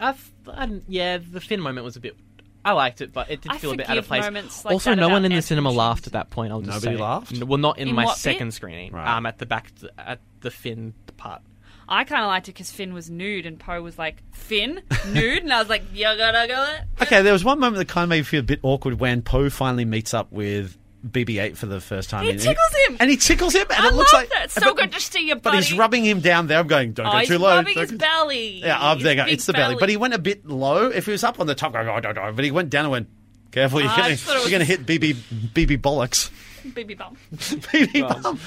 I, f- I didn't- yeah, the Finn moment was a bit. I liked it, but it did I feel a bit out forgive of place. moments like also, that no about one in the Anthony cinema Johnson. laughed at that point. I'll just Nobody say. laughed? N- Well, not in, In my what bit? second screening. Right. Um, at the back, at the Finn part. I kind of liked it because Finn was nude and Poe was like Finn nude, and I was like, you gotta go it. Okay, there was one moment that kind of made me feel a bit awkward when Poe finally meets up with BB-8 for the first time. He And tickles him! and he tickles him, and I it looks love like that. It's so but- good to see you, But he's buddy. rubbing him down there. I'm going, don't Oh, go he's too low. rubbing don't his go- belly. Yeah, up His there. Go. big It's the belly. but he went a bit low. If he was up on the top, I go, "Oh, no, no," but he went down and went. Careful, you're I going just thought it was to hit BB BB bollocks. baby bump. BB bum.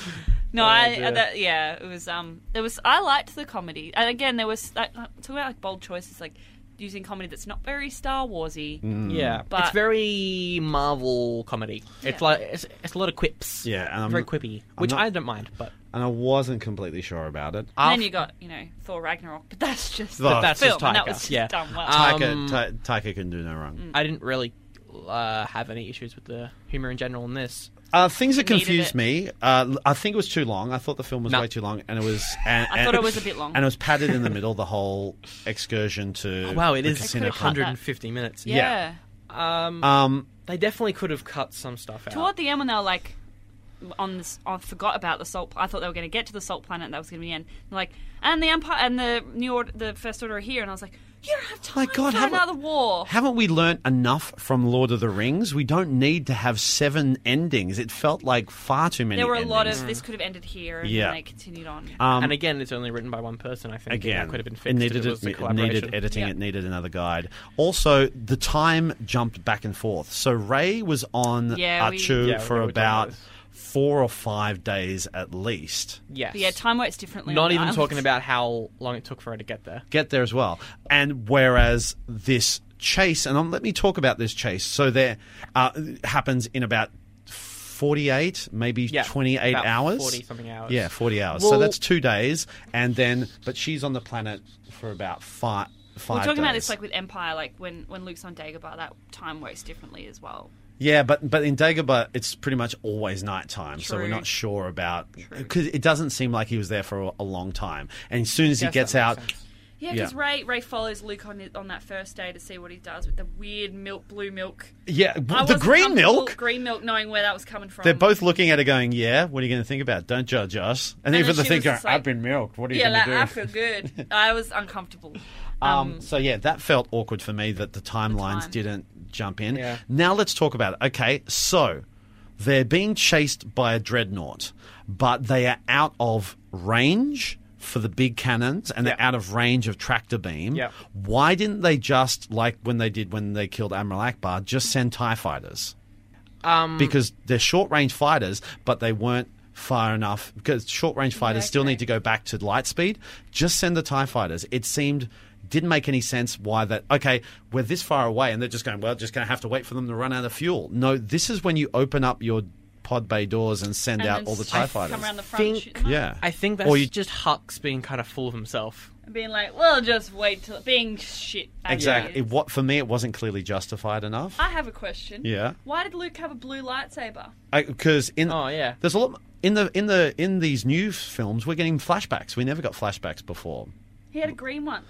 No, Oh, I dear. uh, that, yeah, it was um, it was I liked the comedy, and again there was like, uh, talking about like bold choices, like using comedy that's not very Star Warsy. Mm. Hmm. Yeah, But- it's very Marvel comedy. It's like it's, it's a lot of quips. Yeah, and I'm- very quippy, which not- I don't mind. But And I wasn't completely sure about it. And then Af- you got you know Thor Ragnarok, but that's just But the that's film, just and Taika, that was just yeah. done well. Um, Taika, Ta- Taika can do no wrong. I didn't really uh, have any issues with the humor in general in this. Uh, things that Needed confused it. me. Uh, l- I think it was too long. I thought the film was No. way too long, and it was. And, I and- thought it was a bit long. and it was padded in the middle. The whole excursion to Oh, Wow, it the is casino could've cut club. 150 minutes. yeah. yeah. Um, Um, they definitely could have cut some stuff out. Toward the end, when they were like, on this, I forgot about the salt. I thought they were going to get to the salt planet, and that was going to be the end. They're like, and the empire and the new order, the first order are here, and I was like, you don't have My time God, for haven't- another war. haven't we learnt enough from Lord of the Rings? We don't need to have seven endings. It felt like far too many. there were a lot endings. of this could have ended here, and Yeah. then they continued on. Um, and again, it's only written by one person. I think again, that could have been fixed. it needed if it was a it collaboration. needed editing. Yeah. It needed another guide. Also, the time jumped back and forth. So Ray was on Yeah, we- Archu Yeah, we for were talking about about this. four or five days at least. Yes. but yeah, time works differently. on Not the even islands. talking about how long it took for her to get there. Get there as well. And whereas this chase, and um, let me talk about this chase. So there uh, happens in about. 48 maybe Yeah, 28 about hours 40 something hours. yeah 40 hours so Well- that's two days and then but she's on the planet for about five five We're talking about days. this like with Empire, like when, when Luke's on Dagobah, that time works differently as well. Yeah, but but in Dagobah, it's pretty much always nighttime, so we're True. not sure about True. because it doesn't seem like he was there for a, a long time. And as soon as he Guess gets that out, makes sense. Yeah, Yeah. because Ray Ray follows Luke on it- on that first day to see what he does with the weird milk, blue milk. yeah, I the wasn't green comfortable- milk. green milk, knowing where that was coming from. They're both looking at her, going, "Yeah, what are you going to think about? Don't judge us." And, And even then the she thing, was going, just like- "I've been milked. What are you yeah, going like, to I do?" feel good. I was uncomfortable. Um, so yeah, that felt awkward for me that the timelines time. didn't jump in. Yeah. Now let's talk about it. Okay, so they're being chased by a dreadnought, but they are out of range for the big cannons and they're Yeah. out of range of tractor beam. Yeah. Why didn't they just like when they did when they killed Admiral Akbar just send tie fighters? Mm. Um, because they're short range fighters, but they weren't far enough because short range fighters still okay. need to go back to light speed. Just send the TIE fighters. It seemed didn't make any sense why that okay, we're this far away and they're just going, Well, just gonna have to wait for them to run out of fuel. No, this is when you open up your pod bay doors and send And out then all the s- TIE come fighters. around the front, Think- shooting them yeah. I think that's Or you- just Hux being kind of full of himself. up. being like, well, just wait till being shit. as exactly. it It, is. what for me it wasn't clearly justified enough. I have a question. Yeah. Why did Luke have a blue lightsaber? because in Oh, yeah. there's a lot in the in the in these new films we're getting flashbacks. We never got flashbacks before. He had a green one,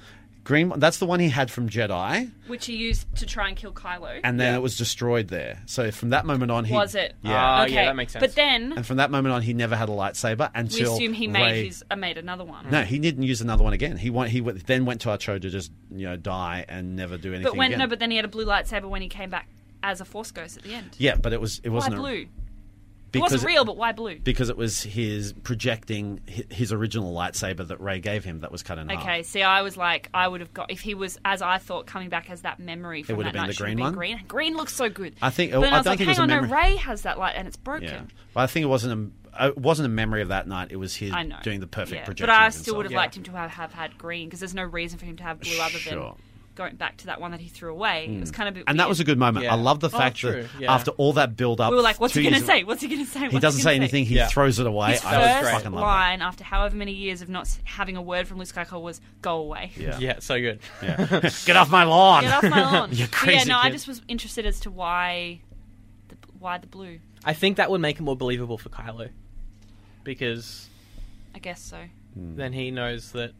Green. That's the one he had from Jedi, which he used to try and kill Kylo. and then Yeah. it was destroyed there. So from that moment on, he was it? Yeah. Ah, okay. yeah, that makes sense. But then and from that moment on, he never had a lightsaber we until assume he made Rey- his uh, made another one. No, he didn't use another one again. He went. He went, then went to Archo to just you know die and never do anything But when again. no, but then he had a blue lightsaber when he came back as a Force ghost at the end. yeah, but it was it why wasn't a- blue? It because wasn't real, but why blue? because it was his projecting hi- his original lightsaber that Ray gave him that was cut in half. Okay, see, I was like, I would have got if he was as I thought coming back as that memory from would that have been night, the should have green one? Green, green looks so good. I think- oh, But then I I was don't like, think hang it was a on, no, memory- Ray has that light and it's broken. Yeah, but I think it wasn't a it wasn't a memory of that night. It was his I know. doing the perfect yeah. projection. But I of still would have himself. Yeah. liked him to have, have had green because there's no reason for him to have blue other than Sure. Hmm. going back to that one that he threw away. It was kind of a bit And that was a weird. good moment. Yeah. I love the Oh, fact true, that yeah. after all that build up, We were like, what's he going going to to say? What's he going to say? What's He doesn't gonna say anything. He Yeah. throws it away. His I always was first fucking love that. line after however many years of not s- having a word from Luke Skywalker was "Go away." Yeah. Yeah, so good. Yeah. Get off my lawn. Get off my lawn. You But yeah, crazy no, I kid. just was interested as to why the why the blue. I think that would make it more believable for Kylo. Because I guess so. Hmm. then he knows that.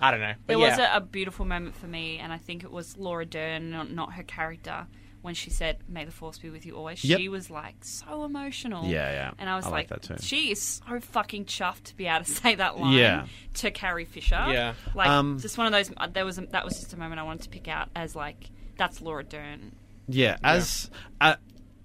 I don't know. It But was yeah. a, a beautiful moment for me, and I think it was Laura Dern, not, not her character, when she said, "May the force be with you always." Yep. She was like so emotional. Yeah, yeah. And I was I like, like that too. she is so fucking chuffed to be able to say that line Yeah. to Carrie Fisher. Yeah. like Um, just one of those. uh, There was a, that was just a moment I wanted to pick out as like that's Laura Dern. Yeah, as Uh,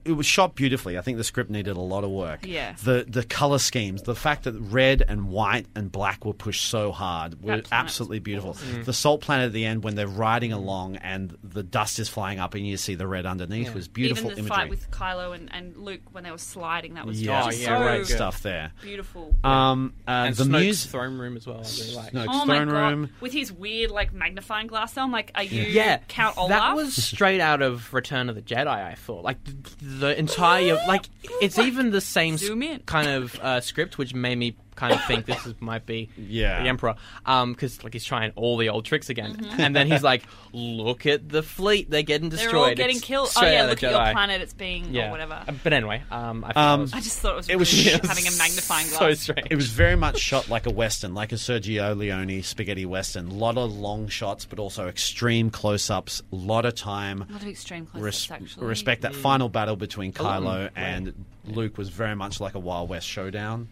it was shot beautifully. I think the script needed a lot of work. Yeah. The the color schemes, the fact that red and white and black were pushed so hard were planet was absolutely beautiful. Mm. The salt planet at the end when they're riding along and the dust is flying up and you see the red underneath Yeah. was beautiful Even the imagery. fight with Kylo and, and Luke when they were sliding, that was yeah, just Oh, yeah, so right, great good. stuff there. beautiful. Um, uh, And the Snoke's music. throne room as well. I really like. Snoke's Oh my throne god! room. With his weird like magnifying glass, on, like, are you Yeah, Count Olaf? That was straight out of Return of the Jedi. I thought, like th- the entire, like it's even the same s- Zoom in. kind of uh, script, which made me kind of think this is, might be Yeah. the Emperor, because like he's trying all the old tricks again, and then he's like, "Look at the fleet; they're getting Mm-hmm. They're destroyed. all getting It's killed. Oh straight yeah, out of look the at your Jedi. planet; it's being Yeah, or whatever. Uh, But anyway, um, I think Um, I just thought it was. It was- really yeah, having a magnifying glass. so strange. It was very much shot like a western, like a Sergio Leone spaghetti western. A lot of long shots, but also extreme close-ups. A lot of time. A lot of extreme close Res- actually. respect that final battle between lot Kylo of- and Luke was very much like a Wild West showdown.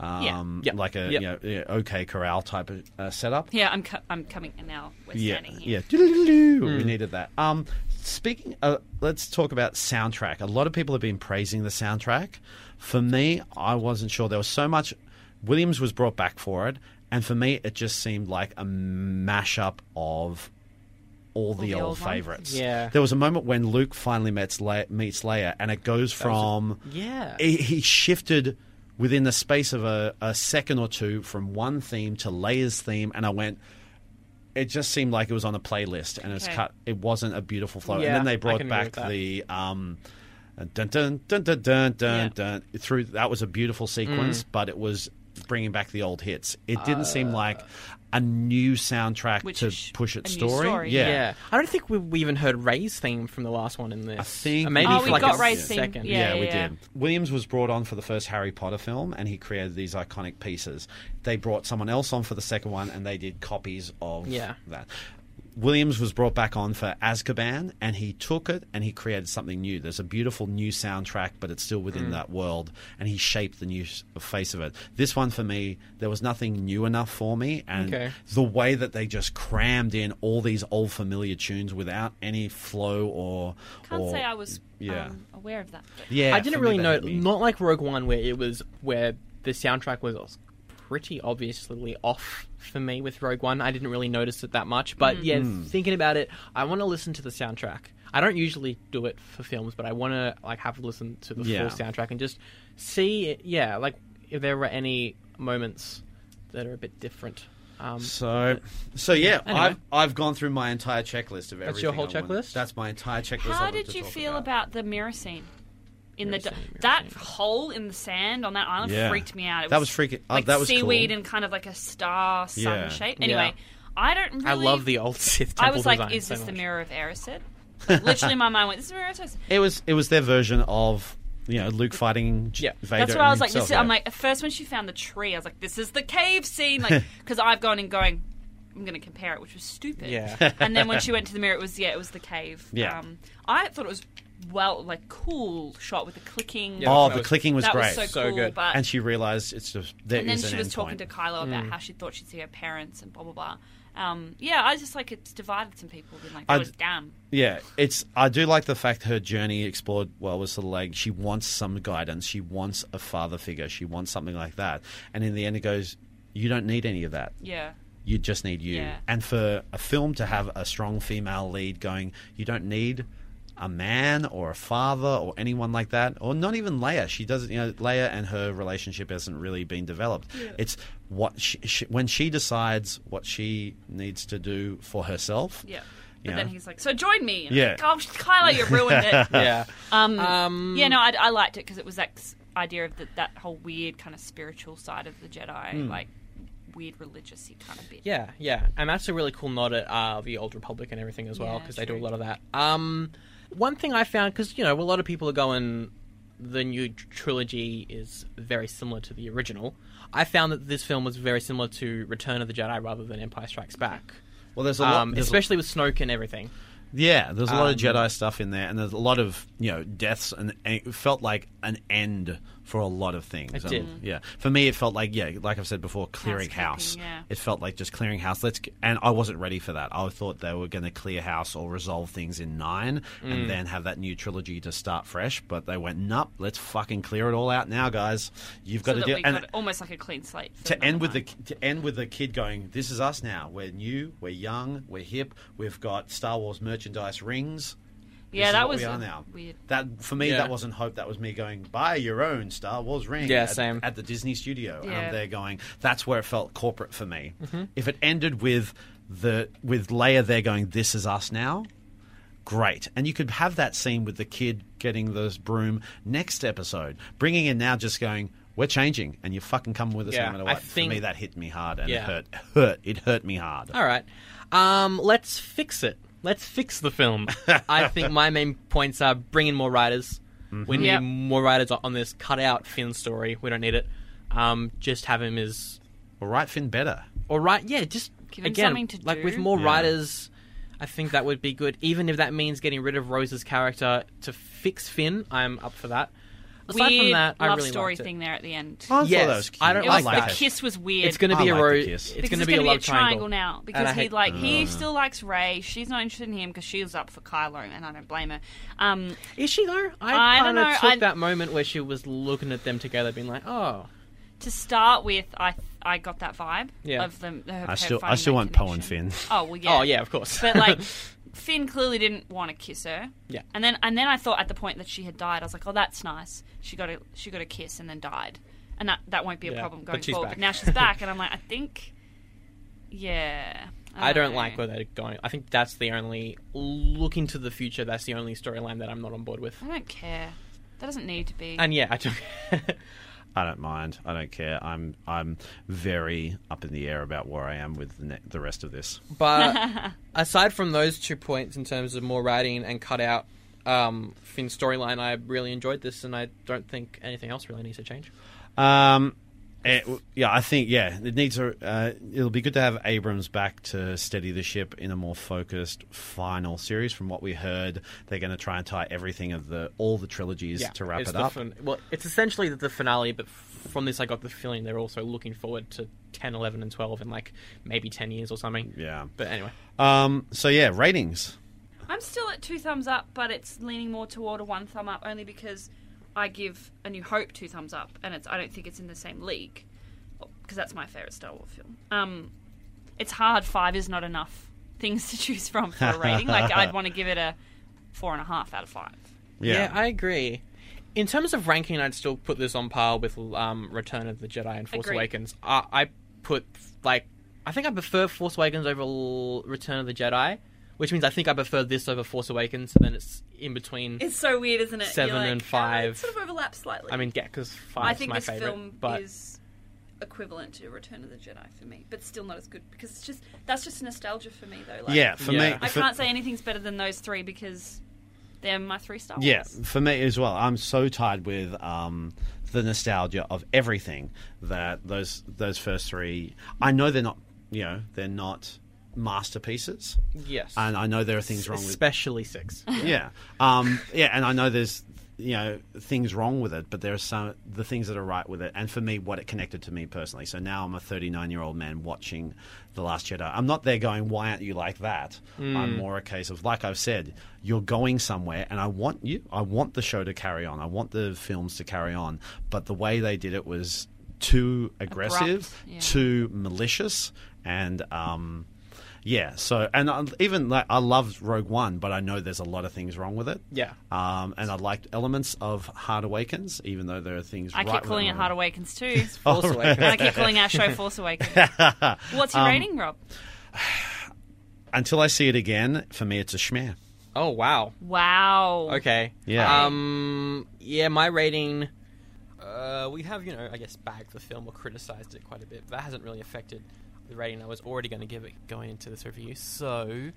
Yeah. Um, Yep. Like Yep. a you know, yeah, OK Corral type of uh, setup. Yeah, I'm co- I'm coming and now. We're Yeah, standing here. yeah. Doo-doo-doo-doo. We needed that. Um, speaking, uh, let's talk about soundtrack. A lot of people have been praising the soundtrack. For me, I wasn't sure. There was so much. Williams was brought back for it, and for me, it just seemed like a mashup of all the, the old, old ones. favorites. Yeah. There was a moment when Luke finally meets Le- meets Leia, and it goes from yeah. he, he shifted within the space of a, a second or two from one theme to Leia's theme, and I went. It just seemed like it was on a playlist, and it was Okay. cut. It wasn't a beautiful flow. Yeah, and then I they brought can back agree the um, dun dun dun dun dun dun, Yeah. dun through. That was a beautiful sequence, but it was bringing back the old hits. It didn't seem like a new soundtrack Which to is push its a new story. story, Yeah. Yeah. I don't think we, we even heard Ray's theme from the last one in this. I think maybe we for did. like Oh, we a got Ray's theme, second. yeah. we did. Williams was brought on for the first Harry Potter film, and he created these iconic pieces. They brought someone else on for the second one, and they did copies of Yeah. that. Williams was brought back on for Azkaban, and he took it and he created something new. There's a beautiful new soundtrack, but it's still within that world, and he shaped the new s- face of it. This one for me, there was nothing new enough for me, and Okay. the way that they just crammed in all these old familiar tunes without any flow or Can't or- say I was yeah. um, aware of that. but- yeah, I didn't for me, really that know. hit me. Not like Rogue One, where it was where the soundtrack was pretty obviously off for me with Rogue One. I didn't really notice it that much. Mm. But yeah, Hmm. thinking about it, I want to listen to the soundtrack. I don't usually do it for films, but I want to like have a listen to the Yeah. full soundtrack and just see, yeah, like if there were any moments that are a bit different. Um, So, so yeah, Anyway. I've I've gone through my entire checklist of everything. That's your whole I wanted. checklist? That's my entire checklist. I How wanted did to you talk feel about. the mirror scene? In Mirror the scene, mirror that scene. hole in the sand on that island Yeah. freaked me out. It That was freaking- oh, like that was seaweed cool. and kind of like a star sun Yeah. shape. Yeah. Anyway, I don't. Really, I love the old Sith temple I was like, design is so this the much. mirror of Erised? Like, literally, my mind went. This is mirror of Erised. It was it was their version of you know Luke fighting J- Yeah. Vader. That's what I was like. himself, This is, yeah. I'm like at first when she found the tree, I was like, this is the cave scene, like because I've gone and going. I'm going to compare it, which was stupid. Yeah. and then when she went to the mirror, it was yeah, it was the cave. Yeah. Um, I thought it was well, like cool shot with the clicking. Yeah. oh, that the was- clicking was that great. was so, So cool. good. But and she realized it's just there and then is an she was end talking point. to Kylo about Mm. how she thought she'd see her parents and blah blah blah. Um, yeah, I just like it's divided some people. Being like, I oh, d- damn. Yeah, it's. I do like the fact her journey explored well was sort of like she wants some guidance, she wants a father figure, she wants something like that, and in the end it goes, you don't need any of that. Yeah, you just need you. Yeah. And for a film to have a strong female lead going, you don't need a man or a father or anyone like that, or not even Leia. She doesn't, you know, Leia and her relationship hasn't really been developed. It's what she, she when she decides what she needs to do for herself. yeah. But Yeah. then he's like, so join me. And I'm Yeah. like, oh, Kylo, you ruined it. Yeah. Um, Um, yeah, no, I, I liked it because it was that s- idea of the, that whole weird kind of spiritual side of the Jedi, Hmm. like weird religious kind of bit. Yeah, yeah, and that's a really cool nod at uh, the Old Republic and everything as well Yeah, because they do a true. lot of that. Um, one thing I found because you know a lot of people are going, the new tr- trilogy is very similar to the original. I found that this film was very similar to Return of the Jedi rather than Empire Strikes Back, Well, there's a lot, um, especially with Snoke and everything. yeah, there's a lot Um, of Jedi stuff in there, and there's a lot of you know deaths, and, and it felt like an end for a lot of things. It Um, did. yeah. For me, it felt like yeah, like I've said before, clearing house. Housekeeping, yeah. It felt like just clearing house. Let's g- and I wasn't ready for that. I thought they were going to clear house or resolve things in nine, Mm. and then have that new trilogy to start fresh. But they went, nope, let's fucking clear it all out now, guys. You've got so to that deal. we and got almost like a clean slate. for to end another with the one. to end with the kid going, "This is us now. We're new. We're young. We're hip. We've got Star Wars merchandise rings." This yeah, is that what was we a are now. weird. That for me, Yeah. that wasn't hope. That was me going buy your own Star Wars ring. Yeah, at, same. at the Disney studio, and Yeah. I'm there going. That's where it felt corporate for me. Mm-hmm. If it ended with the with Leia there going, "This is us now." Great, and you could have that scene with the kid getting this broom next episode, bringing in now just going. We're changing, and you fucking come with us Yeah, no matter I what. think- for me, that hit me hard, and Yeah. it hurt. Hurt. It hurt me hard. All right, um, let's fix it. Let's fix the film. I think my main points are bring in more writers. Mm-hmm. We need Yep. more writers on this. Cut out Finn's story. We don't need it. Um, just have him as All right, Finn, better. or right yeah just Give him again something to like do. with more Yeah. writers i think that would be good even if that means getting rid of rose's character to fix finn i'm up for that aside weird from that i love really story liked it. thing there at the end. I thought Yes, that was cute. I don't it I was like the that. kiss was weird. it's going to be I a like the rose kiss. it's going Because to be a gonna love Mm. triangle now because I he hate- like he still likes Ray. She's not interested in him because she was up for Kylo, and I don't blame her. Um, is she though I i, don't kind of know, took I- that moment where she was looking at them together being like oh to start with, I I got that vibe Yeah. of them. of her I still, I finding still that want Poe and connection. Finn. Oh well, yeah. oh yeah of course But like, Finn clearly didn't want to kiss her. Yeah. And then and then I thought at the point that she had died, I was like, oh, that's nice. She got a she got a kiss and then died, and that that won't be a Yeah, problem but going she's forward. back. But now she's back, and I'm like, I think, yeah. I don't know. like where they're going. I think that's the only looking to the future. That's the only storyline that I'm not on board with. I don't care. That doesn't need to be. And yeah, I took. I don't mind. I don't care. I'm I'm very up in the air about where I am with the, ne- the rest of this. But aside from those two points in terms of more writing and cut out um, Finn's storyline, I really enjoyed this, and I don't think anything else really needs to change. Um, it, yeah, I think yeah, it needs a. Uh, it'll be good to have Abrams back to steady the ship in a more focused final series. From what we heard, they're going to try and tie everything of the all the trilogies to wrap it's it the up. fin- well, it's essentially the finale, but f- from this, I got the feeling they're also looking forward to 10, 11, and 12 in like maybe 10 years or something. yeah. But anyway, Um. So yeah, ratings. I'm still at two thumbs up, but it's leaning more toward a one thumb up only because I give A New Hope two thumbs up, and it's I don't think it's in the same league because that's my favorite Star Wars film. Um, it's hard. Five is not enough things to choose from for a rating. like I'd want to give it a four and a half out of five. Yeah. I agree. In terms of ranking, I'd still put this on par with um, Return of the Jedi and Force Agreed. Awakens. I, I put like I think I prefer Force Awakens over L- Return of the Jedi, which means I think I prefer this over Force Awakens. And then it's in between. It's so weird, isn't it? You're Seven and "Oh, it five. sort of overlaps slightly. I mean, yeah, because I five's think my this favorite. film but is equivalent to Return of the Jedi for me, but still not as good because it's just that's just nostalgia for me though. Like, yeah. For Yeah. me, I for- can't say anything's better than those three because they're my three Star Wars. Yeah, for me as well. I'm so tied with um, the nostalgia of everything that those those first three. I know they're not, you know, they're not masterpieces, yes, and I know there are things wrong with. especially six. Yeah, um, yeah, and I know there's you know things wrong with it, but there are some the things that are right with it, and for me, what it connected to me personally. So now I'm a 39 year old man watching the Last Jedi. I'm not there going, "Why aren't you like that?" I'm more a case of, like I've said, you're going somewhere, and I want you. I want the show to carry on. I want the films to carry on, but the way they did it was too aggressive, yeah. too malicious, and um, yeah. So, and I, even like I love Rogue One, but I know there's a lot of things wrong with it. Yeah. Um, and I liked elements of Hard Awakens, even though there are things. I right keep with calling it Hard Awakens too, Force Awakens. and I keep calling our show Force Awakens. What's Um, your rating, Rob? Until I see it again, for me, it's a schmear. Oh wow. Wow. Okay. Yeah. Um. Yeah, my rating. Uh, we have you know I guess bagged the film or criticized it quite a bit. But that hasn't really affected the rating I was already going to give it going into this review. So,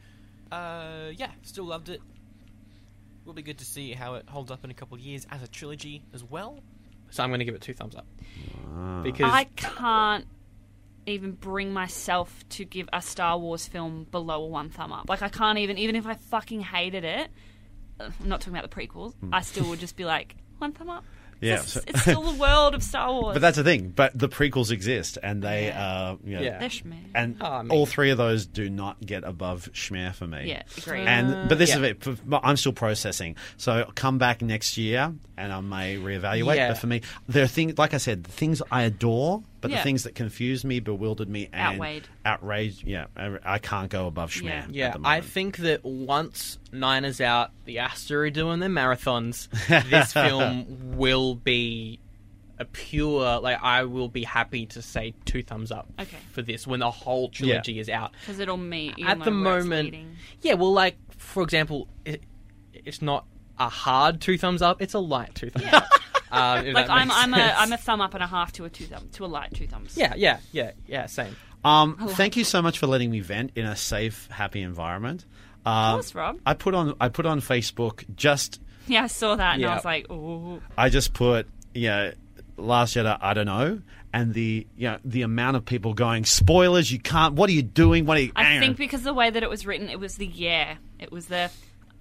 uh, yeah, still loved it. Will be good to see how it holds up in a couple of years as a trilogy as well. So I'm going to give it two thumbs up because I can't even bring myself to give a Star Wars film below a one thumb up. Like I can't even, even if I fucking hated it. uh, I'm not talking about the prequels. I still would just be like one thumb up. Hmm. Yeah, It's, so- it's still the world of Star Wars. But that's the thing. But the prequels exist, and they Yeah. are. You know, Yeah. They're schmear. And Oh, I mean- all three of those do not get above schmear for me. yeah, agree. And but this Uh, yeah. is it. For- but I'm still processing. So come back next year, and I may reevaluate. Yeah. But for me, there are things like I said, the things I adore, but Yeah. the things that confused me, bewildered me, and Outweighed. outraged. Yeah, I, I can't go above schmear. Yeah. at Yeah, the I moment. think that once Nine is out, the Astor are doing their marathons. This film will be a pure like I will be happy to say two thumbs up Okay. for this when the whole trilogy is out. Because it'll meet you'll At know the where it's moment, leading. yeah, well, like for example, it, it's not a hard two thumbs up; it's a light two thumbs up. Um, if like that I'm, makes I'm a sense. I'm a thumb up and a half to a two thumb to a light two thumbs. yeah, yeah, yeah, yeah, same. Um, thank you so much for letting me vent in a safe, happy environment. Um, of course, Rob. I put on I put on Facebook just yeah, I saw that and I Yeah. was like, ooh, I just put, you know, Last Jedi, I don't know. And the you know, the amount of people going, spoilers, you can't what are you doing? What are you I think because the way that it was written, it was the yeah, it was the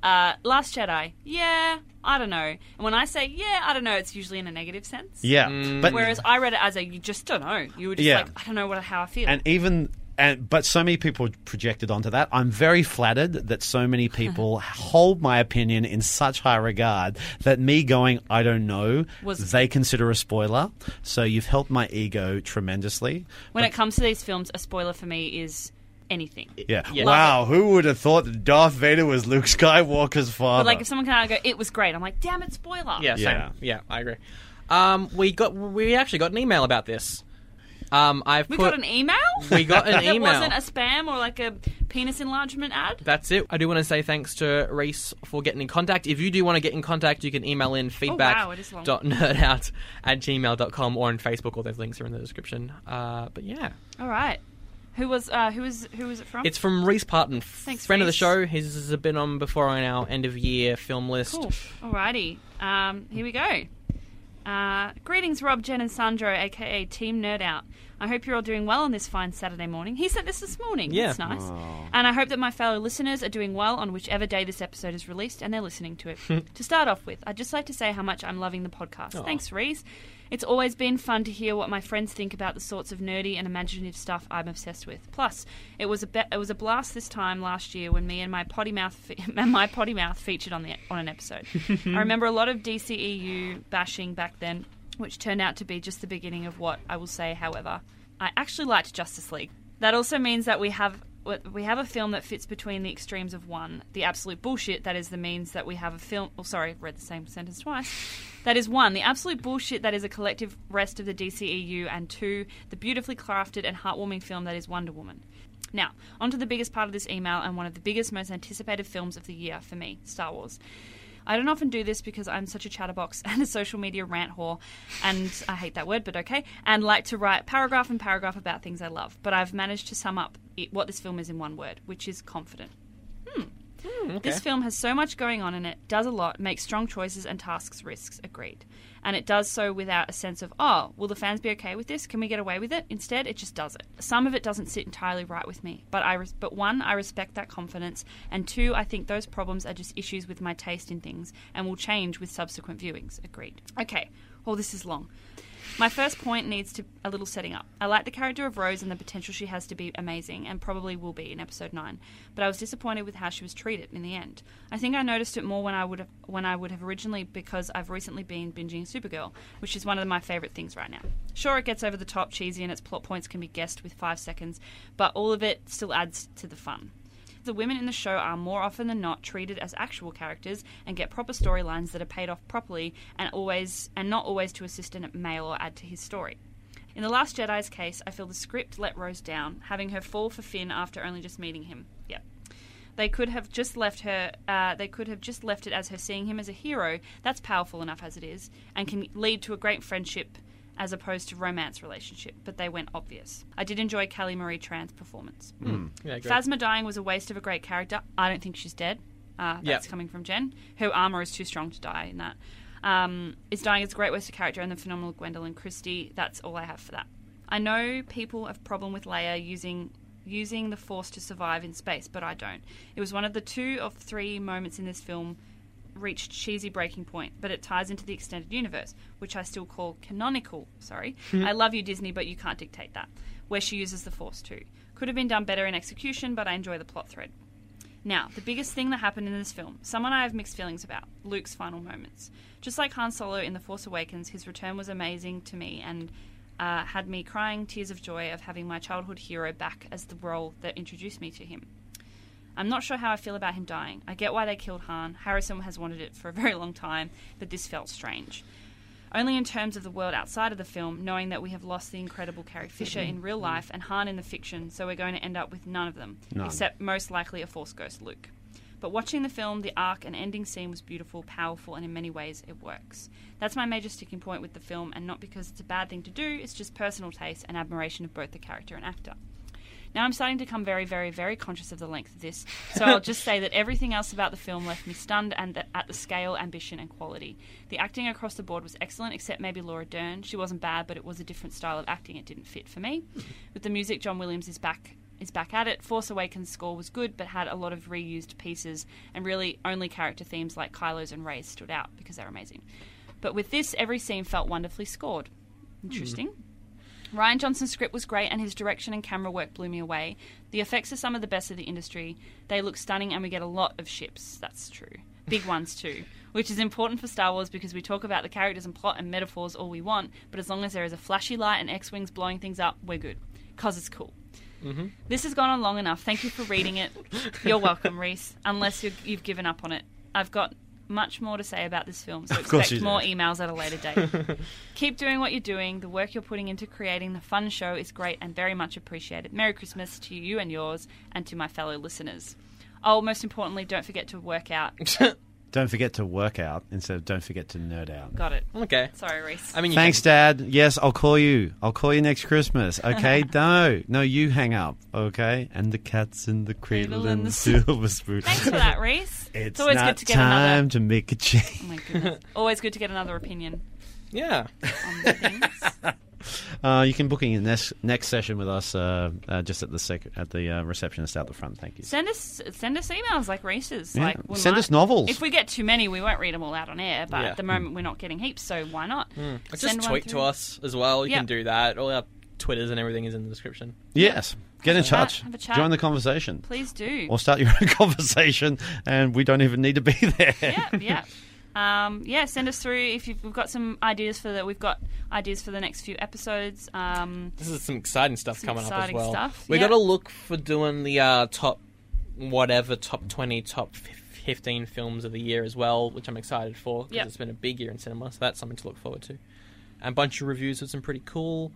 uh, Last Jedi. Yeah, I don't know. And when I say yeah, I don't know, it's usually in a negative sense. Yeah. But Whereas I read it as a you just don't know. You were just Yeah. like, I don't know what how I feel. and even and but so many people projected onto that. I'm very flattered that so many people hold my opinion in such high regard that me going, I don't know, Was- they consider a spoiler. So you've helped my ego tremendously. when it comes to these films, a spoiler for me is anything. Yeah. Yeah. Wow, who would have thought that Darth Vader was Luke Skywalker's father? But like if someone can go, it was great. I'm like, damn it, spoiler. Yeah, same. Yeah. yeah, I agree. Um, we got we actually got an email about this. Um, I've We put. got an email? we got an That email. wasn't a spam or like a penis enlargement ad? That's it. I do want to say thanks to Reese for getting in contact. If you do want to get in contact, you can email in feedback Oh, wow, it is long. dot nerdout at gmail.com or on Facebook. All those links are in the description. Uh, but yeah. All right. Who was uh, who was who was it from? It's from Reese Parton, Thanks, friend of the Reese. show. He's been on before on our end of year film list. Cool. Alrighty. Um, here we go. Uh, greetings, Rob, Jen, and Sandro, aka Team Nerd Out. I hope you're all doing well on this fine Saturday morning. He sent this this morning. Yeah. That's nice. And I hope that my fellow listeners are doing well on whichever day this episode is released and they're listening to it. to start off with, I'd just like to say how much I'm loving the podcast. Thanks, Reese. It's always been fun to hear what my friends think about the sorts of nerdy and imaginative stuff I'm obsessed with. Plus, it was a be- it was a blast this time last year when me and my potty mouth fe- and my potty mouth featured on the on an episode. I remember a lot of DCEU bashing back then, which turned out to be just the beginning of what I will say. However, I actually liked Justice League. That also means that we have we have a film that fits between the extremes of one, the absolute bullshit that is the means that we have a film. Oh, sorry, read the same sentence twice. That is one, the absolute bullshit that is a collective rest of the DCEU, and two, the beautifully crafted and heartwarming film that is Wonder Woman. Now, onto the biggest part of this email and one of the biggest, most anticipated films of the year for me Star Wars. I don't often do this because I'm such a chatterbox and a social media rant whore, and I hate that word, but okay, and like to write paragraph and paragraph about things I love. But I've managed to sum up it, what this film is in one word, which is confident. Hmm, Hmm, This film has so much going on in it, does a lot, makes strong choices and tasks risks, agreed. And it does so without a sense of, oh, will the fans be okay with this? Can we get away with it? Instead, it just does it. Some of it doesn't sit entirely right with me, but I res- but one, I respect that confidence, and two, I think those problems are just issues with my taste in things and will change with subsequent viewings, agreed. Okay, well, this is long. My first point needs to a little setting up. I like the character of Rose and the potential she has to be amazing and probably will be in episode 9, but I was disappointed with how she was treated in the end. I think I noticed it more when I would have, when I would have originally because I've recently been binging Supergirl, which is one of my favorite things right now. Sure it gets over the top cheesy and its plot points can be guessed with 5 seconds, but all of it still adds to the fun. The women in the show are more often than not treated as actual characters and get proper storylines that are paid off properly and always and not always to assist in male or add to his story. In The Last Jedi's case, I feel the script let Rose down, having her fall for Finn after only just meeting him. Yep. They could have just left her. Uh, they could have just left it as her seeing him as a hero. That's powerful enough as it is, and can lead to a great friendship, as opposed to romance relationship. But they went obvious. I did enjoy Kelly Marie Tran's performance. Hmm. Yeah, great. Phasma dying was a waste of a great character. I don't think she's dead. Uh, that's Yep. coming from Jen. Her armor is too strong to die in that. Um, is dying is a great waste of character and the phenomenal Gwendolyn Christie. That's all I have for that. I know people have problem with Leia using using the Force to survive in space, but I don't. It was one of the two of three moments in this film reached cheesy breaking point, but it ties into the extended universe, which I still call canonical. Sorry. I love you, Disney, but you can't dictate that. Where she uses the Force too. Could have been done better in execution, but I enjoy the plot thread. Now, the biggest thing that happened in this film, someone I have mixed feelings about, Luke's final moments. Just like Han Solo in The Force Awakens, his return was amazing to me and uh, had me crying tears of joy of having my childhood hero back as the role that introduced me to him. I'm not sure how I feel about him dying. I get why they killed Han. Harrison has wanted it for a very long time, but this felt strange. Only in terms of the world outside of the film, knowing that we have lost the incredible Carrie Fisher in real life and Han in the fiction, so we're going to end up with none of them, except most likely a Force Ghost Luke. But watching the film, the arc and ending scene was beautiful, powerful, and in many ways it works. That's my major sticking point with the film, and not because it's a bad thing to do, it's just personal taste and admiration of both the character and actor. Now I'm starting to become very, very, very conscious of the length of this, so I'll just say that everything else about the film left me stunned and that at the scale, ambition, and quality. The acting across the board was excellent, except maybe Laura Dern. She wasn't bad, but it was a different style of acting. It didn't fit for me. With the music, John Williams is back is back at it. Force Awakens score was good, but had a lot of reused pieces, and really only character themes like Kylo's and Ray's stood out because they're amazing. But with this, every scene felt wonderfully scored. Interesting. Ryan Johnson's script was great, and his direction and camera work blew me away. The effects are some of the best of the industry. They look stunning, and we get a lot of ships. That's true. Big ones, too. Which is important for Star Wars because we talk about the characters and plot and metaphors all we want, but as long as there is a flashy light and X Wings blowing things up, we're good. Because it's cool. Mm-hmm. This has gone on long enough. Thank you for reading it. You're welcome, Reese. Unless you you've given up on it, I've got much more to say about this film, so course expect you do. more emails at a later date. Keep doing what you're doing. The work you're putting into creating the fun show is great and very much appreciated. Merry Christmas to you and yours, and to my fellow listeners. Oh, most importantly, don't forget to work out. Don't forget to work out instead of don't forget to nerd out. Got it. Okay. Sorry, Reese. I mean, you Thanks, Dad. Yes, I'll call you. I'll call you next Christmas. Okay? no, no, you hang up. Okay? And the cat's in the cradle Cradle and and the the silver spoon. Thanks for that, Reese. It's, always not good to get time another. to make a change. Oh my goodness. Always good to get another opinion can- yeah. on the things. Uh, you can booking in this next session with us uh, uh, just at the sec- at the uh, receptionist out the front. Thank you. Send us send us emails like Reese's. Yeah. Like we Send might- us novels. Hmm. If we get too many, we won't read them all out on air. But Yeah. at the moment, we're not getting heaps, so why not? Hmm. Just Send one tweet to through. us as well. You Yeah. can do that. All our Twitters and everything is in the description. Yes. Get in Have a touch. chat. Have a chat. Join the conversation. Please do. Or start your own conversation, and we don't even need to be there. yeah, yeah. Um, yeah, send us through if you've, we've got some ideas for the We've got ideas for the next few episodes. Um, This is some exciting stuff Some coming exciting up as well. stuff, We yeah. got to look for doing the uh, top, whatever, top twenty, top fif- fifteen films of the year as well, which I'm excited for because Yep. it's been a big year in cinema, so that's something to look forward to. And a bunch of reviews of some pretty cool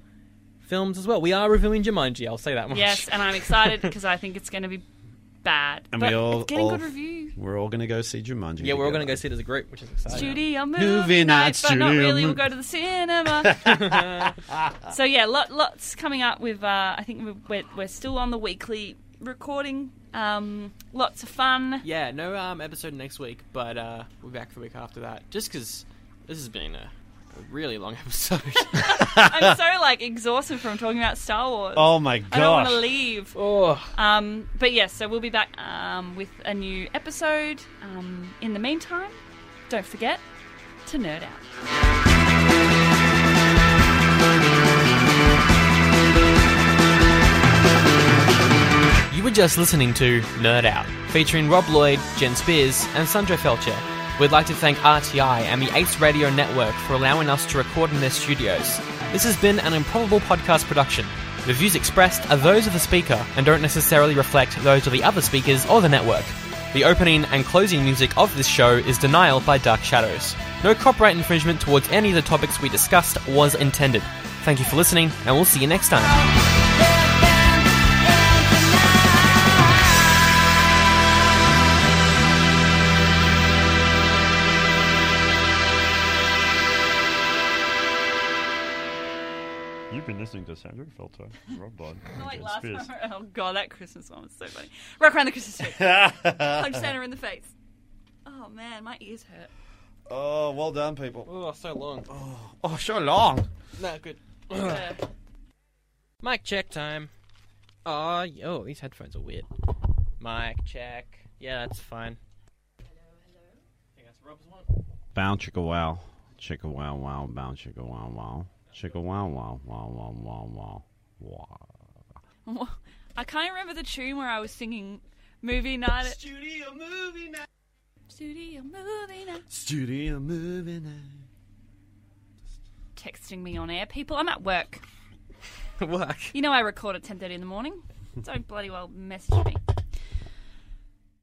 films as well. We are reviewing Jumanji. I'll say that much. yes, and I'm excited because I think it's going to be bad. And but we all- it's getting all- good review. We're all going to go see Jumanji. yeah, we're all going to go together. see it as a group, which is exciting. Judy, I'm Movie moving night, nights, but not Judy, I'm really. We'll mov- go to the cinema. so yeah, lot, lots coming up. With uh, I think we're, we're, we're still on the weekly recording. Um, lots of fun. Yeah, no um, episode next week, but uh, we're back the week after that. Just because this has been a, a really long episode. I'm so like exhausted from talking about Star Wars. Oh my I don't want gosh! to leave. Oh, Um, but yes, so we'll be back um, with a new episode. Um, in the meantime, don't forget to nerd out. you were just listening to Nerd Out, featuring Rob Lloyd, Jen Spears, and Sandra Felcher. We'd like to thank RTI and the Ace Radio Network for allowing us to record in their studios. This has been an improbable podcast production. The views expressed are those of the speaker and don't necessarily reflect those of the other speakers or the network. The opening and closing music of this show is Denial by Dark Shadows. No copyright infringement towards any of the topics we discussed was intended. Thank you for listening, and we'll see you next time. You've been listening to Sandra Felter, Rob Bod, and Like Jen last Spears. summer. Oh god, that Christmas one was so funny. Rock around the Christmas tree. Punch Santa in the face. Oh man, my ears hurt. Oh, well done, people. oh, so long. Oh, so long. No, good. Uh, Mic check time. Aw, y- oh, these headphones are weird. Mic check. Yeah, that's fine. Bow chicka wow, chicka wow wow, bow chicka wow wow, chicka wow wow wow wow wow wow. wow. I can't remember the tune where I was singing movie night at Studio movie night. studio movie night. Studio movie night. Texting me on air, people. I'm at work. Work. You know I record at 10:30 in the morning. Don't bloody well message me.